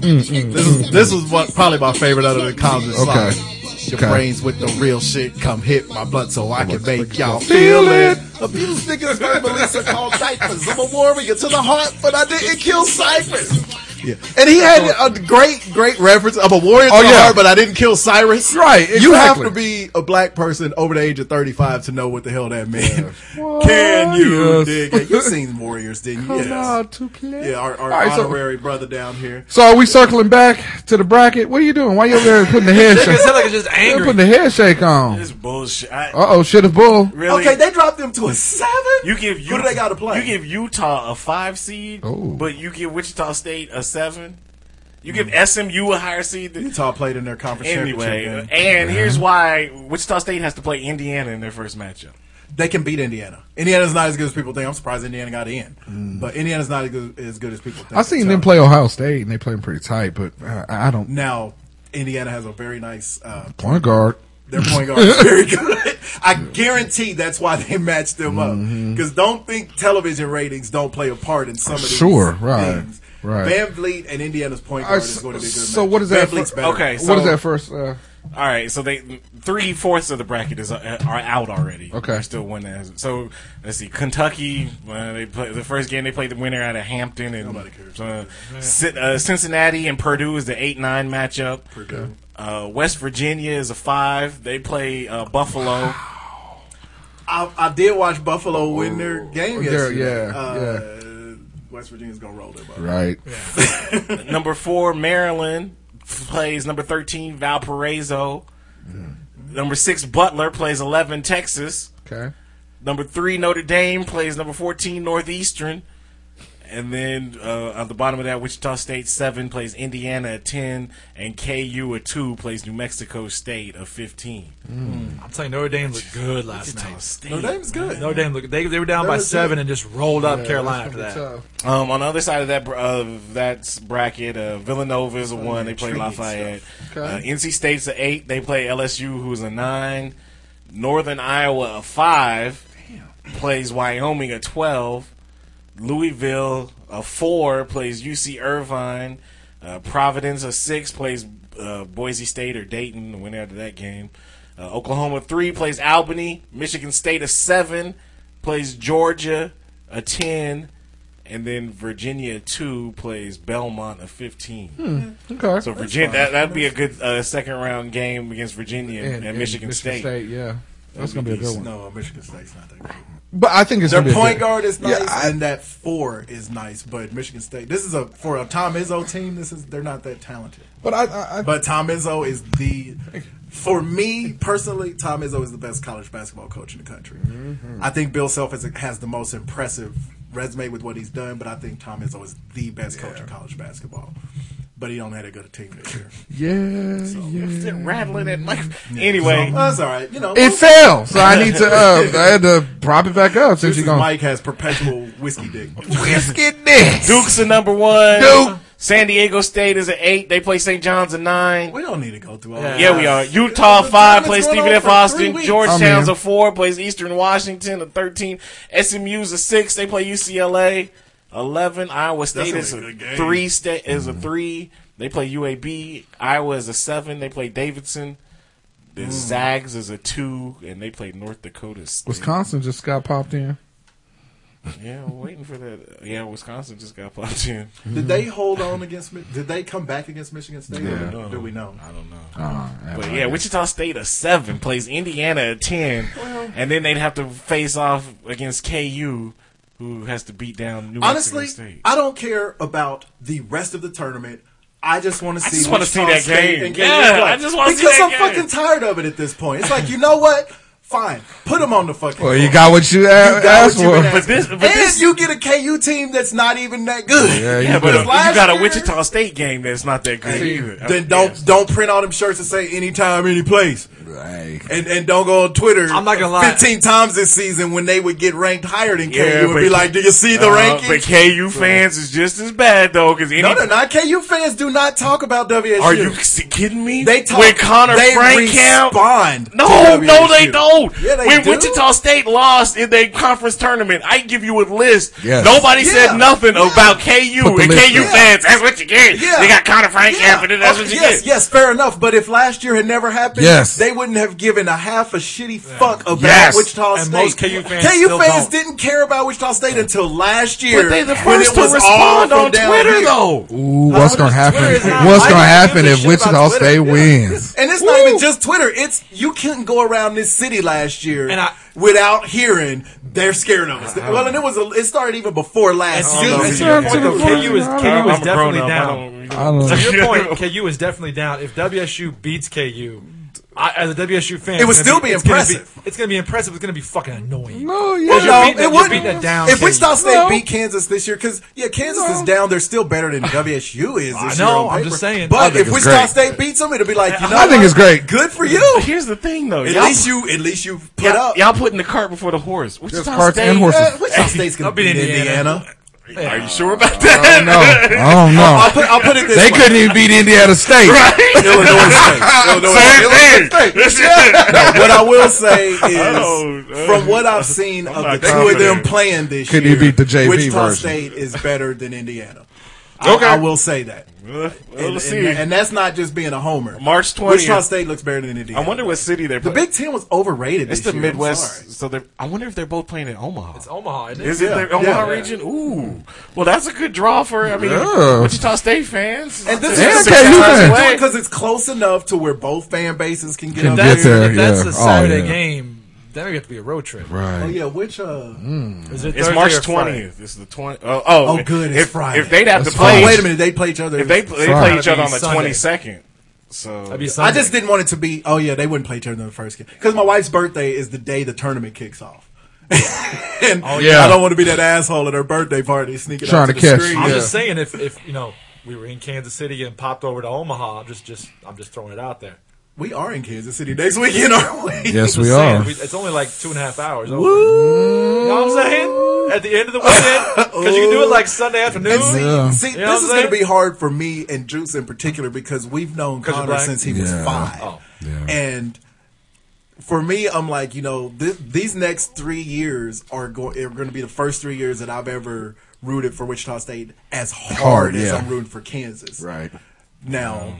S6: This is this is what probably my favorite out of the concert
S8: Okay.
S6: song. Your
S8: Okay.
S6: brains with the real shit come hit my blood so I can make y'all feel it. Abuse niggas by Melissa called diapers. I'm a warrior to the heart, but I didn't kill Cyrus. Yeah. And he had a great, great reference. I'm a warrior to
S8: Oh,
S6: the
S8: yeah.
S6: heart, but I didn't kill Cyrus.
S8: Right,
S6: You have
S8: exactly.
S6: to be a black person over the age of 35 to know what the hell that meant. (laughs) Can you
S8: Warriors.
S6: dig it? You've seen Warriors, didn't you? Yes.
S8: to play.
S6: Yeah, our, our
S8: All right, so-
S6: honorary brother down here.
S8: So are we circling back to the bracket? What are you doing? Why you over there putting
S6: (laughs)
S8: the head
S7: It sounds
S8: shake?
S7: like it's just
S8: You're
S7: angry.
S8: putting the head shake on.
S9: This is bullshit. I,
S8: Uh oh, shit is bull.
S9: really?
S6: Okay, they dropped him to a seven.
S9: you give you,
S6: who do they got to play?
S9: You give Utah a five seed,
S8: Oh.
S9: but you give Wichita State a seven. You
S6: Hmm.
S9: give SMU a higher seed. Than,
S6: Utah played in their conference
S9: anyway,
S6: championship game.
S8: eh,
S9: and here's why Wichita State has to play Indiana in their first matchup.
S6: They can beat Indiana. Indiana's not as good as people think. I'm surprised Indiana got in, but Indiana's not as good as, good as people think.
S8: I Mm. seen them play Ohio State, and they played pretty tight, but I, I don't.
S6: Now, Indiana has a very nice uh,
S8: Point guard.
S6: Their point guard is
S8: (laughs)
S6: very good. I guarantee that's why they matched them
S8: Mm-hmm.
S6: up. Because don't think television ratings don't play a part in some of these.
S8: Sure, right, right.
S6: Van Vliet and Indiana's point guard is going to be a good.
S8: so
S6: match.
S8: what is
S6: Van
S8: that?
S6: Vliet's
S8: fir-
S6: better.
S9: Okay,
S8: what
S9: so-
S8: is that first? Uh,
S9: All right, so they three fourths of the bracket is uh, are out already.
S8: Okay.
S9: There's still one that has. So let's see, Kentucky. Uh, they play the first game. They played the winner out of Hampton and nobody cares. Uh, Cin- uh, Cincinnati and Purdue is the eight nine matchup. Purdue. Uh, West Virginia is a five. They play uh, Buffalo.
S6: I, I did watch Buffalo win their game
S8: Their-
S6: yesterday.
S8: Oh, yeah,
S6: uh, West Virginia's gonna roll their ball.
S8: right.
S9: number four Maryland plays number thirteen Valparaiso. Number six Butler plays eleven Texas.
S8: Okay.
S9: Number three, Notre Dame plays number 14, Northeastern. And then uh, at the bottom of that, Wichita State 7 plays Indiana at 10. And KU at 2 plays New Mexico State at 15.
S7: I'm telling you, Notre Dame looked good last night.
S9: State.
S6: Notre Dame's good.
S7: Notre Dame looked. They, they were down by
S6: was
S7: seven
S6: good.
S7: and just rolled up Carolina after that.
S9: Um, on the other side of that br- of that bracket, uh, Villanova is a 1. They play
S6: tricky
S9: Lafayette. Uh,
S8: Okay.
S9: NC State's a 8. They play LSU, who's a 9. Northern Iowa a 5. Plays Wyoming a 12. Louisville a four plays UC Irvine. Uh, Providence a six plays uh, Boise State or Dayton. The winner out of that game. Uh, Oklahoma three plays Albany. Michigan State a seven plays Georgia a ten, and then Virginia two plays Belmont a fifteen.
S8: Okay.
S9: So Virginia that that'd be a good uh, second round game against Virginia and, Michigan, State.
S8: yeah. That's gonna be a good one.
S6: No, Michigan State's not that good.
S8: But I think it's
S6: Their
S8: gonna be a
S6: point
S8: good-
S6: guard is nice,
S8: Yeah, I-
S6: and that four is nice. But Michigan State, this is a for a Tom Izzo team. This is they're not that talented.
S8: But I, I, I
S6: But Tom Izzo is the, for me personally, Tom Izzo is the best college basketball coach in the country.
S8: Mm-hmm.
S6: I think Bill Self is, has the most impressive resume with what he's done, but I think Tom Izzo is the best coach in college basketball. But he don't had a good team this year.
S8: yeah, yeah.
S9: They're rattling at Mike. Anyway,
S6: Well, Oh, that's all right. You know,
S8: It fell, so I need to. Uh, I had to prop it back up
S6: this
S8: since you're
S6: is
S8: going.
S6: Mike has perpetual whiskey dick.
S8: Whiskey this.
S9: Duke's a number one.
S8: Duke.
S9: San Diego State is an eight. They play St. John's a nine.
S6: We don't need to go through all that.
S9: Yeah, we are. Utah
S6: The
S9: five
S6: tournament's
S9: plays
S6: going
S9: Stephen
S6: on
S9: F.
S6: for three
S9: Austin.
S6: weeks.
S9: Georgetown's
S8: I'm in.
S9: a four plays Eastern Washington a thirteen. SMU's a six. They play UCLA eleven. Iowa State
S6: a
S9: is a
S6: good game.
S9: three. State is a three. They play UAB. Iowa is a seven. They play Davidson. The Zags is a two, and they play North Dakota State.
S8: Wisconsin just got popped in.
S9: Yeah, we're waiting for that. Yeah, Wisconsin just got popped in.
S6: Did they hold on against? Mi- Did they come back against Michigan State? Or do we know?
S9: I don't know.
S8: Uh,
S6: Oh,
S9: But yeah, Wichita State a seven plays Indiana a ten, and then they'd have to face off against KU, who has to beat down New
S6: Honestly,
S9: Mexico State.
S6: I don't care about the rest of the tournament. I just want to see.
S9: just wanna
S6: Wichita
S9: see that
S6: State
S9: game.
S6: and
S9: Yeah,
S6: play.
S9: I just wanna see
S6: because
S9: that
S6: I'm
S9: game.
S6: fucking tired of it at this point. It's like you know what? Fine, put them on the fucking.
S8: Well, you
S6: floor.
S8: got what you, a-
S6: You got
S8: asked
S6: what you been
S8: for.
S9: But this- but
S6: and
S9: this-
S6: you get a KU team that's not even that good.
S8: Yeah, you
S9: yeah, but
S8: do.
S9: uh,
S6: Because
S9: you
S6: last
S9: got a
S6: year-
S9: Wichita State game that's not that good either.
S6: Then don't don't print all them shirts and say anytime, any place,
S8: Hey,
S6: and and don't go on Twitter.
S7: I'm not gonna lie.
S6: Fifteen times this season when they would get ranked higher than
S9: Yeah,
S6: KU and
S9: but-
S6: be like, "Do you see the
S9: Uh,
S6: rankings?"
S9: But KU fans is just as bad though, because
S6: No, they're not. KU fans do not talk about WSU.
S9: Are you s- kidding me?
S6: They talk.
S9: with Connor
S6: they
S9: Frank Camp.
S6: respond. to
S9: No, no, they
S6: WSU.
S9: don't.
S6: Yeah, they
S9: when
S6: do.
S9: Wichita State lost in their conference tournament, I give you a list.
S8: Yes.
S9: Nobody
S6: Yeah.
S9: said nothing about KU
S8: Put the
S9: and
S8: list
S9: KU
S8: up.
S9: fans. That's what you get.
S6: Yeah.
S9: They got Connor Frank
S6: Yeah.
S9: after That's
S6: Okay,
S9: what you
S6: yes,
S9: get.
S6: yes, fair enough. But if last year had never happened,
S8: Yes.
S6: they wouldn't have given a half a shitty fuck about
S9: Yes.
S6: Wichita
S7: And
S6: State.
S7: most KU fans
S6: KU
S7: still
S6: fans
S7: don't.
S6: didn't care about Wichita State until last year.
S9: But they the
S6: when
S9: first
S6: it
S9: to
S6: was all
S9: respond
S6: from
S9: on
S6: down
S9: Twitter,
S6: here.
S9: though.
S8: Ooh, what's gonna happen?
S6: Twitter is not-
S8: What's
S6: I
S8: gonna
S6: don't
S8: happen
S6: give a
S8: if
S6: shit about
S8: Wichita
S6: Twitter.
S8: State
S6: Yeah. (laughs)
S8: wins?
S6: And it's not even just Twitter. It's you couldn't go around this city last year
S7: And I-
S6: without hearing they're scared of us. well, and it was a, it started even before last
S7: And
S6: season.
S7: to-
S8: know
S7: to
S8: if
S7: your
S8: you
S7: point,
S8: can.
S7: KU is
S8: I don't
S7: KU
S8: know.
S7: is
S9: I'm a grown
S7: definitely
S9: up. I
S7: down.
S9: don't-
S8: I don't know.
S7: To your point, KU is definitely down. If WSU beats KU, I, as a WSU fan,
S6: It would
S7: it's gonna
S6: still be
S7: it's gonna
S6: impressive.
S7: it's going to be impressive. It's going to be fucking annoying.
S8: No, yeah.
S7: Well,
S6: no,
S7: you're beating that-
S6: it
S7: you're
S6: wouldn't.
S7: beating that down,
S6: if
S7: Katie.
S6: Wichita State
S8: No.
S6: beat Kansas this year, because yeah, Kansas is
S8: No.
S6: down. They're still better than WSU is. This
S7: I
S6: Year
S7: know,
S6: on
S7: I'm
S6: paper.
S7: just saying. I
S6: But
S7: think
S6: if
S7: it's
S6: Wichita
S7: great.
S6: State beats them, it'll be like you know.
S8: I think
S6: what?
S8: it's great.
S6: Good for you.
S9: Here's the thing, though.
S6: At
S9: Y'all,
S6: least you, at least you put
S9: y'all,
S6: up.
S9: y'all putting the cart before the horse. Wichita
S8: There's carts
S9: State,
S8: and horses.
S6: Uh, Wichita State's gonna
S7: I'll beat
S6: beat Indiana.
S7: Indiana.
S9: Are you sure about that?
S8: I don't know. I don't
S7: Oh.
S6: I'll
S8: know.
S6: put, I'll put it this
S8: (laughs) They
S6: way.
S7: (laughs)
S8: couldn't even beat Indiana State.
S6: Illinois (laughs) State. Illinois State.
S9: (laughs) Same thing.
S6: No, what I will say
S7: (laughs)
S6: is,
S9: Oh, uh,
S6: from what I've seen of the
S9: not
S6: two of them
S9: confident.
S6: playing this
S8: Could he
S6: year,
S8: beat the JV
S6: Wichita
S8: version?
S6: State is better than Indiana. I-
S9: Okay.
S6: I, will say that.
S9: Well,
S6: And,
S9: let's
S6: and-
S9: see.
S6: and that's not just being a homer.
S9: March
S6: Wichita
S9: 20th.
S6: State looks better than Indiana.
S9: I wonder what city they're
S6: the
S9: playing.
S6: Big Ten was overrated.
S9: It's
S6: this
S9: the
S6: year, I'm
S9: Midwest.
S6: sorry.
S9: So they're, I wonder if they're both playing in Omaha.
S7: It's Omaha, isn't it?
S9: Is it
S6: Yeah.
S9: the Omaha
S6: Yeah.
S9: region? Ooh. Well, that's a good draw for, I mean,
S8: Yeah.
S9: Wichita State fans.
S6: And this
S8: Yeah,
S6: is
S8: okay, you can.
S6: because it's close enough to where both fan bases can get
S8: Can
S6: up
S8: get
S7: That's,
S6: there.
S8: there,
S7: if that's
S8: yeah.
S7: a
S8: Oh,
S7: Saturday
S8: yeah.
S7: game. That may have to be a road trip.
S6: Oh
S8: Right.
S6: yeah, which uh,
S7: Is
S9: It's
S7: it Thursday
S9: March
S7: or Friday?
S9: 20th. It's the 20th. Oh, oh,
S6: Oh, good, it's
S9: If,
S6: Friday.
S9: if they'd have
S8: That's
S9: to play,
S8: fine.
S6: oh, wait a minute, they play each other.
S9: If they, they
S8: Friday.
S9: play each other on the
S7: Sunday.
S9: 22nd. So,
S7: That'd be
S6: I
S7: Sunday.
S6: just didn't want it to be. Oh yeah, they wouldn't play each other in the first game because my wife's birthday is the day the tournament kicks off. (laughs) and
S9: Oh,
S8: yeah.
S6: I don't want to be that asshole at her birthday party sneaking
S8: Trying
S6: out to,
S8: to
S6: the
S8: catch.
S6: screen.
S7: I'm
S8: Yeah.
S7: just saying if, if you know we were in Kansas City and popped over to Omaha, I'm just just I'm just throwing it out there.
S6: We are in Kansas City next weekend, aren't we?
S8: Yes,
S7: Just
S8: we
S7: saying,
S8: are.
S7: we- it's only like two and a half hours. Over. You know what I'm saying? At the end of the weekend, because you can do it like Sunday afternoon.
S6: And see,
S8: Yeah.
S6: see, this is
S7: You know what I'm
S6: going to
S7: saying?
S6: be hard for me and Juice in particular because we've known
S7: 'Cause you're
S6: Connor
S7: black?
S6: since he was
S8: Yeah.
S6: five,
S7: Oh.
S8: Yeah.
S6: and for me, I'm like, you know, th- these next three years are going are going to be the first three years that I've ever rooted for Wichita State as hard,
S8: Hard,
S6: as
S8: yeah.
S6: I'm rooting for Kansas.
S8: Right.
S6: Now,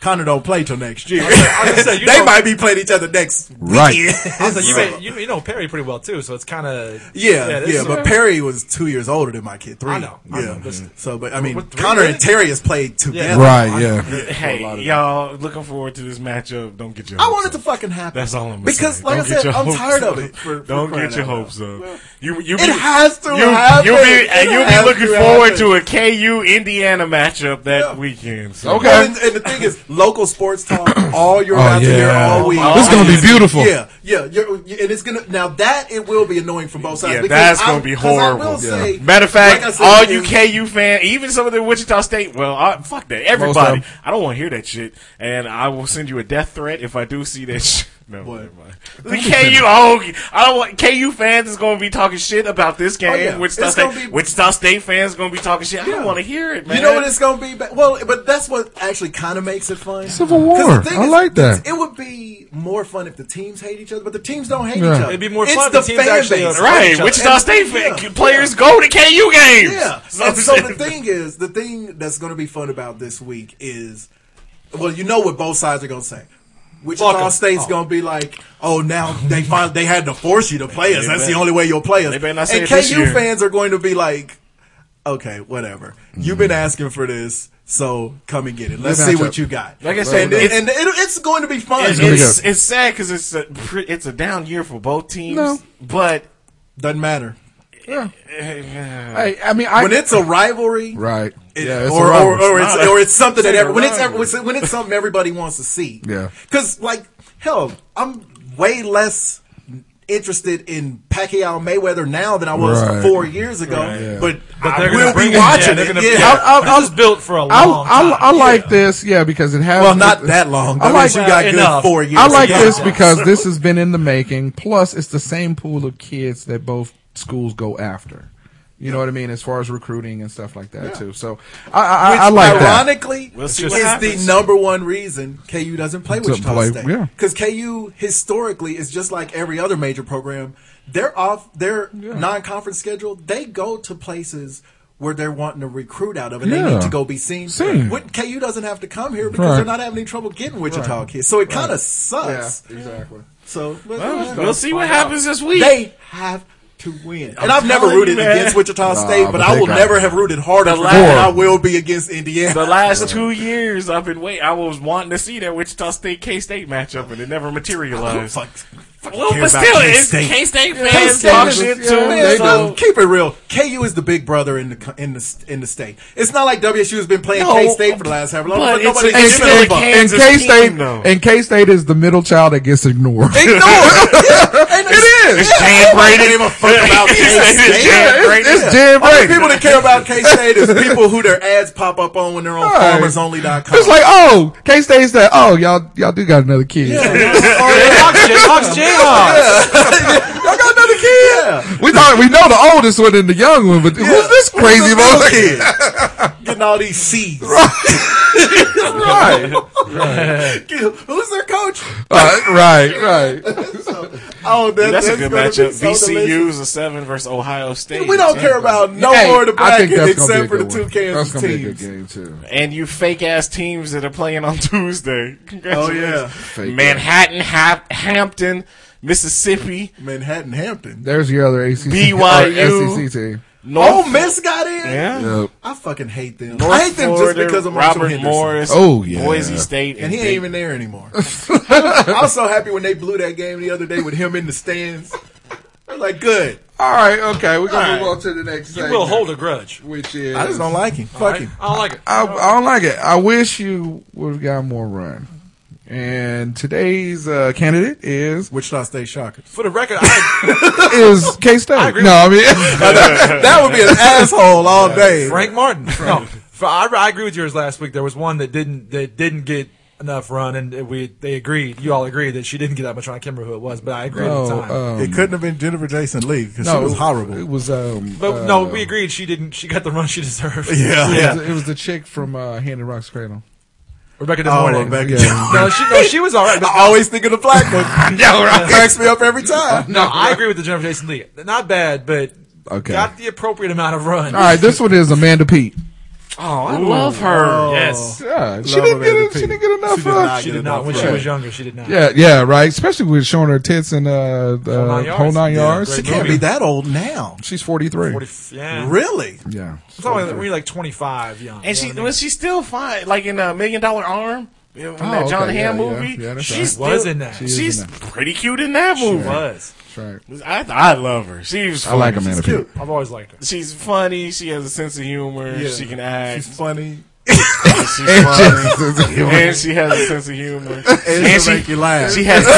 S6: Connor don't play till next year.
S7: Mm-hmm. I was
S6: (laughs)
S7: gonna say, you
S6: they
S7: know-
S6: might be playing each other next
S8: Right.
S6: weekend.
S7: I was like, you, may, you, you know Perry pretty well too, so it's kind of
S6: Yeah, yeah,
S7: this is-
S6: but Perry was two years older than my kid, three.
S7: I know,
S6: Yeah.
S7: I know, listen.
S6: So, but I mean,
S7: With three
S6: Connor and
S7: kids?
S6: Terry has played together.
S8: Right. Yeah.
S9: hey, y'all looking forward to this matchup. Don't get your
S6: I
S9: hopes
S6: want it
S9: up.
S6: to fucking happen.
S9: That's all I'm
S6: Because,
S9: saying.
S6: like
S9: Don't
S6: I
S9: get
S6: said,
S9: your
S6: I'm
S9: hopes
S6: tired of
S9: up.
S6: it. For, for
S9: Don't
S6: crying
S9: get your
S6: out loud.
S9: hopes up. You you be,
S6: It has to
S9: you,
S6: happen.
S9: You'll be
S6: It
S9: and you'll
S6: has
S9: be looking
S6: to
S9: forward
S6: happen.
S9: to a KU Indiana matchup that
S6: Yeah.
S9: weekend. So.
S8: Okay.
S6: And, and the thing is, local sports
S9: (coughs)
S6: talk all year
S8: Oh,
S6: round
S8: yeah.
S6: yeah. here all week.
S8: This is gonna be
S6: Yeah.
S8: beautiful.
S6: Yeah, yeah, you're, you- and it's gonna now that it will be annoying from both sides.
S9: Yeah,
S6: because
S9: that's gonna
S6: I'm-
S9: be
S6: 'cause I will
S9: horrible.
S6: say,
S9: Matter of fact,
S6: like I said,
S9: all
S6: it-
S9: you KU fan, even some of the Wichita State, well, I, fuck that. Everybody,
S8: Most of
S9: I don't want to hear that shit, and I will send you a death threat if I do see that shit. (laughs) No, never
S6: (laughs)
S9: mind. The KU, oh, I don't want KU fans is going to be talking shit about this game.
S6: Oh, yeah.
S9: Wichita
S6: It's
S9: State,
S6: gonna be-
S9: Wichita State fans going to be talking shit. I
S6: Yeah.
S9: don't want to hear it, man.
S6: You know what it's gonna be? Ba- Well, but that's what actually kind of makes it fun.
S8: Civil
S6: 'Cause the
S8: War.
S6: thing
S8: I like that.
S6: It would be more fun if the teams hate each other, but the teams don't hate
S8: Yeah.
S6: each other.
S7: It'd be more
S6: it's
S7: fun if
S6: the
S7: the teams
S6: fan
S7: actually
S6: base.
S7: are friends.
S9: right?
S7: And-
S9: Wichita State fan,
S6: yeah.
S9: players go to KU games. (laughs)
S6: Yeah.
S9: So
S6: and so the
S9: I'm saying-
S6: thing is, the thing that's going to be fun about this week is, well, you know what both sides are going to say. Wichita
S7: Fuck 'em.
S6: State's
S7: Oh.
S6: going to be like, oh, now they finally, they had to force you to play us. That's the only way you'll play us.
S9: They better not say
S6: and
S9: it
S6: KU
S9: this year.
S6: fans are going to be like, okay, whatever. You've been asking for this, so come and get it. Let's
S8: Good
S6: see
S8: matchup.
S6: what you got.
S9: Like I said,
S6: and, and,
S9: it's-
S6: and it, it's going to be fun.
S9: it's,
S8: gonna be
S9: it's,
S8: good.
S9: it's sad because it's a pre- it's a down year for both teams,
S8: No.
S9: but.
S6: Doesn't matter
S8: Hey, I mean, I
S6: when it's a rivalry.
S8: right.
S6: It-
S8: yeah. It's
S6: or,
S8: a rival.
S6: or, or, it's,
S9: It's not a-
S6: or it's something that
S9: it's
S6: every,
S9: a
S6: when it's
S9: rivalry.
S6: every, when it's something everybody wants to see.
S8: Yeah.
S6: Because like hell, I'm way less interested in Pacquiao Mayweather now than I was
S8: Right.
S6: four years ago.
S8: yeah.
S6: But,
S7: But
S6: I
S7: they're
S6: will
S7: gonna bring
S6: be
S7: it- yeah,
S6: watching
S7: they're
S6: it.
S7: gonna-
S6: yeah.
S7: yeah.
S6: I- I-
S7: This is built for a long
S8: I,
S7: time.
S8: I, I like this, yeah, because it has
S6: well, not that long. I
S8: I
S6: like
S8: like-
S6: you got
S7: Enough.
S6: good four years.
S8: I like
S6: ago.
S8: this because this has been in the making. Plus, it's the same pool of kids that both schools go after. You know what I mean, as far as recruiting and stuff like that too. So I, I,
S6: Which
S8: I like that.
S6: ironically
S9: We'll see
S6: is
S9: what happens.
S6: the number one reason KU doesn't play
S8: Doesn't
S6: Wichita
S8: play-
S6: State.
S8: yeah.
S6: Because KU historically is just like every other major program. They're off their non-conference schedule. They go to places where they're wanting to recruit out of, and they
S8: Yeah.
S6: need to go be seen.
S8: Seen.
S6: What- KU doesn't have to come here because
S8: Right.
S6: they're not having any trouble getting Wichita kids. So it kind of sucks.
S8: exactly.
S6: So but, uh,
S9: We'll see what happens this week.
S6: they have to win.
S1: I'm
S6: and I've never
S1: telling
S6: rooted
S1: you, man.
S6: against
S1: Nah,
S6: Wichita State,
S1: but
S6: but I
S1: they
S6: will
S1: got-
S6: never have rooted harder
S1: The
S6: than
S1: last-
S6: I will be against Indiana.
S9: The last two years, I've been waiting. I was wanting to see that Wichita State K State matchup, and it never materialized. Well,
S6: care about
S9: but still, it's
S6: K-State.
S9: K State
S6: Yeah.
S9: fans
S6: K-State
S9: talk
S6: is-
S9: shit
S6: yeah,
S9: too.
S6: man,
S9: so-
S6: dude, keep it real. KU is the big brother in the co- in the in the state. It's not like WSU has been playing
S9: No,
S6: K State for the last however long.
S9: but
S6: But
S9: it's-
S6: nobody's
S9: it's
S6: giving
S9: still
S6: a fuck.
S8: And K State, and K State is the middle child that gets ignored. (laughs)
S6: it
S8: is.
S6: Yeah,
S8: Dan
S6: nobody
S8: Brady.
S6: give a
S8: (laughs)
S6: fuck about
S8: It's
S6: K-State.
S8: Dan Yeah, it's- Brady. it's Dan
S6: Only
S8: Brady.
S6: Oh, people that care about K State is people who their ads pop up on when they're on FarmersOnly.com.
S8: It's like, oh, K State's that. Oh, y'all, y'all do got another kid.
S7: Jayhawks, Jayhawks.
S6: Y'all got another kid.
S8: We thought we know the oldest one and the young one, but who's this crazy
S6: little
S8: mother?
S6: kid? Getting all these C's.
S8: right,
S9: (laughs)
S6: Who's their coach?
S8: Uh, right, right.
S6: Oh, that,
S9: that's, a good
S6: gonna be
S9: matchup.
S6: so delicious.
S9: VCU's a seven versus Ohio State.
S6: We don't care about no
S8: Hey,
S6: more of the
S8: I think
S6: bracket
S8: that's gonna be a
S6: except for the
S8: good
S6: two
S8: one.
S6: Kansas
S8: That's gonna be a good
S6: teams.
S8: game too.
S9: And you fake ass teams that are playing on (laughs) Tuesday. Congratulations.
S8: Oh, yeah.
S9: Manhattan, Hap- Hampton, Mississippi,
S6: Oh, Manhattan Hampton.
S8: There's your other ACC,
S9: BYU.
S8: or SEC E team.
S9: North.
S6: Oh, Miss got in.
S9: yeah.
S8: Yep.
S6: I fucking hate them.
S9: North
S6: I hate them
S9: Florida,
S6: just because of Marshall
S9: Robert
S6: Henderson.
S9: Morris.
S8: Oh, yeah.
S9: Boise State,
S6: And he ain't
S9: Dayton.
S6: even there
S9: (laughs)
S6: anymore. (laughs) I was so happy when they blew that game the other day with him in the stands. I was like, good.
S8: All right, okay, we're gonna move on to the next.
S7: You will hold a grudge.
S8: which is
S6: I just don't like him. Fuck him.
S7: I don't like it.
S8: I, I don't like it. I wish you would have got more run. And today's uh, candidate is
S6: Wichita State
S9: (laughs)
S6: Shockers.
S7: For the record, I
S8: is K State. No, I mean
S6: That would be an asshole all day.
S7: Frank Martin. No, for, I, I agree with yours. Last week there was one that didn't that didn't get enough run, and we they agreed. You all agreed that she didn't get that much run. I can't remember who it was, but I agreed at the time.
S8: no, um,
S6: It couldn't have been Jennifer Jason Lee because
S8: (laughs) no,
S6: she was
S8: It
S6: horrible.
S8: was um,
S7: but
S8: uh,
S7: no, we agreed she didn't. She got the run she deserved.
S6: Yeah,
S8: It
S6: yeah.
S8: was, it was the chick from uh, Hand in Rock's Cradle.
S7: Rebecca De
S6: Oh,
S7: Mornay.
S6: Rebecca.
S8: Yeah.
S7: (laughs) No, she no, she was all right. But
S6: (laughs) I always think of the black one. Cracks me up every time.
S7: no, I agree with the Jennifer Jason Lee. Not bad, but
S8: Okay.
S7: got the appropriate amount of run.
S8: All right, this one is Amanda Pete.
S9: Oh, I love
S6: Oh.
S9: her.
S7: Yes,
S8: Yeah, she didn't get it, she didn't get enough. uh,
S6: not
S7: she
S6: get
S7: did not.
S6: enough
S7: When she
S6: run.
S7: was younger, she did not.
S8: yeah, yeah, right. Especially with showing her tits and uh, the
S7: nine yards.
S8: whole nine
S7: Yeah,
S8: yards.
S7: great
S8: She
S6: She can't
S8: can't-
S6: be that old now.
S8: She's forty three.
S7: Forty f- yeah.
S6: Really?
S8: Yeah,
S7: I'm talking about when you're like 25
S9: And
S7: young. you know
S9: she
S7: what I mean?
S9: was she still fine, like in a Million Dollar Arm, in that
S8: Oh, okay,
S9: John Hamm
S8: yeah, yeah,
S9: movie.
S8: yeah, that's
S9: she's
S8: right.
S9: still,
S7: Was in that. She
S8: is
S9: she's
S8: in
S9: pretty cute in that movie.
S7: was.
S8: that's right.
S9: I, I love her. She's
S8: I
S9: funny.
S8: like Amanda Pete. (laughs)
S7: I've always liked her.
S9: She's funny. She has a sense of humor.
S6: Yeah.
S9: She can act.
S6: She's funny.
S9: She's
S8: (laughs)
S9: funny. and she has a sense of humor.
S6: And,
S9: And
S6: she'll
S9: she-
S6: make you laugh.
S9: She has she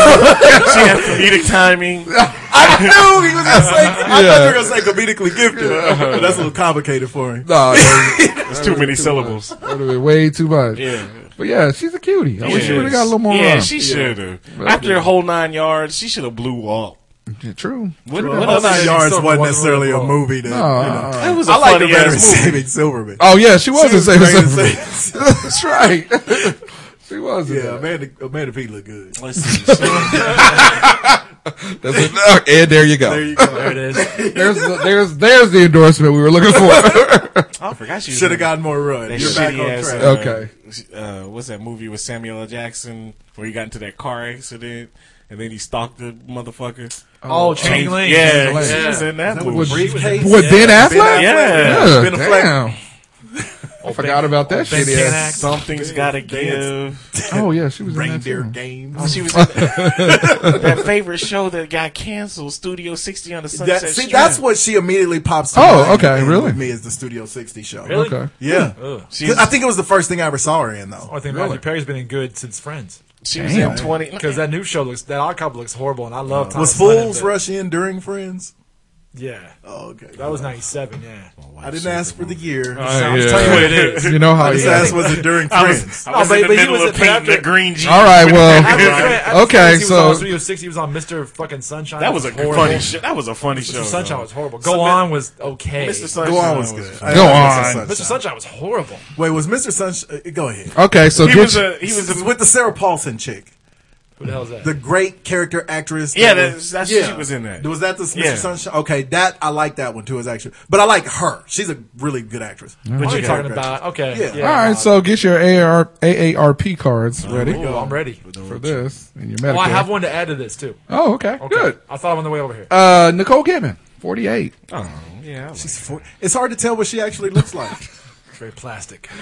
S9: has comedic timing.
S6: I knew he was gonna say. (laughs) I thought
S8: Yeah.
S6: you were gonna say comedically gifted, but that's a little complicated for him.
S8: No, (laughs) that was-
S9: It's too many syllables.
S8: that would have been way too much.
S9: Yeah.
S8: But yeah, she's a cutie. I wish she would have got a little more. uh,
S9: Yeah,
S8: run.
S9: she should have. After the whole nine yards, she should have blew up.
S8: Yeah, true.
S9: What,
S8: True.
S9: what
S6: Well,
S9: other
S6: Nine
S9: yards?
S6: Yards wasn't
S7: Silver wasn't
S6: necessarily
S7: really
S6: a
S7: wrong.
S6: movie that.
S8: Oh,
S6: you know.
S8: all right.
S9: That was a
S6: I like the
S9: funny
S6: better
S9: ass movie.
S6: Saving Silverman.
S8: Oh yeah, she was
S6: She
S8: in
S6: was
S8: Saving
S6: great in
S8: Silver.
S6: Saving-
S8: (laughs) That's right. (laughs) she was. in
S6: Yeah,
S8: that.
S6: Amanda, Amanda Pete looked good.
S9: Let's see.
S8: That's it. Oh, And there you go.
S6: There you go.
S7: There it is.
S8: there's the, there's there's the endorsement we
S6: (laughs)
S8: were looking (laughs) for.
S9: I forgot she was
S6: Should
S9: in
S6: have gotten more run.
S9: that
S6: You're back
S9: shitty
S6: on
S9: ass,
S6: track.
S9: uh,
S8: Okay.
S9: Uh, what's that movie with Samuel L. Jackson where he got into that car accident and then he stalked the motherfucker?
S7: Oh, Chain
S9: Change-
S7: Link.
S9: Yeah,
S8: Link.
S9: she was in that,
S6: That was
S9: movie.
S6: briefcase.
S8: What Ben Affleck?
S9: Yeah.
S8: Yeah,
S6: Ben Affleck.
S8: damn. I forgot about
S6: oh,
S8: that shit.
S7: Ben
S8: Yeah.
S7: Affleck.
S9: Something's gotta give.
S8: Oh yeah, she was
S6: Reindeer
S8: in that too.
S6: games.
S9: Oh, she was in that, that favorite show that got canceled, Studio 60 on the Sunset
S6: That, see,
S9: Strip.
S6: that's what she immediately pops. To
S8: Oh,
S6: mind
S8: okay,
S6: with
S8: really?
S6: Me is the Studio 60 show.
S7: Really?
S8: Okay.
S6: Yeah.
S7: Ugh.
S9: She's-
S6: I think it was the first thing I ever saw her in,
S7: Oh, I
S6: though.
S7: think Matthew Perry's been in good since Friends.
S9: She was
S8: Damn.
S9: in 20.
S7: Because that new show looks, that odd couple looks horrible, and I
S9: Uh,
S7: love Thomas
S6: Was Fools
S7: Lennon,
S6: Rush in during Friends?
S7: but- Yeah.
S6: Oh, okay.
S7: That was 97, yeah.
S6: I didn't ask for the year.
S7: I'm telling you what
S9: (laughs)
S7: it is.
S8: You know how
S6: I
S8: he
S6: just asked was it during
S9: I was,
S6: Friends?
S9: I Oh, was Oh.
S7: No,
S9: in the
S7: but- but he
S9: middle
S7: was
S9: of
S7: a-
S9: painting the
S7: after-
S9: green jeans.
S8: All
S6: (laughs)
S8: right,
S7: After
S8: well,
S7: Friends- after
S8: Okay,
S7: Friends, he was
S8: so-
S7: on Studio 60, he was on Mr. fucking Sunshine.
S9: That was a
S7: horrible.
S9: funny show. That was a funny show.
S7: Mr. Sunshine
S9: though.
S7: was horrible. Go On was okay.
S9: Mr. Sunshine
S6: Go on was good. I
S8: Go
S6: like Mr.
S8: on.
S6: Sunshine.
S7: Mr. Sunshine was horrible.
S6: Wait, was Mr. Sunshine? uh, Go ahead.
S8: okay. So
S9: He
S8: get
S9: was
S8: you-
S9: a. He
S6: He
S9: was
S6: was
S9: a.
S6: with the Sarah Paulson chick,
S7: Who the hell is that?
S6: the great character actress.
S9: Yeah,
S6: that
S9: that's,
S6: was-
S9: that's she was in that.
S6: Was that the Mr.
S9: Yeah.
S6: Sunshine? Okay, that I like that one too. Is actually, but I like her. She's a really good actress.
S7: what are you
S9: you
S7: talking
S6: got?
S7: about? Okay.
S6: Yeah.
S7: Yeah.
S8: all right, so get your AR, AARP cards
S6: Oh,
S8: ready
S7: Ooh, I'm ready.
S8: for this and your
S7: Well,
S8: medical.
S7: I have one to add to this, too.
S8: Oh, okay,
S7: Okay.
S8: good.
S7: I thought I'm on the way over here.
S8: Uh, Nicole Kidman. 48.
S9: Oh, yeah.
S6: She's four. It's hard to tell what she actually looks like.
S7: Very plastic. (laughs)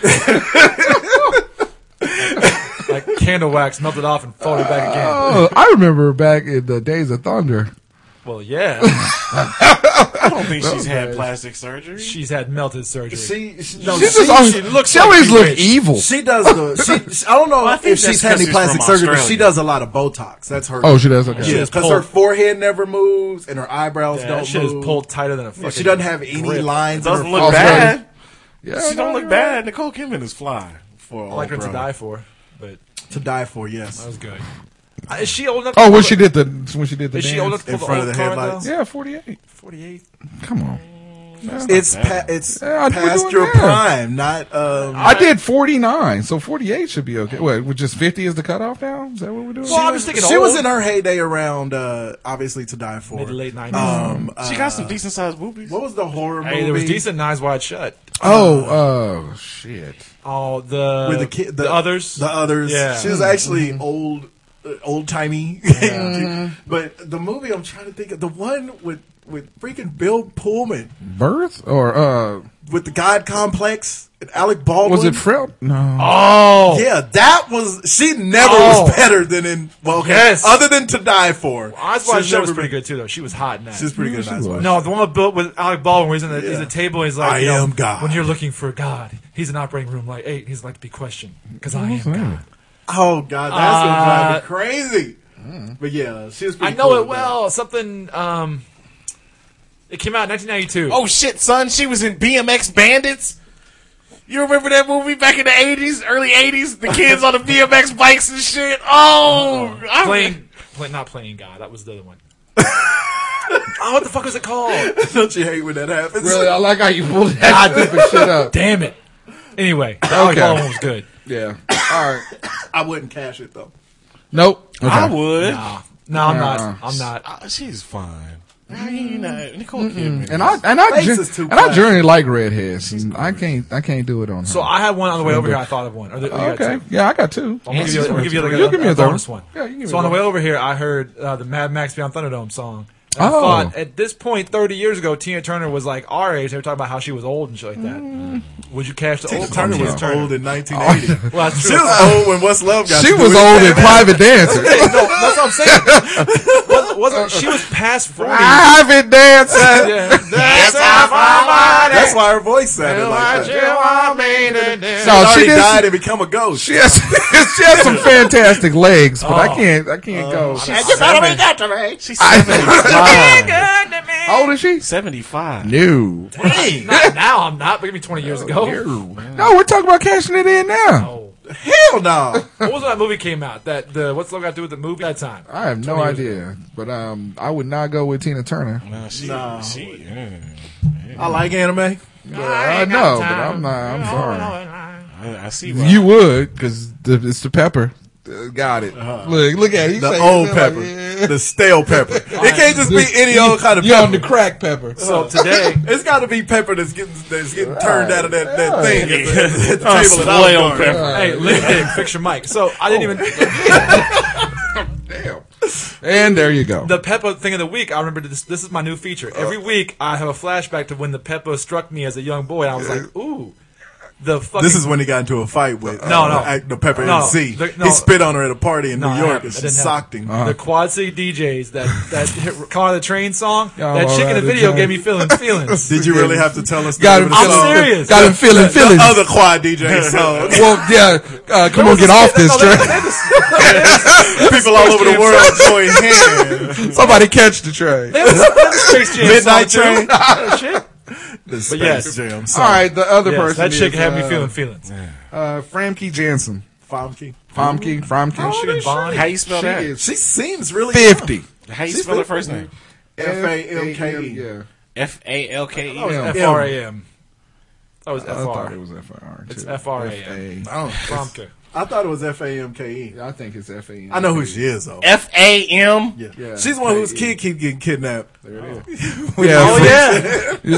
S7: like candle wax melted off and folded back again.
S8: (laughs) Oh, I remember back in the days of Thunder.
S7: Well, yeah.
S9: I don't think she's had plastic surgery.
S7: She's had melted
S6: (laughs)
S7: surgery.
S6: She, she, no,
S8: She just always- she always look evil.
S6: She does the. She, she- I don't know
S9: Well, I think
S6: if she's
S9: that's
S6: had
S9: 'cause
S6: any
S9: she's
S6: plastic
S9: from
S6: surgery, but she
S9: Australia.
S6: does a lot of Botox. That's her.
S8: Oh, she does? Okay.
S7: She
S6: Yeah,
S7: is
S6: because
S7: pulled.
S6: her forehead never moves and her eyebrows
S7: Yeah,
S6: don't
S7: that shit is
S6: move.
S7: pulled tighter than a fucking.
S6: she
S7: (laughs)
S6: doesn't have any
S7: grip.
S6: lines. in her
S9: Doesn't look
S8: Oh,
S9: bad.
S8: Yeah,
S9: She don't
S8: no,
S9: look
S8: you're
S9: bad. Nicole Kidman is fly. For
S7: I like her
S9: old
S7: to
S9: bro.
S7: die for, but
S6: to die for.
S7: that
S6: Yes,
S7: was good. Uh, Is she old enough?
S8: Oh,
S7: to
S8: when
S7: pull
S8: she
S7: the-
S8: did the when she did the
S7: Is she
S8: dance.
S7: old enough to
S6: in
S7: pull
S6: front of
S7: old
S6: the
S7: car,
S6: headlights?
S7: though?
S8: Yeah, 48.
S7: Forty-eight.
S8: Come on.
S6: it's pa- it's
S8: Yeah, we're
S6: past
S8: doing
S6: your
S8: that.
S6: prime. Not um,
S8: I did 49, so 48 should be okay. What, with just 50 is the cutoff now? Is that what we're doing?
S7: Well, I'm just thinking
S6: she
S7: old.
S6: was in her heyday around uh, obviously to die for.
S7: mid to late nineties.
S6: Um, uh,
S9: She got some decent sized boobies.
S6: what was the horror
S7: hey,
S6: movie?
S7: there was decent eyes wide shut.
S8: oh, oh, shit.
S7: Oh, the
S6: with the kid,
S7: the, others,
S6: the others.
S7: Yeah.
S6: she
S8: Mm-hmm.
S6: was actually old, uh, old timey. (laughs)
S8: Mm-hmm.
S6: but the movie I'm trying to think of, the one with with freaking Bill Pullman
S8: Birth? Or, uh,
S6: with the God Complex and Alec Baldwin.
S8: was it Frel? No.
S7: Oh,
S6: Yeah, that was. She never
S7: Oh.
S6: was better than in. Well, okay,
S7: Yes.
S6: other than to die for.
S7: eyes wide
S6: She's
S7: shut was
S6: never
S7: pretty
S6: been-
S7: good too, though. She was hot in that.
S6: She's pretty good. in Eyes Wide
S7: no, the one with, Bill, with Alec Baldwin, he's in the, he's
S6: Yeah.
S7: at the table. He's like,
S6: I
S7: you know,
S6: am God.
S7: When you're looking for God, he's in operating room like eight. He's like to be questioned because I
S8: Mm-hmm.
S7: am God.
S6: Oh God, that's
S7: Uh,
S6: gonna drive me crazy.
S8: Mm.
S6: But yeah, she was.
S7: I
S6: Pretty
S7: know
S6: cool
S7: it
S6: with that.
S7: well. Something. Um, it came out in 1992.
S9: Oh shit, son, she was in BMX Bandits. You remember that movie back in the eighties, early eighties? The kids on the BMX bikes and shit. Oh, I-
S7: playing, play, not playing God. That was the other one. (laughs) oh, what the fuck was it called?
S6: (laughs) Don't you hate when that happens?
S8: Really, I like how you pulled that (laughs) stupid shit up.
S7: Damn it. Anyway, the Alec
S8: Okay.
S7: Baldwin was good.
S8: Yeah. All right.
S6: I wouldn't cash it though.
S8: Nope. Okay.
S9: I would.
S7: No, I'm
S8: Nah.
S7: not. I'm not.
S9: Uh, she's fine. I mean, uh, Nicole Kidman.
S8: And I and I
S6: Face
S8: gen-
S6: is too
S8: and I
S6: black.
S8: generally like redheads. And I can't I can't do it on her.
S7: So I had one on the way over here. I thought of one. Or the, you got
S8: okay,
S7: two?
S8: yeah, I got two.
S7: I'm gonna give you, I'm gonna give you like
S8: You
S7: a,
S8: give me
S7: a
S8: a third
S7: bonus
S8: one.
S7: one.
S8: Yeah, you give me
S7: so on the
S8: one.
S7: way over here, I heard uh, the Mad Max Beyond Thunderdome song. And I
S8: Oh.
S7: thought at this point, 30 years ago, Tina Turner was like our age. They were talking about how she was old and shit like that.
S8: Mm.
S7: Would you cash the
S6: Tina
S7: old
S6: Turner
S7: Tina
S6: was
S7: Turner?
S6: old in
S8: Oh.
S6: 1980.
S7: Well, that's
S6: she
S8: (laughs)
S7: true.
S6: was old when What's Love got
S8: She
S6: to do
S8: was
S6: with
S8: old
S6: it.
S8: in private
S7: (laughs)
S8: dancing.
S7: no, that's what I'm saying. was, wasn't, she was past 40.
S8: Ah, Private dancing.
S7: Yeah. That's how my money-
S6: That's why her voice sounded like that.
S8: No,
S6: She
S8: Oh, she
S6: already
S8: did.
S6: died and become a ghost.
S8: She has, (laughs) she has
S7: (laughs)
S8: some fantastic legs, but I
S7: Oh.
S8: can't. I can't go.
S9: she's seventy-five.
S8: (laughs) How old is she?
S9: seventy-five.
S8: New.
S7: Not now I'm not, but give me 20
S8: Oh,
S7: years ago.
S8: No, we're talking about cashing it in now.
S7: Oh.
S6: Hell no.
S7: What was when that movie came out? That the What's Love Got to Do with the Movie? That time.
S8: I have no
S7: 20
S8: idea, but um, I would not go with Tina Turner.
S9: No, she,
S6: No.
S9: she, yeah.
S6: I like anime.
S8: Uh, I know, but I'm not. I'm sorry.
S9: I, I see. Why.
S8: You would, because it's the pepper. Uh, Got it.
S7: Uh-huh.
S8: Look, look at it. You
S6: The
S8: say- you
S6: old
S8: feel like-
S6: pepper. The stale pepper. It can't just be any
S8: You-
S6: old kind of
S8: (laughs) you on
S6: pepper.
S8: the crack pepper. Uh-huh.
S7: So today,
S6: It's got to be pepper that's getting that's getting turned out of that, that thing at the, at the
S9: Uh,
S6: table. at Olive
S9: spoiled
S6: Garden.
S9: pepper.
S8: (laughs)
S7: hey, listen, fix your mic. So I didn't even
S8: Damn. And there you go.
S7: the Peppa thing of the week. I remember this. This is my new feature. Every
S8: Oh.
S7: week, I have a flashback to when the Peppa struck me as a young boy. I was like, ooh, the fucking. (laughs)
S6: This is when he got into a fight with
S7: No,
S6: uh,
S7: no.
S6: the act- the Pepper
S7: No,
S6: MC.
S7: the- no.
S6: He spit on her at a party in
S7: No,
S6: New
S7: it
S6: York,
S7: happened.
S6: and
S7: It
S6: she
S7: didn't
S6: socked
S7: happen.
S6: him.
S8: Uh-huh.
S7: The Quad City DJs that that
S8: (laughs)
S7: hit Car the Train song.
S8: Yeah,
S7: that
S8: all
S7: chick in the
S8: right,
S7: video
S8: okay.
S7: gave me
S8: (laughs)
S7: feelings. Feelings.
S6: Did you really have to tell us? the
S8: Got
S6: name of
S8: him.
S6: the
S7: I'm
S6: song?
S7: serious.
S8: Got him feeling
S6: The
S8: feelings.
S6: other quad DJ song.
S8: Well, yeah. Uh, come on, get
S7: (laughs)
S8: off this train.
S6: People all over the world join hands.
S8: (laughs) Somebody catch the train. (laughs)
S6: Midnight
S7: (laughs)
S6: Train.
S7: Oh, Shit.
S6: The Space
S7: yes.
S6: Jam.
S8: All right, the other
S7: Yes,
S8: person.
S7: that chick
S8: is,
S7: had me
S8: uh,
S7: feeling feelings.
S8: Uh, Framke Jansen.
S6: Funky.
S8: Fomke.
S7: She
S8: Framke.
S7: can bond.
S9: How you spell
S8: She
S9: that?
S8: is
S6: She seems really
S8: fifty.
S9: How you spell her first name?
S6: F-A-M-K-E.
S8: Yeah.
S9: F A L K E.
S8: Yeah.
S7: F R A M. That was F
S8: I thought
S7: R.
S8: it was F A R. E.
S7: It's F R E. A M.
S6: young.
S7: Fromke.
S6: I thought it was F A M K E.
S8: I think it's F A M.
S6: I know who she is though.
S9: F A M.
S6: Yeah.
S8: Yeah.
S6: She's the one whose kid keep getting kidnapped. (laughs)
S8: Yeah.
S7: Oh yeah,
S8: (laughs) when
S7: (laughs)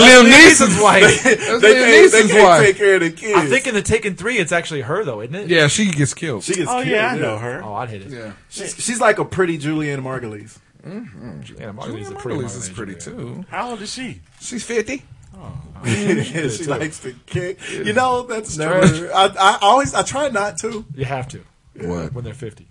S8: Lil Neeson's
S7: Neeson's wife.
S8: That's
S6: They,
S8: Lil
S6: they, they
S8: Neeson's
S6: can't
S8: wife.
S6: take care of the kids.
S7: I think in the Taken Three, it's actually her though, isn't it?
S8: Yeah, she gets killed.
S6: she gets
S9: Oh
S6: killed.
S9: yeah, I know her.
S7: Oh, I'd hit it.
S8: yeah.
S9: (laughs)
S6: She's, she's like a pretty Julianne Margulies.
S7: Mm-hmm. Juliana Margulies
S8: Juliana
S7: is pretty.
S8: Margulies is pretty, too.
S9: How old is she?
S8: She's 50.
S6: (laughs) she likes to kick. You know that's
S7: Never-
S6: true. I, I always I try not to.
S7: You have to.
S8: What?
S7: When they're 50.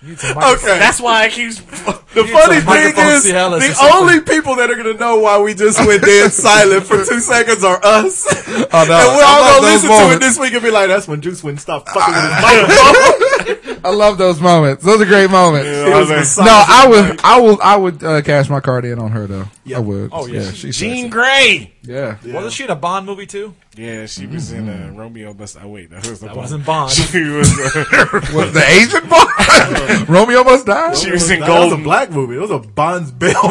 S6: Okay.
S9: That's why I keep.
S6: The
S7: need
S6: funny thing
S7: some microphone
S6: is,
S7: Cialis or
S6: the
S7: something.
S6: only people that are gonna know why we just went
S9: (laughs)
S6: dead silent for two seconds are us,
S8: Oh, no.
S6: and we're
S8: I love
S6: all gonna
S8: those
S6: listen to it
S8: moments.
S6: this week and be like, "That's when Juice wouldn't stop fucking with
S9: Ah,
S6: his microphone."
S8: I love those moments. Those are great moments.
S6: It was beside-
S8: No, I would, I would, I would uh, cash my card in on her though. I would.
S7: Oh, yeah.
S8: she's
S9: Jean Grey.
S8: sexy. yeah.
S7: Wasn't she in a Bond movie too?
S9: Yeah, she was in uh, Romeo Bust. Oh wait, that was the
S7: That
S9: Bond.
S7: wasn't
S9: (laughs)
S7: Bond.
S9: She was. Uh,
S8: Was the Asian boy? Romeo must die.
S9: (laughs) she was in
S6: That was a
S9: Golden.
S6: black movie. It was a Bonds Bell. (laughs)
S9: (laughs)
S8: Bill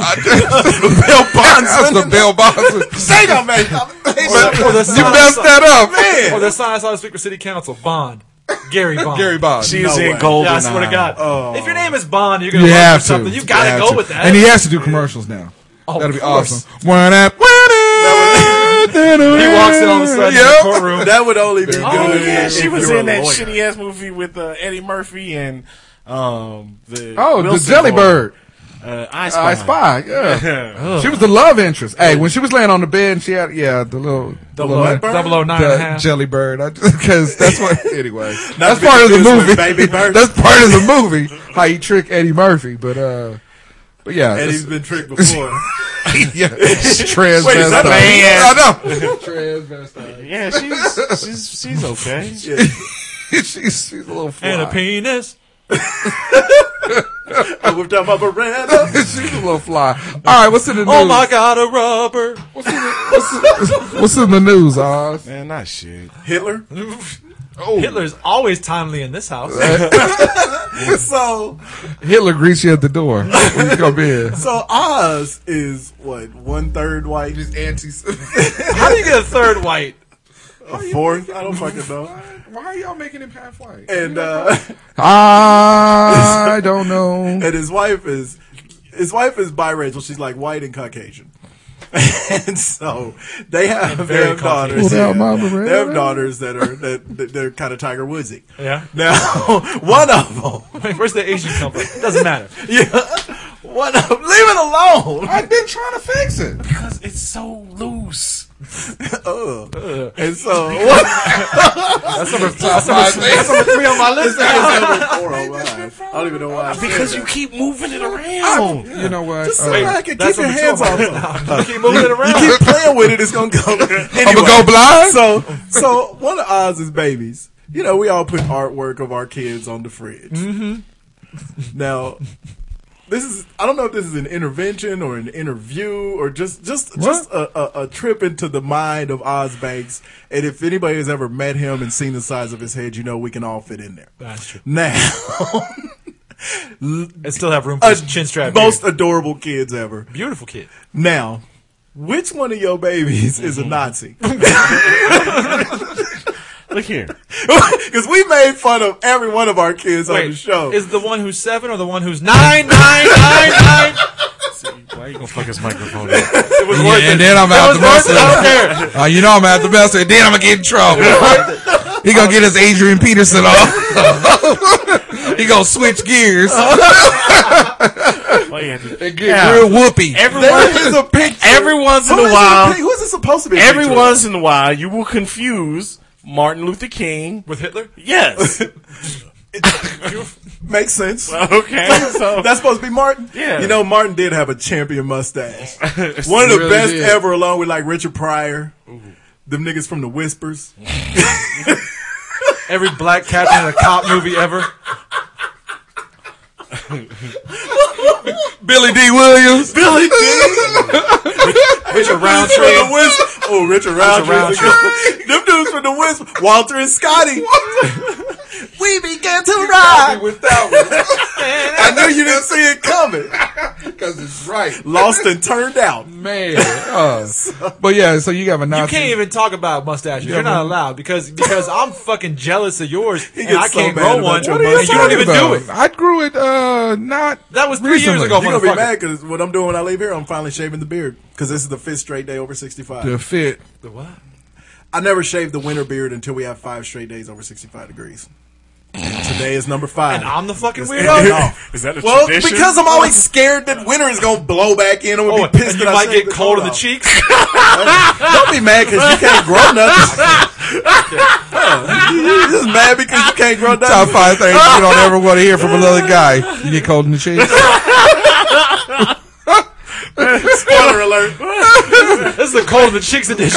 S8: Bonson. the Bill Bonson.
S6: Say that, man. Say
S7: Or the, or the
S8: you
S7: sign I
S8: messed
S7: saw-
S8: that up,
S7: Or
S8: man.
S7: the sign oh, I saw this week for City Council Bond. Gary Bond.
S8: Gary Bond. Oh.
S9: She was in
S6: way.
S9: Golden.
S7: Yeah, I swear to God. If your name is Bond, you're gonna
S8: you
S7: run for
S8: have to.
S7: something. You gotta
S8: have
S7: go
S8: to.
S7: with that.
S8: And he has to do commercials now.
S7: Oh,
S8: That'll be
S7: of course.
S8: awesome. One up. He
S7: He walks in all of a sudden in the courtroom.
S6: That would only be good.
S9: Oh yeah, she
S6: if
S9: was
S6: you're
S9: in
S6: a
S9: that
S6: lawyer.
S9: shitty ass movie with uh, Eddie Murphy and um the
S8: Oh,
S9: Wilson
S8: the Jellybird.
S9: boy. Uh, I
S8: I spy.
S7: (laughs)
S8: Yeah. she was the love interest. Hey, when she was laying on the bed, she had yeah the little the little,
S6: what bird?
S7: 009 and a
S8: the
S7: half.
S8: jelly bird. Because that's
S7: (laughs)
S8: what anyway.
S6: Not
S8: that's part of the
S6: confused
S8: movie.
S6: with
S8: (laughs)
S6: Baby Bird.
S8: that's part of the movie. How you trick Eddie Murphy, but uh, but yeah,
S6: And he's
S8: it's,
S6: been tricked
S9: (laughs)
S6: before.
S8: (laughs) yeah, it's transvestite.
S9: that
S8: (laughs)
S9: man?
S8: I know. transvestite.
S9: Yeah, she's she's she's okay.
S8: she's, (laughs) she's a little fly.
S7: and a penis.
S6: I whipped out my Beretta.
S8: (laughs) she's a little fly. All right, what's in the news?
S7: Oh my God, a rubber.
S8: What's in the, what's, what's in the news,
S9: (laughs)
S8: Oz?
S9: Man, not shit.
S6: Hitler.
S7: Hitler's always timely in this
S8: (laughs)
S7: house.
S6: So,
S8: Hitler greets you at the (laughs) door when you come in.
S6: so Oz is what one third white,
S8: anti.
S7: How do you get a third white?
S6: a fourth. I don't fucking know.
S8: (laughs) Why are y'all making him half
S6: (laughs)
S8: white?
S6: And uh,
S8: (laughs) I don't know.
S6: and his wife is his wife is biracial. She's like white and Caucasian. (laughs) and so they have they
S7: very
S6: have daughters.
S8: Pulled out
S6: yeah.
S8: my
S6: They have
S8: Beretta.
S6: daughters that are that, that they're kind of Tiger Woodsy.
S7: Yeah.
S6: Now (laughs) one of them, (laughs)
S7: Where's the Asian company? Doesn't matter.
S6: one of them, leave it alone.
S8: I've been trying to fix it.
S9: Cause it's so
S6: (laughs)
S9: loose.
S6: And so what?
S8: That's my thing.
S7: Three on my list.
S6: Four oh five. I don't even know why. I said
S9: Because you keep moving it around.
S8: You know what?
S6: that.
S8: Uh,
S6: So I can keep
S7: That's
S6: your
S7: what we
S6: hands
S7: talking
S6: off.
S7: about.
S6: them.
S7: Keep moving it around.
S6: Keep playing with it, it's gonna go. Anyway,
S8: I'm gonna go blind.
S6: So, so one of Oz's babies, you know, we all put artwork of our kids on the fridge. Mm-hmm. Now, this is I don't know if this is an intervention or an interview or just just just a, a, a trip into the mind of Oz Banks. And if anybody has ever met him and seen the size of his head, you know we can all fit in there.
S7: That's true.
S6: Now,
S7: And still have room for his
S6: (laughs)
S7: chin strap.
S6: most adorable kids ever.
S7: beautiful kid.
S6: Now, which one of your babies is a Nazi? (laughs)
S9: Look (laughs) here.
S6: Because we made fun of every one of our kids on the show.
S7: is the one who's seven or the one who's nine, nine, nine, nine?
S9: Why you gonna fuck his microphone up?
S7: It was worth
S8: and
S7: it.
S8: then I'm
S7: It
S8: out
S7: was
S8: the
S7: worth
S8: bus.
S7: it. I don't care.
S8: Uh, you know I'm out the bus, and then I'm gonna get in trouble. (laughs) he gonna get his Adrian Peterson off. (laughs) he gonna switch gears
S9: (laughs)
S7: Uh-huh.
S9: Why you had to-
S8: and get real whoopy.
S9: Everyone,
S6: There's a picture.
S9: every once in
S6: Who
S9: a
S6: is it-
S9: while,
S6: who is it supposed to be? a
S9: every
S6: picture of?
S9: once in a while, you will confuse Martin Luther King.
S7: With Hitler?
S9: Yes.
S6: makes sense.
S9: (laughs) okay. So
S6: That's supposed to be Martin.
S9: Yeah.
S6: You know, Martin did have a champion mustache. One of the
S8: Really
S6: best
S8: did.
S6: ever, along with like Richard Pryor. Them niggas from the Whispers.
S7: Every black captain in a cop movie ever.
S8: Billy D. Williams.
S6: Billy D.
S7: Richard
S6: from the
S7: Roundtree.
S6: Whispers. Oh, Richard Roundtree.
S7: Richard
S6: (laughs) Them dudes from the Whispers. Walter and Scotty. we began to
S8: Happy
S6: rock.
S8: with that
S6: I knew you didn't see it coming.
S8: one because it's right,
S6: Lost and turned out.
S8: man. Uh, but yeah, so you got a Nazi.
S7: You can't even talk about mustaches. You're not allowed because because I'm fucking jealous of yours and
S6: gets
S7: I
S6: so
S7: can't
S6: mad
S7: grow
S6: about
S7: one
S6: your
S7: and you don't
S6: mustache.
S7: even do it.
S8: I grew it. Uh, not
S7: That was three years
S8: recently.
S7: ago.
S6: You're gonna be
S7: Motherfucker.
S6: mad because what I'm doing when I leave here, I'm finally shaving the beard because this is the fifth straight day over 65.
S8: The fit.
S7: The what?
S6: I never shaved the winter beard until we have five straight days over 65 degrees. Today is number five. (laughs)
S7: And I'm the fucking
S6: It's
S7: weirdo?
S6: ending off.
S7: Is that a
S6: well,
S7: tradition?
S6: because I'm always scared that winter is gonna blow back in. I'm gonna
S7: Oh,
S6: be pissed
S7: and
S6: that
S7: you
S6: I
S7: might
S6: said
S7: get
S6: the
S7: cold in the
S6: off.
S7: cheeks. (laughs)
S6: Don't be mad because you can't grow nothing. You're (laughs) just mad because you can't grow nothing.
S8: Top five things you don't ever want to hear from another guy. You get cold in the
S7: (laughs)
S8: cheeks. (laughs)
S6: Spoiler alert.
S7: this is the cold in the cheeks
S6: (laughs)
S7: edition.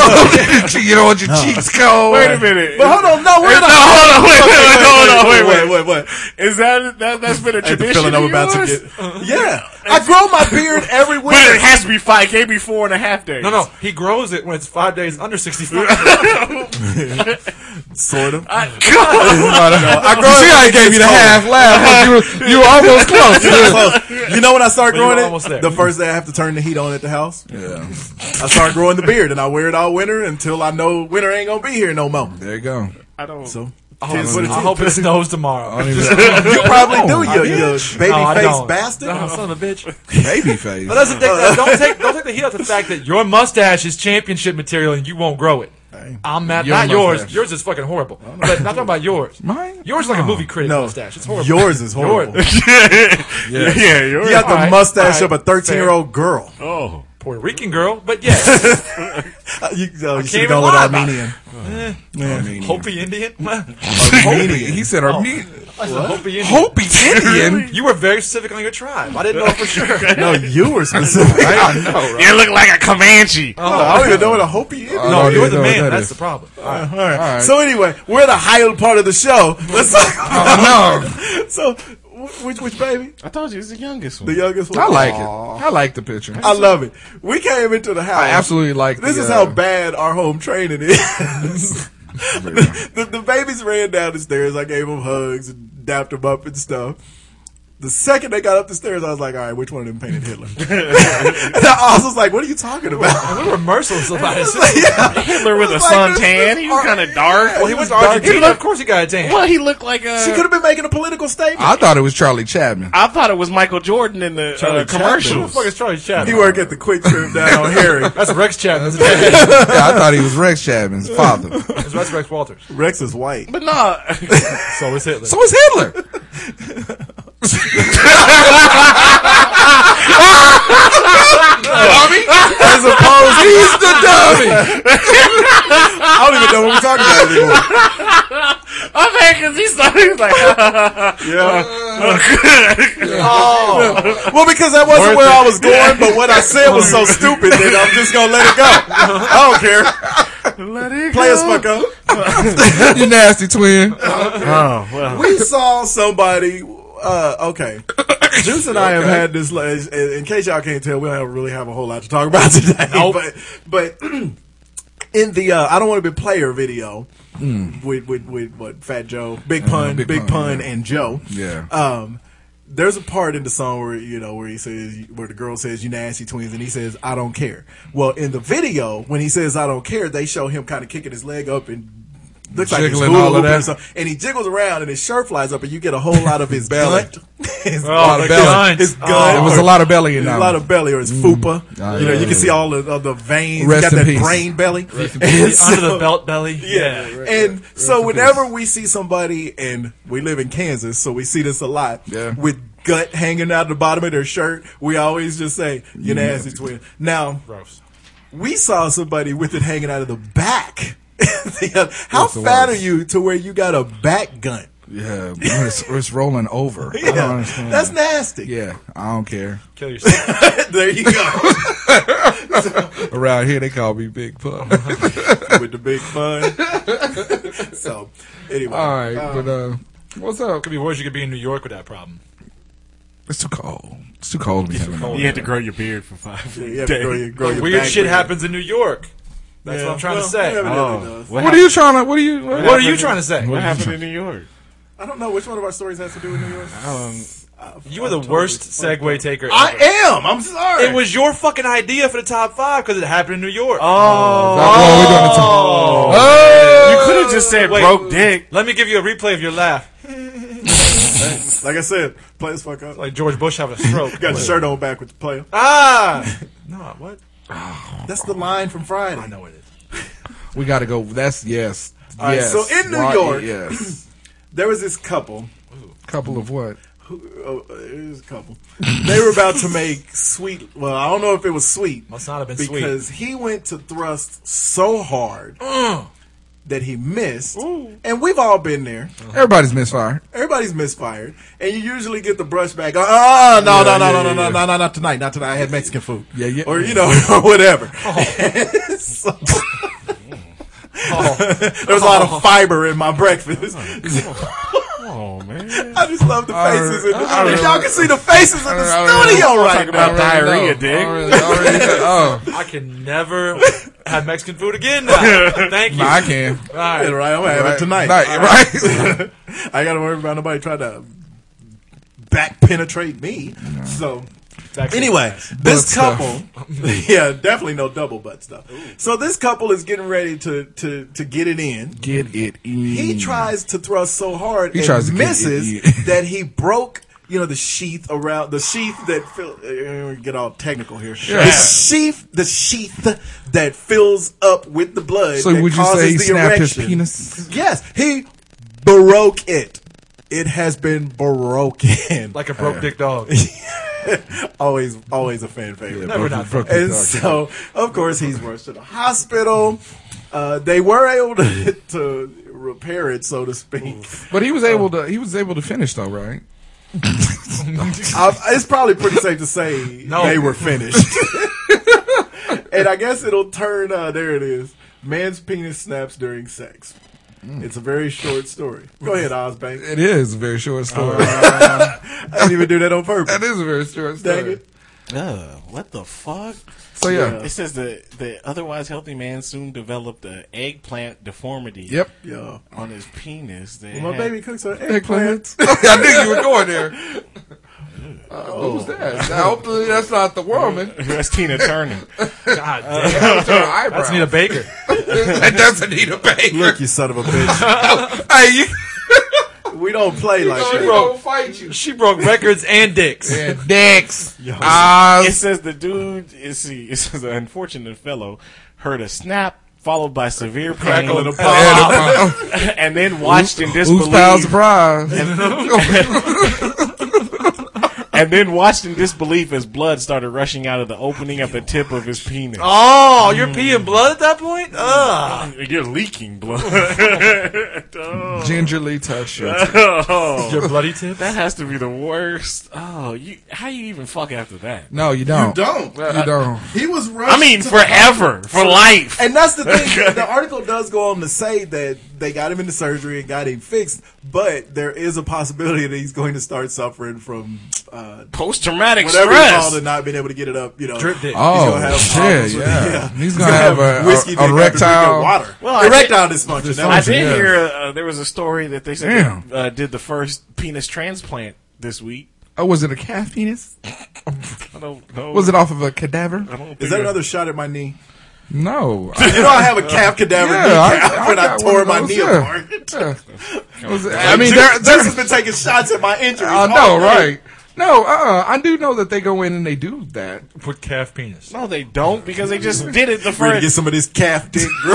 S8: you don't want your cheeks cold.
S9: Wait a minute.
S6: But (laughs) hold on, no, wait,
S9: no, hold on, wait, wait, wait, hold on, wait, wait, wait, Is that, that that's been a tradition?
S6: feeling I'm
S9: of
S6: about to
S9: yours?
S6: get. Yeah, I grow my beard every
S9: But it
S6: winter.
S9: has to be five. It can't be four and a half days.
S7: No, no, he grows it when it's five days under 65.
S6: Sort of. (laughs)
S8: I grow See how I gave you the (laughs) half laugh. but You, you were almost close.
S6: Close. You know when I start
S7: But you were
S6: growing
S7: almost there.
S6: it? The first day I have to turn the heat on at the house. Yeah. I start growing the beard and I wear it all winter until I know winter ain't gonna be here no more.
S8: There you go.
S9: I don't.
S6: So
S7: I hope, I hope (laughs) it snows tomorrow.
S6: (laughs) you probably do
S8: I
S6: your, your baby
S7: No, I
S6: face
S7: don't.
S6: bastard.
S7: No, (laughs) son of a bitch.
S8: Baby face.
S7: But that's the thing. that- Don't take don't take the heat off the fact that your mustache is championship material and you won't grow it. I'm mad.
S8: Your
S7: not
S8: mustache.
S7: yours. Yours is fucking horrible. But not talking about yours.
S8: Mine?
S7: Yours is like a movie critic
S6: No,
S7: mustache. It's horrible.
S6: yours is horrible.
S9: Yeah, yeah, you're
S6: You
S9: right.
S6: got the
S7: All right,
S6: mustache
S7: all
S6: of a
S7: right,
S6: thirteen-year-old girl.
S9: Oh,
S7: Puerto Rican girl, but yes,
S6: Uh, You, uh, you should
S7: even
S6: have gone with
S7: lie about
S8: (laughs)
S6: Armenian.
S7: Hopi Indian.
S8: Armenian. He said Armenian. Oh.
S7: Hopi Indian.
S8: Hopi Indian.
S7: You were very specific on your tribe. I didn't know for sure.
S6: No, you were specific.
S8: I
S6: (laughs)
S8: know, right?
S9: you look like a Comanche.
S6: Oh, I don't even know what a Hopi is.
S8: I
S7: No,
S8: don't
S7: you're
S8: even
S7: the
S8: know what
S7: man.
S8: that
S7: That's
S8: is.
S7: the problem.
S6: So anyway, we're the higher part of the show. Let's
S8: Oh,
S6: (laughs) so wh- which which baby?
S9: I told you it's the youngest
S6: The
S9: one.
S6: youngest one.
S8: no. I like it. I like the picture.
S6: I love it. We came into the house.
S8: I absolutely like
S6: This
S8: the,
S6: is how
S8: uh,
S6: bad our home training is.
S8: (laughs)
S6: the, the, the babies ran down the stairs. I gave them hugs and dapped them up and stuff. The second they got up the stairs, I was like, all right, which one of them painted
S8: (laughs)
S6: Hitler? and I also was like, what are you talking about? (laughs)
S7: We were merciless about it.
S9: Hitler with a
S6: It's like this
S9: suntan.
S6: is
S9: He was
S6: ar-
S9: kind of dark.
S7: Well, he went to Argentina. Of course, he got a tan.
S9: Well, he looked like a.
S6: She could have been making a political statement.
S8: I thought it was Charlie (laughs) Chapman.
S9: I thought it was Michael Jordan in the uh,
S7: Who the
S9: commercials.
S7: fuck is Charlie
S6: He
S7: Chaplin?
S6: work at the quick trip down on
S8: (laughs)
S6: Harry.
S7: That's Rex Chapman.
S8: yeah, I thought he was Rex Chapman's father.
S7: That's Rex Walters.
S6: Rex is white.
S9: But nah, (laughs)
S7: So is Hitler.
S8: So was (laughs) Hitler.
S6: As opposed,
S8: He's the dummy.
S6: I don't even know what we're talking about
S9: (laughs)
S6: anymore.
S9: I'm mad because Oh, he started he was like, (laughs) Oh,
S6: Oh. Well, because that wasn't where I was going, but what I said was
S9: (laughs)
S6: so stupid that I'm just gonna let it go. I don't care.
S9: let it
S6: Play us, fucker.
S8: (laughs) You nasty twin.
S6: (laughs) We saw somebody. Uh,
S8: (laughs)
S6: okay, Juice and I have had this. la- In in case y'all can't tell, we don't really have a whole lot to talk about (laughs) today.
S7: Nope.
S6: But, but (clears throat) in the uh, I don't want to be player video with, with with what Fat Joe, Big Pun,
S8: Hmm. Uh-huh, Big
S6: Big, Pun,
S8: Pun, yeah.
S6: and Joe.
S8: Yeah.
S6: Um, there's a part in the song where you know where he says where the girl says you nasty twins and he says I don't care. Well, in the video when he says I don't care, they show him kind of kicking his leg up and looks like he's
S8: Jiggling
S6: hula
S8: all of
S6: hooping
S8: that.
S6: or something. And he jiggles around and his shirt flies up and you get a whole lot
S8: (laughs)
S6: of his belly. (laughs) his,
S7: Oh, the
S8: belly.
S7: belly.
S6: his gut.
S8: There was
S6: or-
S8: Oh, a lot of belly in
S6: there's
S8: that.
S6: a lot of belly or his fupa.
S8: Ah,
S6: you know,
S8: yeah,
S6: you can
S8: yeah.
S6: see all of, of the veins.
S8: Rest
S6: Got
S8: in
S6: that
S8: peace.
S6: brain belly.
S7: Under
S6: And (laughs) so-
S7: (laughs) the belt belly.
S6: Yeah. and so whenever we see somebody, and we live in Kansas, so we see this a lot,
S8: Yeah.
S6: with gut hanging out the bottom of their shirt, we always just say, you nasty twin. Now,
S7: Gross.
S6: we saw somebody with it hanging out of the back. (laughs) The other- How
S8: That's the
S6: fat
S8: worst.
S6: are you to where you got a back gun?
S8: Yeah, when it's, when it's rolling over. I don't
S6: Yeah,
S8: understand.
S6: that's nasty.
S8: yeah, I don't care.
S7: Kill yourself.
S6: (laughs) there you
S7: (laughs)
S6: go.
S8: Around here, they call me Big Pun.
S6: with the big fun. so, anyway.
S8: All right, but uh, what's up?
S7: Could be worse. You could be in New York with that problem.
S8: It's too cold. It's too cold to be having.
S7: cold.
S9: You had to grow your beard for five (laughs)
S6: Yeah, you have to
S9: days.
S6: grow your- grow your
S7: Weird
S6: back
S7: shit
S6: beard.
S7: happens in New York. That's what I'm trying
S6: Well,
S7: to say.
S6: yeah, it
S7: What
S6: really does.
S8: What are you trying to? What are you? What,
S7: are you trying to say?
S9: Oh, What happened in New York?
S6: I don't know which one of our stories has to do with New York.
S7: You were the worst segue taker. Ever.
S6: I am. I'm sorry.
S7: it was your fucking idea for the top five because it happened in New York. Uh,
S8: Oh, we're doing the top- Oh.
S9: You could have just said
S7: Wait.
S9: broke dick.
S7: Let me give you a replay of your laugh.
S6: like I said, play this fuck up.
S7: Like George Bush having a (laughs) stroke.
S6: Got your shirt on back with the player.
S7: ah! No, what?
S6: That's the line from Friday.
S7: I know it is.
S8: we got to go. That's yes.
S6: right,
S8: yes.
S6: so in New
S8: Why-
S6: York-
S8: yes.
S6: There was this couple.
S8: Couple of what?
S6: Who, oh, uh, it was a couple. they were about to make sweet. Well, I don't know if it was sweet.
S7: Must not have been sweet.
S6: because he went to thrust so hard
S7: Mm.
S6: that he missed. And we've all been there.
S8: Everybody's misfired.
S6: Everybody's misfired, and you usually get the brush back. Oh, oh no, no, no, no, no, no, no, no, not tonight, not tonight. I had Mexican food.
S8: Yeah, yeah.
S6: or you know, (laughs) or whatever. (laughs) So- (laughs) there was a lot of fiber in my breakfast. (laughs)
S9: Oh man,
S6: I just love the
S8: I
S6: faces. In
S8: don't- I
S6: the,
S8: don't
S6: y'all
S8: really-
S6: can see the faces in the
S8: I don't really-
S6: studio right
S9: talking
S6: now.
S9: about
S8: I don't
S9: diarrhea,
S8: know.
S9: dick.
S8: I don't really- I don't really- oh,
S7: I can never have Mexican food again (laughs) now. Thank you.
S8: nah, I can.
S7: All right.
S6: Right, I'm gonna have it tonight.
S8: Right,
S6: (laughs)
S8: right.
S6: I gotta worry about nobody trying to back penetrate me. So
S7: Back to-
S6: anyway, this
S8: Butt
S6: couple, (laughs) yeah, definitely no double butt stuff. So this couple is getting ready to to to get it in.
S8: Get it in.
S6: He tries to thrust so hard
S8: He
S6: and
S8: tries to get it
S6: misses (laughs)
S8: in.
S6: that he broke. You know the sheath around the sheath that fill, uh, we get all technical here. The sheath, the sheath that fills up with the blood.
S8: So
S6: that
S8: would you
S6: causes
S8: say he
S6: the
S8: snapped
S6: erection.
S8: his penis?
S6: Yes, he broke it. It has been broken.
S7: Like a broke dick (laughs) dog.
S6: (laughs) always, always a fan favorite.
S7: Never not.
S8: Broke the
S6: (laughs) and
S8: dog.
S6: so, of course, he's rushed to the hospital. Uh, they were able to, (laughs) to repair it, so to speak.
S8: But he was able to. He was able to finish though, right?
S6: I, it's probably pretty safe to say
S7: No.
S6: they were finished. (laughs) and I guess it'll turn. Uh, there it is. Man's penis snaps during sex. It's a very short story. Go ahead, Ozbank.
S8: It is a very short story.
S6: I didn't even do that on purpose.
S8: (laughs) that is a very short
S6: Dang
S8: story.
S6: it.
S9: Uh, what the fuck?
S8: So yeah.
S6: Yeah.
S9: It says the the otherwise healthy man soon developed an eggplant deformity.
S8: Yep.
S6: Yeah.
S9: on his penis. That
S6: My
S9: had-
S6: baby cooks her eggplant.
S8: (laughs) Eggplant. I knew you were going there. Uh, Who was that? Hopefully that's not the woman.
S9: (laughs) That's Tina Turner.
S7: God damn.
S8: That was her eyebrow.
S7: That's Nita Baker.
S8: (laughs) that doesn't need a baby.
S6: (laughs) Look, you son of a bitch. (laughs)
S8: Hey, you
S6: we don't play like
S8: she
S6: that.
S8: gonna fight
S7: (laughs)
S8: you.
S7: She broke records and dicks.
S8: And dicks.
S9: (laughs) It
S8: Eyes.
S9: says the dude is he it says the unfortunate fellow heard a snap followed by severe pain
S7: Crackle
S9: (laughs)
S7: and a
S8: And a-
S9: and then watched in
S8: Who's Pal
S9: disbelief
S8: Surprise?
S9: and then watched in disbelief as blood started rushing out of the opening at the tip of his penis.
S7: Oh, you're peeing blood at that point? Ugh.
S9: (laughs) You're leaking blood. (laughs)
S8: Gingerly touch you.
S7: Your bloody tip?
S9: That has to be the worst. Oh, you how you even fuck after that?
S8: No, you don't.
S6: Don't.
S8: You don't.
S6: He was rushed.
S9: I mean forever, for life.
S6: And that's the thing. the article does go on to say that they got him into surgery and got him fixed, but there is a possibility that he's going to start suffering from uh,
S9: Post traumatic
S6: whatever it's called
S9: stress.
S6: and not being able to get it up. You know,
S7: Drip dick.
S8: Oh
S6: gonna have problems
S8: shit!
S6: with-
S8: Yeah.
S6: yeah.
S8: he's gonna have, a,
S6: whiskey
S8: a,
S6: dick after drinking
S8: erectile.
S6: water.
S9: Well, I
S6: erectile dysfunction. That
S9: I
S6: was-
S8: dysfunction.
S9: did
S8: Yeah.
S9: hear uh, there was a story that they said
S8: Damn.
S9: they, uh, did the first penis transplant this week.
S8: Oh, was it a calf penis?
S9: I don't know.
S8: Was it off of a cadaver?
S9: I don't
S6: Is that another shot at my
S9: (laughs)
S6: knee? (laughs)
S8: No.
S6: You know, I have a calf cadaver
S8: Yeah,
S6: kneecap
S8: I- I
S6: when I,
S8: got
S6: tore
S8: one of
S6: my
S8: those,
S6: knee
S8: yeah.
S6: apart.
S8: (laughs) Yeah.
S6: (laughs)
S8: Was it- I mean, there,
S6: Jason-
S8: there,
S6: Jason's been taking shots at my injuries.
S8: I
S6: all
S8: know,
S6: day.
S8: right? No, uh, I do know that they go in and they do that.
S7: With calf penis.
S9: No, they don't because they just did it the
S6: Ready to get
S9: first.
S6: some of this calf dick, bro.
S8: (laughs)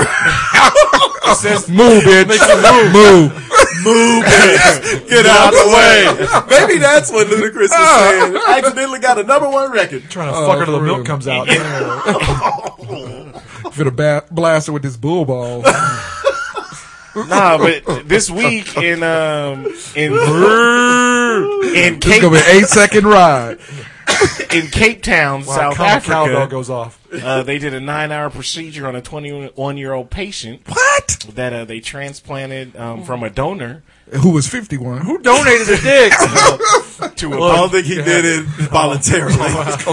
S8: move, bitch,
S6: (laughs)
S8: move, move.
S6: Get out the way. (laughs) Maybe that's what Ludacris was saying. I accidentally got a number one record.
S7: Trying to fuck her till the
S8: Oh, for
S7: milk
S8: real.
S7: comes out.
S8: Fit a ba- blaster with this bull
S6: (laughs)
S8: ball.
S9: Nah, but this week in um in in
S8: It's gonna
S9: Cape
S8: be an eight second ride.
S9: in Cape Town,
S7: Wow,
S9: South
S7: common cowbell
S9: Africa,
S7: goes off.
S9: uh, they did a nine-hour procedure on a 21-year-old patient
S8: What?
S9: that uh, they transplanted um, from a donor
S8: Who was fifty one? Who
S7: Donated the dick.
S9: to a
S6: I don't think he did it voluntarily.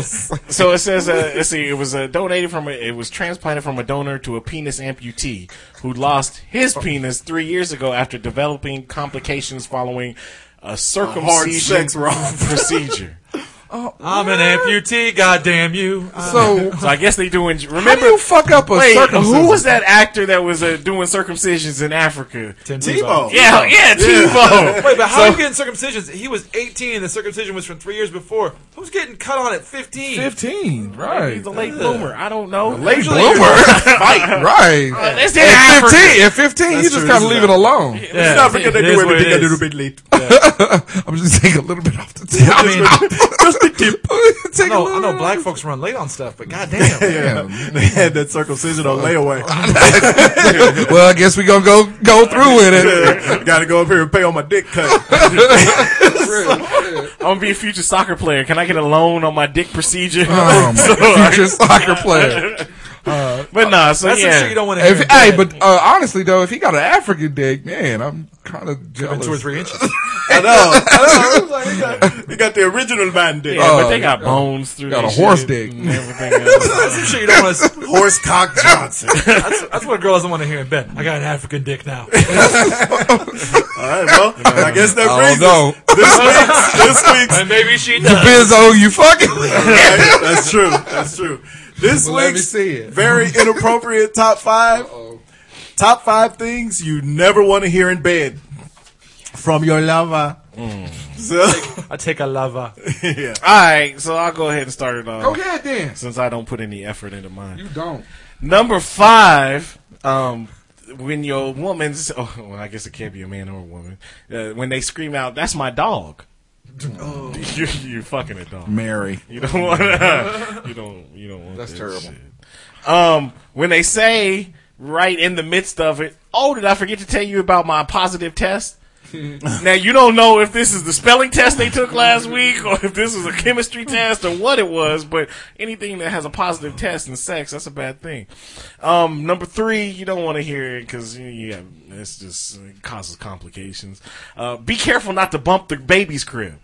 S9: So it says, uh, let's see, it was uh, donated from a, it was transplanted from a donor to a penis amputee who lost his penis three years ago after developing complications following a
S6: Hard
S9: circumcision
S6: sex wrong.
S9: procedure.
S7: I'm an amputee, goddamn you.
S6: Uh,
S8: So-
S9: So I guess they doing. Remember,
S8: you fuck up a
S9: wait,
S8: circumcision?
S9: Who was that actor that was uh, doing circumcisions in Africa?
S7: Tim
S6: Tebow.
S9: Yeah, yeah, Tebow.
S7: Wait, but how
S9: So-
S7: are you getting circumcisions? He was 18 and the circumcision was from three years before. Who's getting cut on at 15?
S8: 15, right.
S9: He's a late bloomer. I don't know.
S8: Late
S6: (laughs)
S8: bloomer. right.
S6: Oh,
S9: It's in
S8: At
S9: Africa.
S8: 15, at 15 you just
S6: true,
S8: kind
S6: this
S8: of
S6: is
S8: leave it alone.
S7: Yeah,
S6: South Africa, they
S7: it is
S6: do
S7: what it
S6: everything a
S7: is.
S6: little bit late. (laughs)
S8: I'm just (laughs) taking a little bit off the tip. I mean, just the tip. (laughs) Take a
S7: No, I
S8: little-
S7: know black folks run late on stuff, but goddamn.
S8: Yeah.
S6: They had that circumcision on layaway.
S8: well, I guess we gonna go go through with
S7: (laughs)
S8: it.
S6: Gotta go up here and pay on my dick cut.
S9: I'm gonna be a future soccer player. Can I get a loan on my dick procedure? (laughs)
S7: (laughs)
S8: Um, future soccer player.
S9: but nah, so
S7: That's some
S9: yeah.
S7: shit you don't want to hear.
S8: If, hey, but uh, honestly though, if he got an African dick, man, I'm kind of
S7: Been
S8: jealous.
S7: two or three inches.
S6: I know. I know. Like, he, got, he got the original man dick.
S9: yeah, but
S8: Oh,
S9: they got bones through.
S8: got
S9: their
S8: a horse
S9: shit
S8: dick.
S9: and (laughs) everything else.
S7: That's some shit you don't want to.
S6: Horse cock Johnson.
S7: That's, that's what a girl doesn't want to hear in bed. I got an African dick now.
S6: All right, well, I guess that
S8: Oh
S6: brings us
S8: (laughs) no,
S6: this week's, this week's
S7: and maybe she does.
S8: Bizzo, you fucking.
S6: Right? That's true. That's true. This
S8: Well, let me
S6: week's
S8: see it.
S6: very inappropriate top 5 Top five things you never want to hear in bed from your lover.
S8: Mm.
S6: So, (laughs)
S7: I take a lava.
S6: yeah.
S9: All right, so I'll go ahead and start it
S8: (laughs)
S9: off
S8: Go ahead, then.
S9: since I don't put any effort into mine.
S8: You don't.
S9: Number five, um, when your woman's, (laughs) oh, well, I guess it can't be a man or a woman, uh, when they scream out, that's my dog. (laughs) You're, you're fucking a dog.
S8: Mary.
S9: You don't want to, (laughs) you don't, you don't want
S8: That's
S9: that
S8: terrible.
S9: shit. Um, when they say right in the midst of it, oh, did I forget to tell you about my positive
S8: (laughs)
S9: test? now you don't know if this is the spelling test they took last week or if this was a chemistry test or what it was, but anything that has a positive test in sex, that's a bad thing. Um, number three, you don't want to hear it because yeah, it's just it causes complications. Uh, be careful not to bump the baby's crib.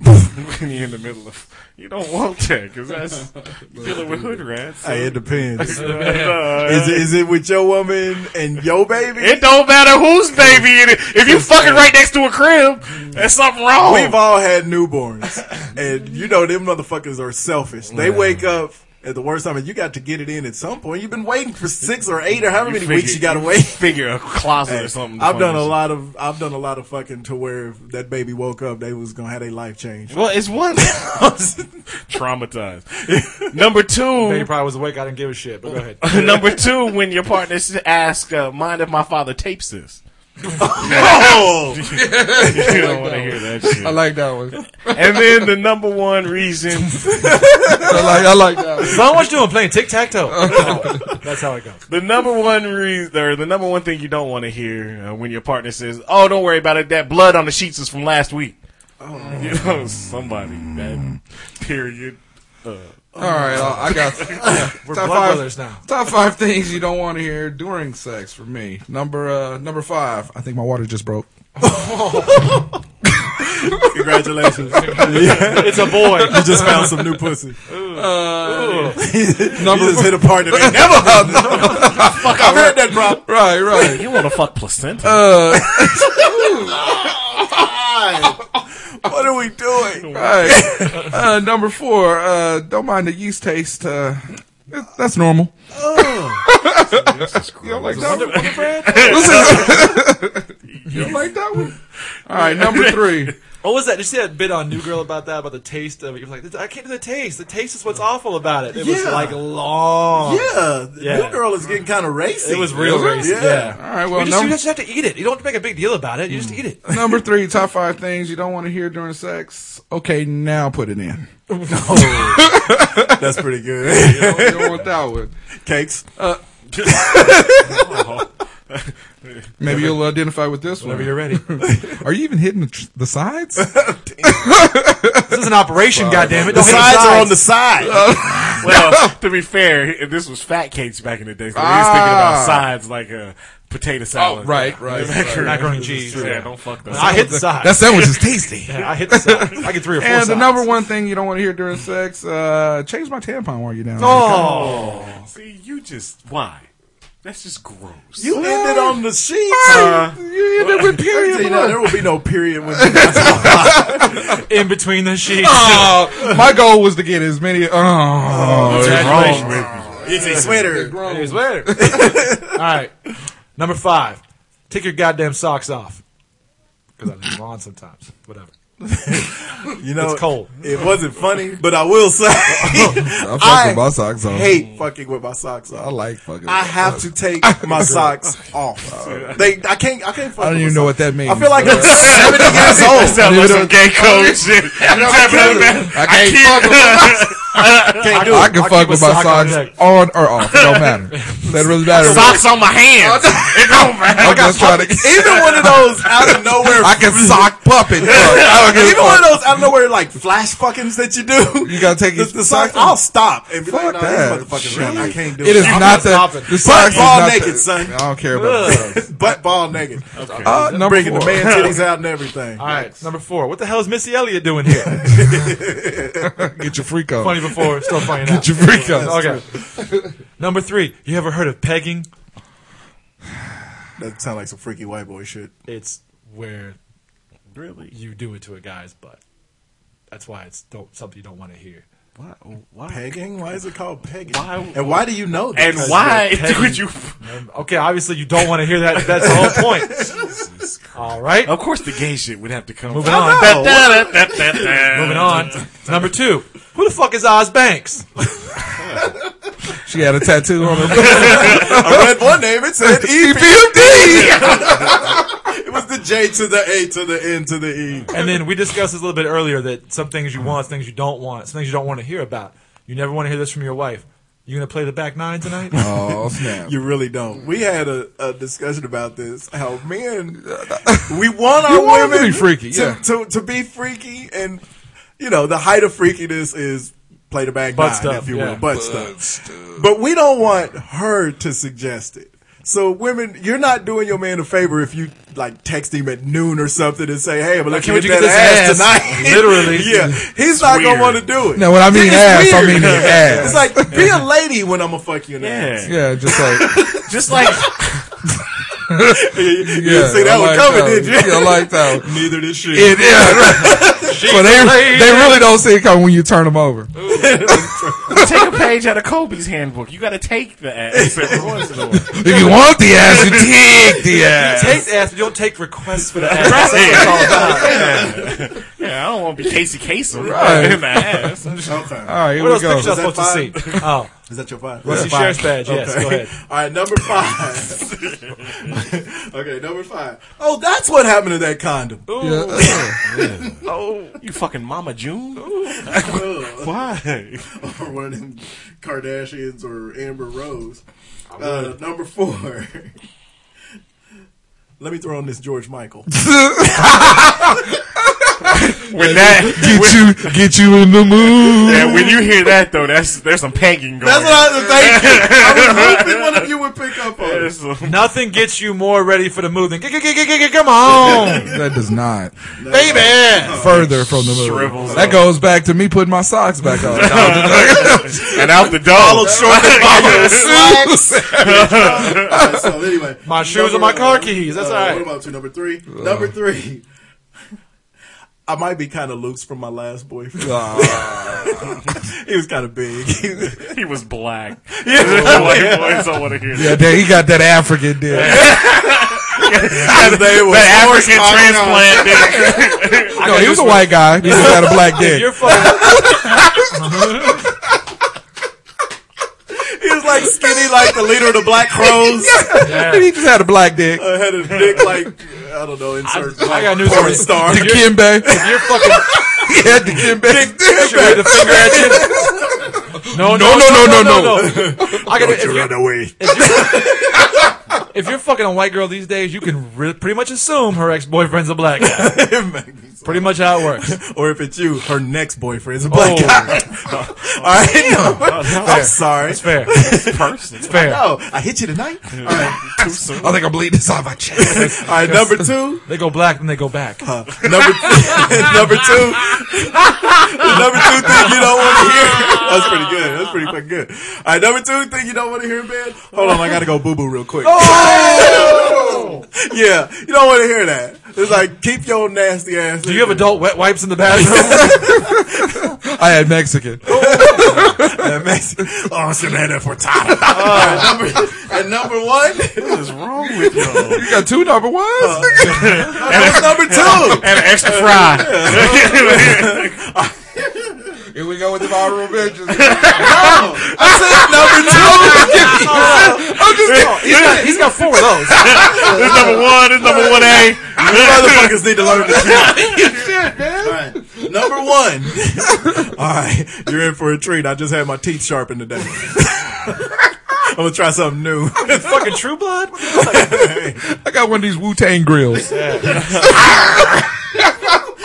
S9: (laughs) when you're in the middle of, you don't want that because (laughs) that's you're dealing with hood rats.
S6: Hey, it depends. is,
S9: Uh,
S6: it, is it with your woman and your baby?
S9: it don't matter whose baby it is. If you fucking right next to a crib, that's something wrong.
S6: We've all had newborns, and you know them motherfuckers are selfish. They wake up at the worst time, and you got to get it in at some point. You've been waiting for six or eight or however many weeks you got to wait.
S9: Figure a closet or something. to
S6: I've done
S9: find
S6: a
S9: yourself.
S6: lot of I've done a lot of fucking to where if that baby woke up, they was gonna have their life change.
S9: Well, it's (laughs) one traumatized. (laughs) Number
S7: Baby
S9: two,
S7: probably was awake. I didn't give a shit. But go ahead.
S9: number two, when your partner s- asks, uh, "Mind if my father tapes (laughs) this?" Oh! (laughs) you don't want to hear (laughs) that shit.
S8: I like that one.
S9: And then the number one
S8: (laughs)
S9: reason,
S8: I like. I like that. One.
S7: Son, what you doing? Playing tic tac toe. That's how it goes.
S9: the number one reason, or the number one thing you don't want to hear uh, when your partner says, "Oh, don't worry about it. That blood on the sheets is from last week." You know, somebody that period.
S8: All right, I I
S7: (laughs)
S8: got.
S7: We're
S8: Top
S7: blood
S8: five.
S7: brothers now.
S8: Top five things you don't want to hear during sex for me. Number uh number five. I think my water just broke.
S6: Congratulations, you
S7: It's a boy.
S6: just found some new
S7: (laughs)
S6: pussy. (laughs)
S7: Uh,
S8: Number
S6: You just
S8: four-
S6: hit a part that ain't never Fuck, I've heard that drop.
S8: right, right.
S9: You want to fuck placenta?
S6: What are we doing?
S8: right. Uh, number four. Uh, don't mind the yeast taste. Uh, it- that's normal. you don't like that one, Listen. you don't like that one? All right, (laughs) number three.
S7: Oh, What was that? Did you see that bit on New Girl about that? About the taste of it? You're like, I can't do the taste. The taste is what's awful about it. It was
S6: Yeah.
S7: like long.
S6: Yeah, the
S7: Yeah.
S6: new girl is getting kind of racy.
S7: It was real
S8: Really?
S6: Yeah.
S7: racist. Yeah.
S8: All right,
S7: You
S8: well,
S7: just, you
S8: number,
S7: just have to eat it. You don't have to make a big deal about it. You just eat (laughs) it.
S8: number three, top five things you don't want to hear during sex. Okay, now put it (laughs) in.
S6: That's pretty
S7: (laughs)
S6: good.
S8: You don't want that one.
S6: (laughs) Cakes.
S8: Maybe you'll identify with this
S7: Whenever
S8: one.
S7: you're ready. this
S8: Are you even hitting the, tr- the sides?
S7: is an operation, goddammit.
S6: The
S7: Don't hit Uh,
S6: sides are on the side.
S9: Well, to be fair, this was fat cakes back in the day, so we was
S8: Ah. Oh,
S9: thinking about sides like a potato salad.
S8: (laughs) right, right,
S9: Macaroni,
S7: Macaroni
S9: This is
S7: cheese,
S9: true. Yeah,
S7: yeah.
S9: don't fuck those.
S7: I hit the side.
S8: that sandwich (laughs) is tasty.
S7: yeah, I hit the side. I get three or four
S8: And the
S7: sides.
S8: number one thing you don't want to hear during sex, uh, change my tampon while you're down.
S7: Oh.
S9: See, you just why? That's just gross.
S6: You ended on the sheets.
S9: Uh,
S8: you ended with period.
S6: You know, there will be no period when you
S7: in between the sheets.
S8: (laughs) Oh, my goal was to get as many. Oh,
S7: Congratulations.
S6: (laughs) It's a sweater.
S7: It is later. (laughs) All right. Number five. Take your goddamn socks off. Because I leave them on sometimes. Whatever.
S6: You know,
S7: It's cold.
S6: It wasn't funny, but I will (laughs) say,
S8: I'm fucking
S6: I
S8: my socks off.
S6: hate fucking with my socks
S8: I
S6: off.
S8: like fucking.
S6: I have to
S8: (laughs)
S6: take my socks off. They, I can't, I can't. Fuck
S8: I
S6: with my
S8: don't even know
S6: socks.
S8: what that means.
S6: I feel like I'm seventy
S8: (laughs)
S6: years
S9: That
S6: old.
S9: sounds like some gay (laughs) code shit. (laughs)
S8: I can't fuck with my
S6: Can't do
S8: I
S6: it.
S8: can
S7: I
S8: fuck
S7: keep a
S8: with my
S7: sock on
S8: socks
S7: deck.
S8: on or off. It don't matter. That really matter.
S9: Socks on my hands. it don't matter.
S8: I'm just trying to.
S6: Even one of those out of nowhere.
S8: I can sock puppet. Fuck. I don't give a
S6: even one
S8: fuck.
S6: of those out of nowhere like flash fuckings that you do.
S8: You gotta take
S6: the,
S8: your
S6: the socks.
S8: socks
S6: I'll
S8: off.
S6: stop and be like,
S8: Fuck
S6: no,
S8: that.
S6: this motherfucker's right. I can't do it.
S8: It is
S6: I'm
S8: not
S6: the
S8: the the socks. is
S6: ball
S8: not
S6: naked,
S8: the-
S6: son.
S8: I don't care about the socks.
S6: (laughs) butt ball naked.
S8: Uh, number
S6: Bringing
S8: four.
S6: the
S8: (laughs)
S6: man titties out and everything.
S7: All right. Number four. What the hell is Missy Elliott
S8: (laughs)
S7: doing here?
S8: Get your freak on.
S7: funny before, still funny now.
S8: Get your (laughs) freak on.
S7: okay. Number three. You ever heard of pegging?
S6: That sounds like some freaky white boy shit.
S7: It's where
S9: Really?
S7: you do it to a guy's butt. That's why it's don't, something you don't want to hear.
S9: Why? Why?
S6: Pegging? Why is it called pegging?
S9: Why-
S6: And why do you know that?
S9: And why (laughs) would you?
S7: Um, Okay, obviously you don't want to hear that. That's the whole
S8: (laughs)
S7: point. All right.
S9: Of course, the gay shit would have to come.
S7: Moving on. Moving
S9: Moving
S7: on. Number two. Who the fuck is Oz Banks?
S8: She had a tattoo on her.
S6: I read one name. It said E.
S8: BMD.
S6: It was the J to the A to the N to the E.
S7: And then we discussed this a little bit earlier that some things you want, some things you don't want, some things you don't want to hear about. You never want to hear this from your wife. You gonna play the back nine tonight?
S8: Oh snap!
S6: You really don't. We had a, a discussion about this. How men, (laughs) we want our
S8: want 'em to
S6: women
S8: be freaky,
S6: to,
S8: yeah.
S6: to to be freaky, and you know the height of freakiness is play the back
S7: Butt
S6: nine,
S7: stuff,
S6: if you
S7: yeah.
S6: will, butt, stuff. But we don't want her to suggest it. So women, you're not doing your man a favor if you like text him at noon or something and say, "Hey, but look,
S7: can
S6: hit
S7: we get
S6: that ass,
S7: this ass?"
S6: tonight."
S8: (laughs)
S7: Literally.
S6: yeah, he's not
S9: weird.
S6: gonna want to do it.
S8: No, when I mean
S6: It's
S8: ass, I
S6: weird. (laughs)
S8: mean your ass.
S6: It's like be a lady when I'm gonna fuck you in the ass.
S9: Yeah.
S8: yeah, just like
S9: Just (laughs) like
S8: yeah.
S6: see that
S8: I
S6: one
S8: like
S6: coming,
S8: that.
S6: did you?
S8: Yeah, I like
S6: (laughs)
S8: that. one.
S6: Neither did she.
S8: It, yeah, right. but they they really don't see it coming when you turn them over.
S9: take a page out of Kobe's handbook. You got to take the ass every once in a while.
S8: If you want the ass, you take the ass.
S7: Take ass, but you don't take requests
S9: (laughs)
S7: for the ass. That's what it's all about.
S9: Yeah, I don't want to be Casey Kasem
S8: Right.
S9: in the ass.
S8: All right, here
S7: What else
S8: we go.
S7: pictures I'm supposed
S6: that
S7: to see? Oh,
S6: Is that your five?
S7: Rusty Sheriff's badge. Yes, go ahead.
S6: (laughs) All right, number five. (laughs) okay, number five. Oh, that's what happened to that (laughs) condom.
S9: (laughs) Oh. You fucking Mama June? Why?
S6: Or one of them Kardashians or Amber Rose. Uh, number four. (laughs) Let me throw on this George (laughs) Michael.
S9: When that,
S8: Get you get you in the mood.
S9: yeah, when you hear that though, that's there's some pegging going.
S6: That's what I was thinking. I was hoping one of you would pick up on it.
S9: There's some-
S7: (laughs) Nothing gets you more ready for the move than "G- g- g- g- g- come
S8: (laughs)
S7: on,
S8: That does not
S7: baby.
S8: further from the mood.
S9: Shrivels
S8: That goes back to me putting my socks back
S7: (laughs)
S8: on.
S9: and out the door.
S6: All right, so anyway,
S7: My shoes are my car
S6: one-
S7: keys. That's
S6: uh,
S7: all right.
S6: What about two? Number three. Number three. (laughs) I might be kind of loose from my last boyfriend. he was kind of big. (laughs)
S9: he was black. Yeah, white (laughs) boys don't want to hear
S8: Yeah,
S9: that.
S8: there, he got that African dick.
S6: His name was
S9: That
S6: Forrest
S9: African
S6: Conrad.
S9: transplant dick.
S8: No, he was a white guy. He just got a black dick.
S7: You're fucking.
S6: He was like skinny, like the leader of the Black Crows.
S8: He just had a black dick.
S6: uh, had a dick like I don't know. Insert
S7: (laughs) I got
S6: black
S7: news for
S6: porn
S7: you.
S6: star.
S8: Dikembe.
S7: You're fucking.
S8: (laughs) He had Dikembe.
S7: (laughs) Shoot with the finger at you. No,
S6: (laughs)
S8: No, no, no, no,
S7: I got if, you-
S6: away.
S7: if you- (laughs) if you're fucking a white girl these days, you can re- pretty much assume her ex boyfriend's a
S6: (laughs)
S7: black guy. pretty much how it works.
S6: (laughs) or if it's you, her next boyfriend's a black
S7: Oh.
S6: guy.
S7: (laughs)
S6: (laughs) All right, no, I'm sorry.
S7: It's Oh, fair.
S9: First, it's
S7: Fair.
S6: No, (laughs) I hit you tonight. (laughs) All right,
S9: too soon.
S8: I think I'm bleeding this out of my chest.
S6: all right. Number two,
S7: They go black, then they go back.
S6: number (laughs) number two, number two thing you don't want to hear. That's pretty good. That's pretty fucking good. All right, number two thing you don't want to hear, man. Hold on, I gotta go boo boo real quick. (laughs) yeah, you don't want to hear that. It's like keep your nasty ass.
S7: Do you have adult wet wipes in the bathroom?
S8: (laughs) I had Mexican.
S6: That makes- oh, I should have had that for time. At number one,
S8: You got two number ones?
S6: that was number
S9: (laughs)
S6: two.
S9: And an extra fry.
S8: Here we go with the viral (laughs) bitches.
S6: I said number two.
S8: I'm just
S7: he's, got, he's got four of those.
S9: This number one. This number one A.
S6: Motherfuckers need to learn
S9: (laughs)
S6: this.
S8: shit, man.
S6: All right, number one. (laughs) All right, you're in for a treat. I just had my teeth sharpened today. (laughs) I'm gonna try something new. (laughs)
S7: fucking True Blood.
S8: I got one of these Wu Tang grills.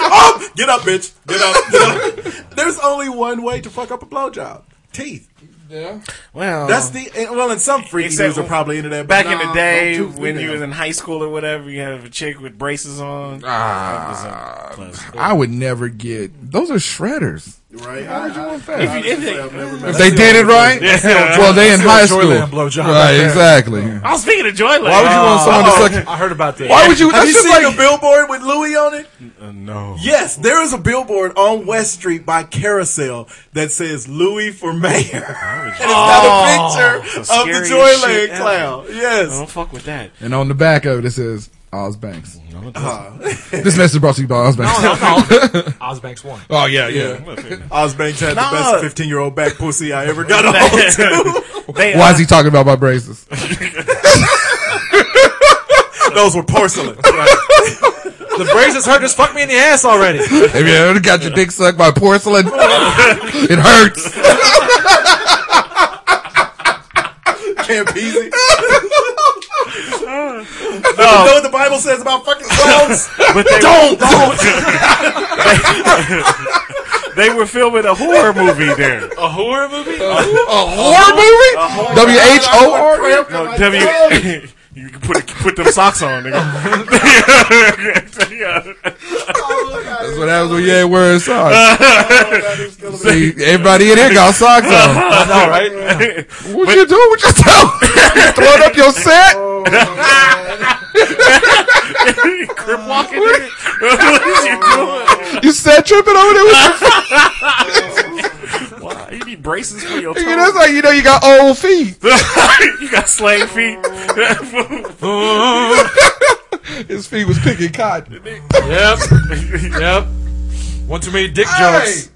S6: Oh, get up, bitch. Get up. Get up. There's only one way to fuck up a blowjob. Teeth.
S8: Yeah.
S9: Well,
S6: That's the and- well, and some freaky
S9: Except
S6: dudes are probably into that. but
S9: back in
S6: nah,
S9: the day
S6: don't do
S9: when
S6: that.
S9: you was in high school or whatever, you have a chick with braces on.
S8: Ah.
S9: That was a-
S8: I would never get those are shredders.
S6: right, I, I,
S9: if you if they-
S8: If they did it right, well, they in high school.
S7: Joyland blowjob.
S8: Right, exactly.
S9: I was speaking of Joyland.
S8: Why would you want someone to suck?
S7: I heard about this.
S8: Why would you?
S6: Have
S8: That's
S6: you
S8: just
S6: seen
S8: like
S6: a billboard with Louis on it?
S9: Uh, no.
S6: Yes, there is a billboard on West Street by Carousel that says Louis for mayor. (laughs) and it's got a picture
S9: Oh. the
S6: of the
S9: scariest shit
S6: Joyland
S9: ever.
S6: clown.
S9: I
S6: Yes.
S9: don't fuck with that.
S8: And on the back of it, it says Oz Banks. Uh. this message brought to you by Oz Banks.
S7: No, (laughs) no, no. Osbanks won.
S8: Oh yeah, yeah.
S6: Osbanks had the
S9: Nah.
S6: best 15 year old back pussy I
S9: (laughs)
S6: ever got on to.
S9: They,
S8: Why is he talking about my braces?
S6: Those were porcelain.
S7: The braces hurt. Just fuck me in the ass
S6: (laughs)
S7: already.
S8: Have you ever got your dick sucked by porcelain? it hurts.
S9: (laughs)
S6: Campese. You know what the Bible says about fucking clowns?
S9: but they don't don't. (laughs) they, they were filming a horror movie there.
S7: A horror movie?
S8: A horror movie? W H O R?
S9: No, W. (laughs) You can put put them socks on, (laughs) nigga.
S8: That's what happens when you ain't wearing socks. (laughs) See, everybody in here got socks (laughs) on.
S7: I know, right?
S8: What you doing with yourself? you throwing up your set?
S9: Crip walking. nigga? what are you doing?
S8: You set tripping over there? With your,
S9: Why? You need braces for your
S8: (laughs) you know, that's
S9: toes.
S8: like you know you got old feet.
S9: (laughs) you got slang feet.
S8: His feet was picking cotton.
S7: Yep. Yep. One too many dick jokes.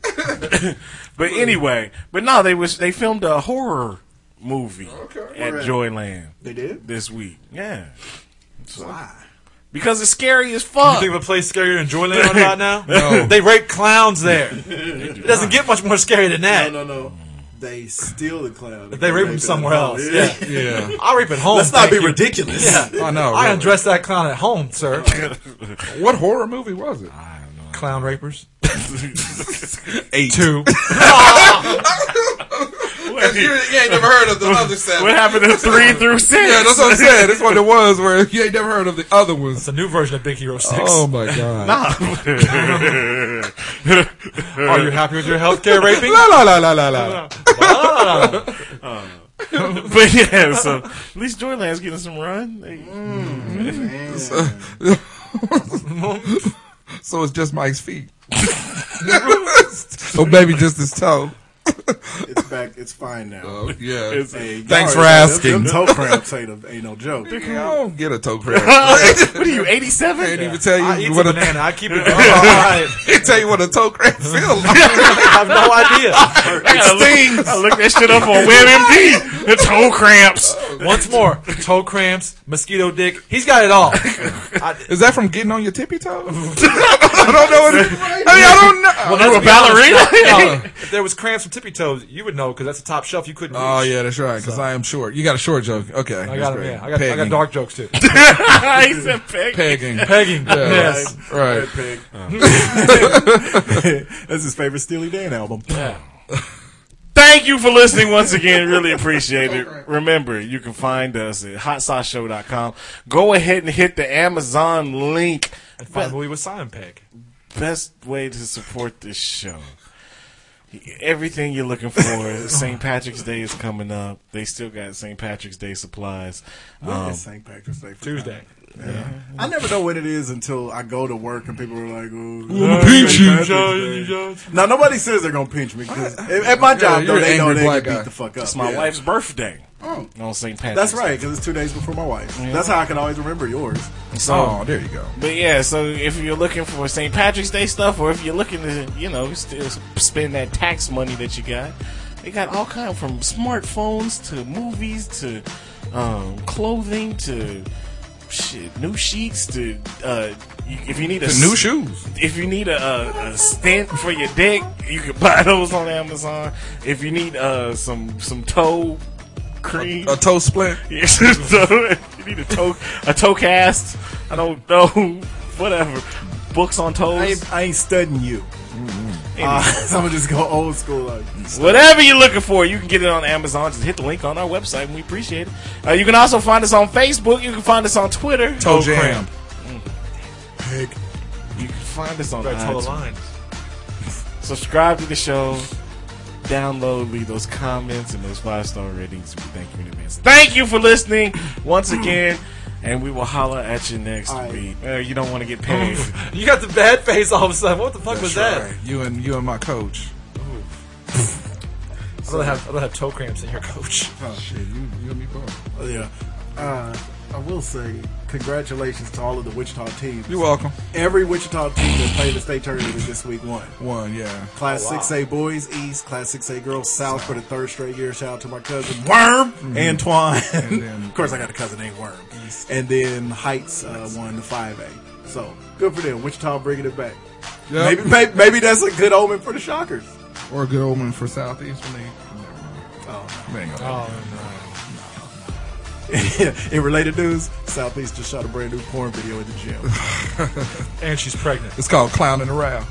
S9: but anyway, but no, they was they filmed a horror movie at Joyland
S6: They did?
S9: this week. Yeah,
S6: Why?
S9: because it's scary as
S7: (laughs)
S9: fuck.
S7: Think of a place scarier than Joyland or not
S6: (laughs)
S7: now? They rape clowns there. It doesn't get much more scary than that.
S6: No, no, no. They steal the clown.
S7: They rape him somewhere else. Yeah.
S8: Yeah,
S7: I'll rape at home.
S6: Let's not
S7: thank
S6: be Oh,
S7: you.
S6: ridiculous.
S8: I know.
S7: I
S8: really.
S7: undressed that clown at home, sir.
S8: What horror movie was it?
S7: Clown rapers.
S8: Eight.
S7: Two.
S8: You, ain't never heard of the other seven.
S9: What happened to three through six?
S8: Yeah, that's what I'm saying. That's what it was. Where you ain't never heard of the other
S7: It's
S8: ones.
S7: a new version of Big Hero 6.
S8: Oh my god.
S7: Are you happy with your healthcare
S8: (laughs)
S7: raping?
S8: La la la la la la.
S9: (laughs) but yeah, so at least Joyland's getting some run. They-
S8: So it's just Mike's
S7: (laughs)
S8: feet. so maybe just his toe.
S6: It's back. It's fine now.
S8: Oh, yeah.
S9: it's-
S6: Hey, y'all
S8: Thanks
S6: are-
S8: for asking.
S6: Them, them toe cramps ain't, ain't no joke.
S8: I don't get a toe
S7: (laughs)
S8: cramp. I
S9: what are you, eighty
S8: can't
S9: seven?
S8: even tell
S7: I
S8: you
S7: eat
S8: what
S7: a
S8: a, (laughs)
S7: banana. I keep it. I
S8: can't tell you what a toe
S7: (laughs)
S8: cramp feels like.
S7: have no idea.
S9: I, looked that shit up on (laughs) WebMD. The toe cramps.
S7: (laughs) Once more, toe cramps, mosquito dick. He's got it (laughs) all.
S8: Is that from getting on your tippy
S7: (laughs)
S8: toe? (laughs) I don't know. What it, I mean, I don't know.
S7: Well,
S9: You a ballerina? (laughs)
S7: if there was cramps from tippy toes, you would know because that's the top shelf you couldn't.
S8: Oh
S7: reach.
S8: yeah, that's right. Because I am short. You got a short joke. Okay,
S7: I
S8: that's
S7: got 'em,
S8: great.
S7: yeah. I got- I got
S8: Pegging.
S7: dark jokes,
S8: (laughs)
S7: too.
S12: He said pegging.
S8: Pegging.
S12: Pegging,
S8: Yeah,
S12: yes.
S8: Right.
S12: Red pig.
S6: (laughs)
S8: Oh.
S12: That's his favorite Steely Dan album.
S7: Yeah.
S9: Thank you for listening once again. Really appreciate it. Remember, you can find us at hotsauceshow.com. Go ahead and hit the Amazon link.
S7: And finally, with Simon Peg.
S9: Best way to support this show. Everything you're looking for. St. Patrick's Day is coming up. They still got St. Patrick's Day supplies.
S6: When
S9: Um,
S6: is St. Patrick's Day?
S7: Tuesday.
S6: Yeah. I never know what it is until I go to work and people are like, "Ooh,
S8: We'll
S6: St.
S8: pinch you,
S6: Patrick's
S8: Johnny
S6: Day." Now nobody says they're gonna pinch me 'cause at at my job though they know they can beat the fuck up.
S9: It's my
S6: Yeah.
S9: wife's birthday.
S6: Oh.
S9: On St. Patrick's
S6: That's right because it's two days before my wife.
S9: Yeah.
S6: That's how I can always remember yours.
S8: Oh,
S9: So, But yeah, so if you're looking for St. Patrick's Day stuff, or if you're looking to, you know, still spend that tax money that you got, they got all kind from smartphones to movies to um, clothing to shit, new sheets to uh, y- if you need a
S8: To new
S9: s-
S8: shoes.
S9: if you need a, a, a stent for your dick, you can (laughs) buy those on Amazon. If you need uh, some some toe cream,
S8: A toe splint.
S9: Yes, (laughs) so you need a toe, a toe cast. I don't know, (laughs) whatever. Books on toes.
S6: I ain't, I ain't studying (laughs) you. Uh, so I'm gonna just go old school. Like,
S9: (laughs) Whatever you're looking for, you can get it on Amazon. Just hit the link on our website, and we appreciate it. Uh, you can also find us on Facebook. You can find us on Twitter.
S8: Toe jam.
S9: Pig. You can find us on
S7: Better toe
S9: iTunes.
S7: line.
S9: Subscribe to the show. Download, leave those comments and those five star ratings. We thank you in advance. Thank you for listening once again, and we will holler at you next week. Uh, you don't want to get paid.
S7: (laughs) You got the bad face all of a sudden. What the fuck was that?
S8: You and you and my coach.
S7: I don't have I don't have toe cramps in here, Coach.
S6: Oh,
S8: shit, you, you and me both.
S6: Oh, yeah. Uh, I will say congratulations to all of the Wichita teams.
S8: You're welcome.
S6: Every Wichita team that played the state tournament this week won.
S8: One, yeah.
S6: Class
S8: Oh, wow.
S6: 6A boys east, Class 6A girls south for the third straight year. Shout out to my cousin Worm Antoine.
S8: Mm-hmm. And then-
S6: (laughs) of course, I got a cousin named Worm. And then Heights uh, won the 5A. So good for them. Wichita bringing it back.
S8: Yep.
S6: Maybe, maybe maybe that's a good omen for the Shockers. (laughs)
S8: Or a good omen for Southeast when they. Never mind.
S6: Oh,
S8: They ain't gonna-
S6: In related news, Southeast just shot a brand new porn video in the gym.
S7: And she's
S8: (laughs)
S7: pregnant.
S8: It's called clowning around.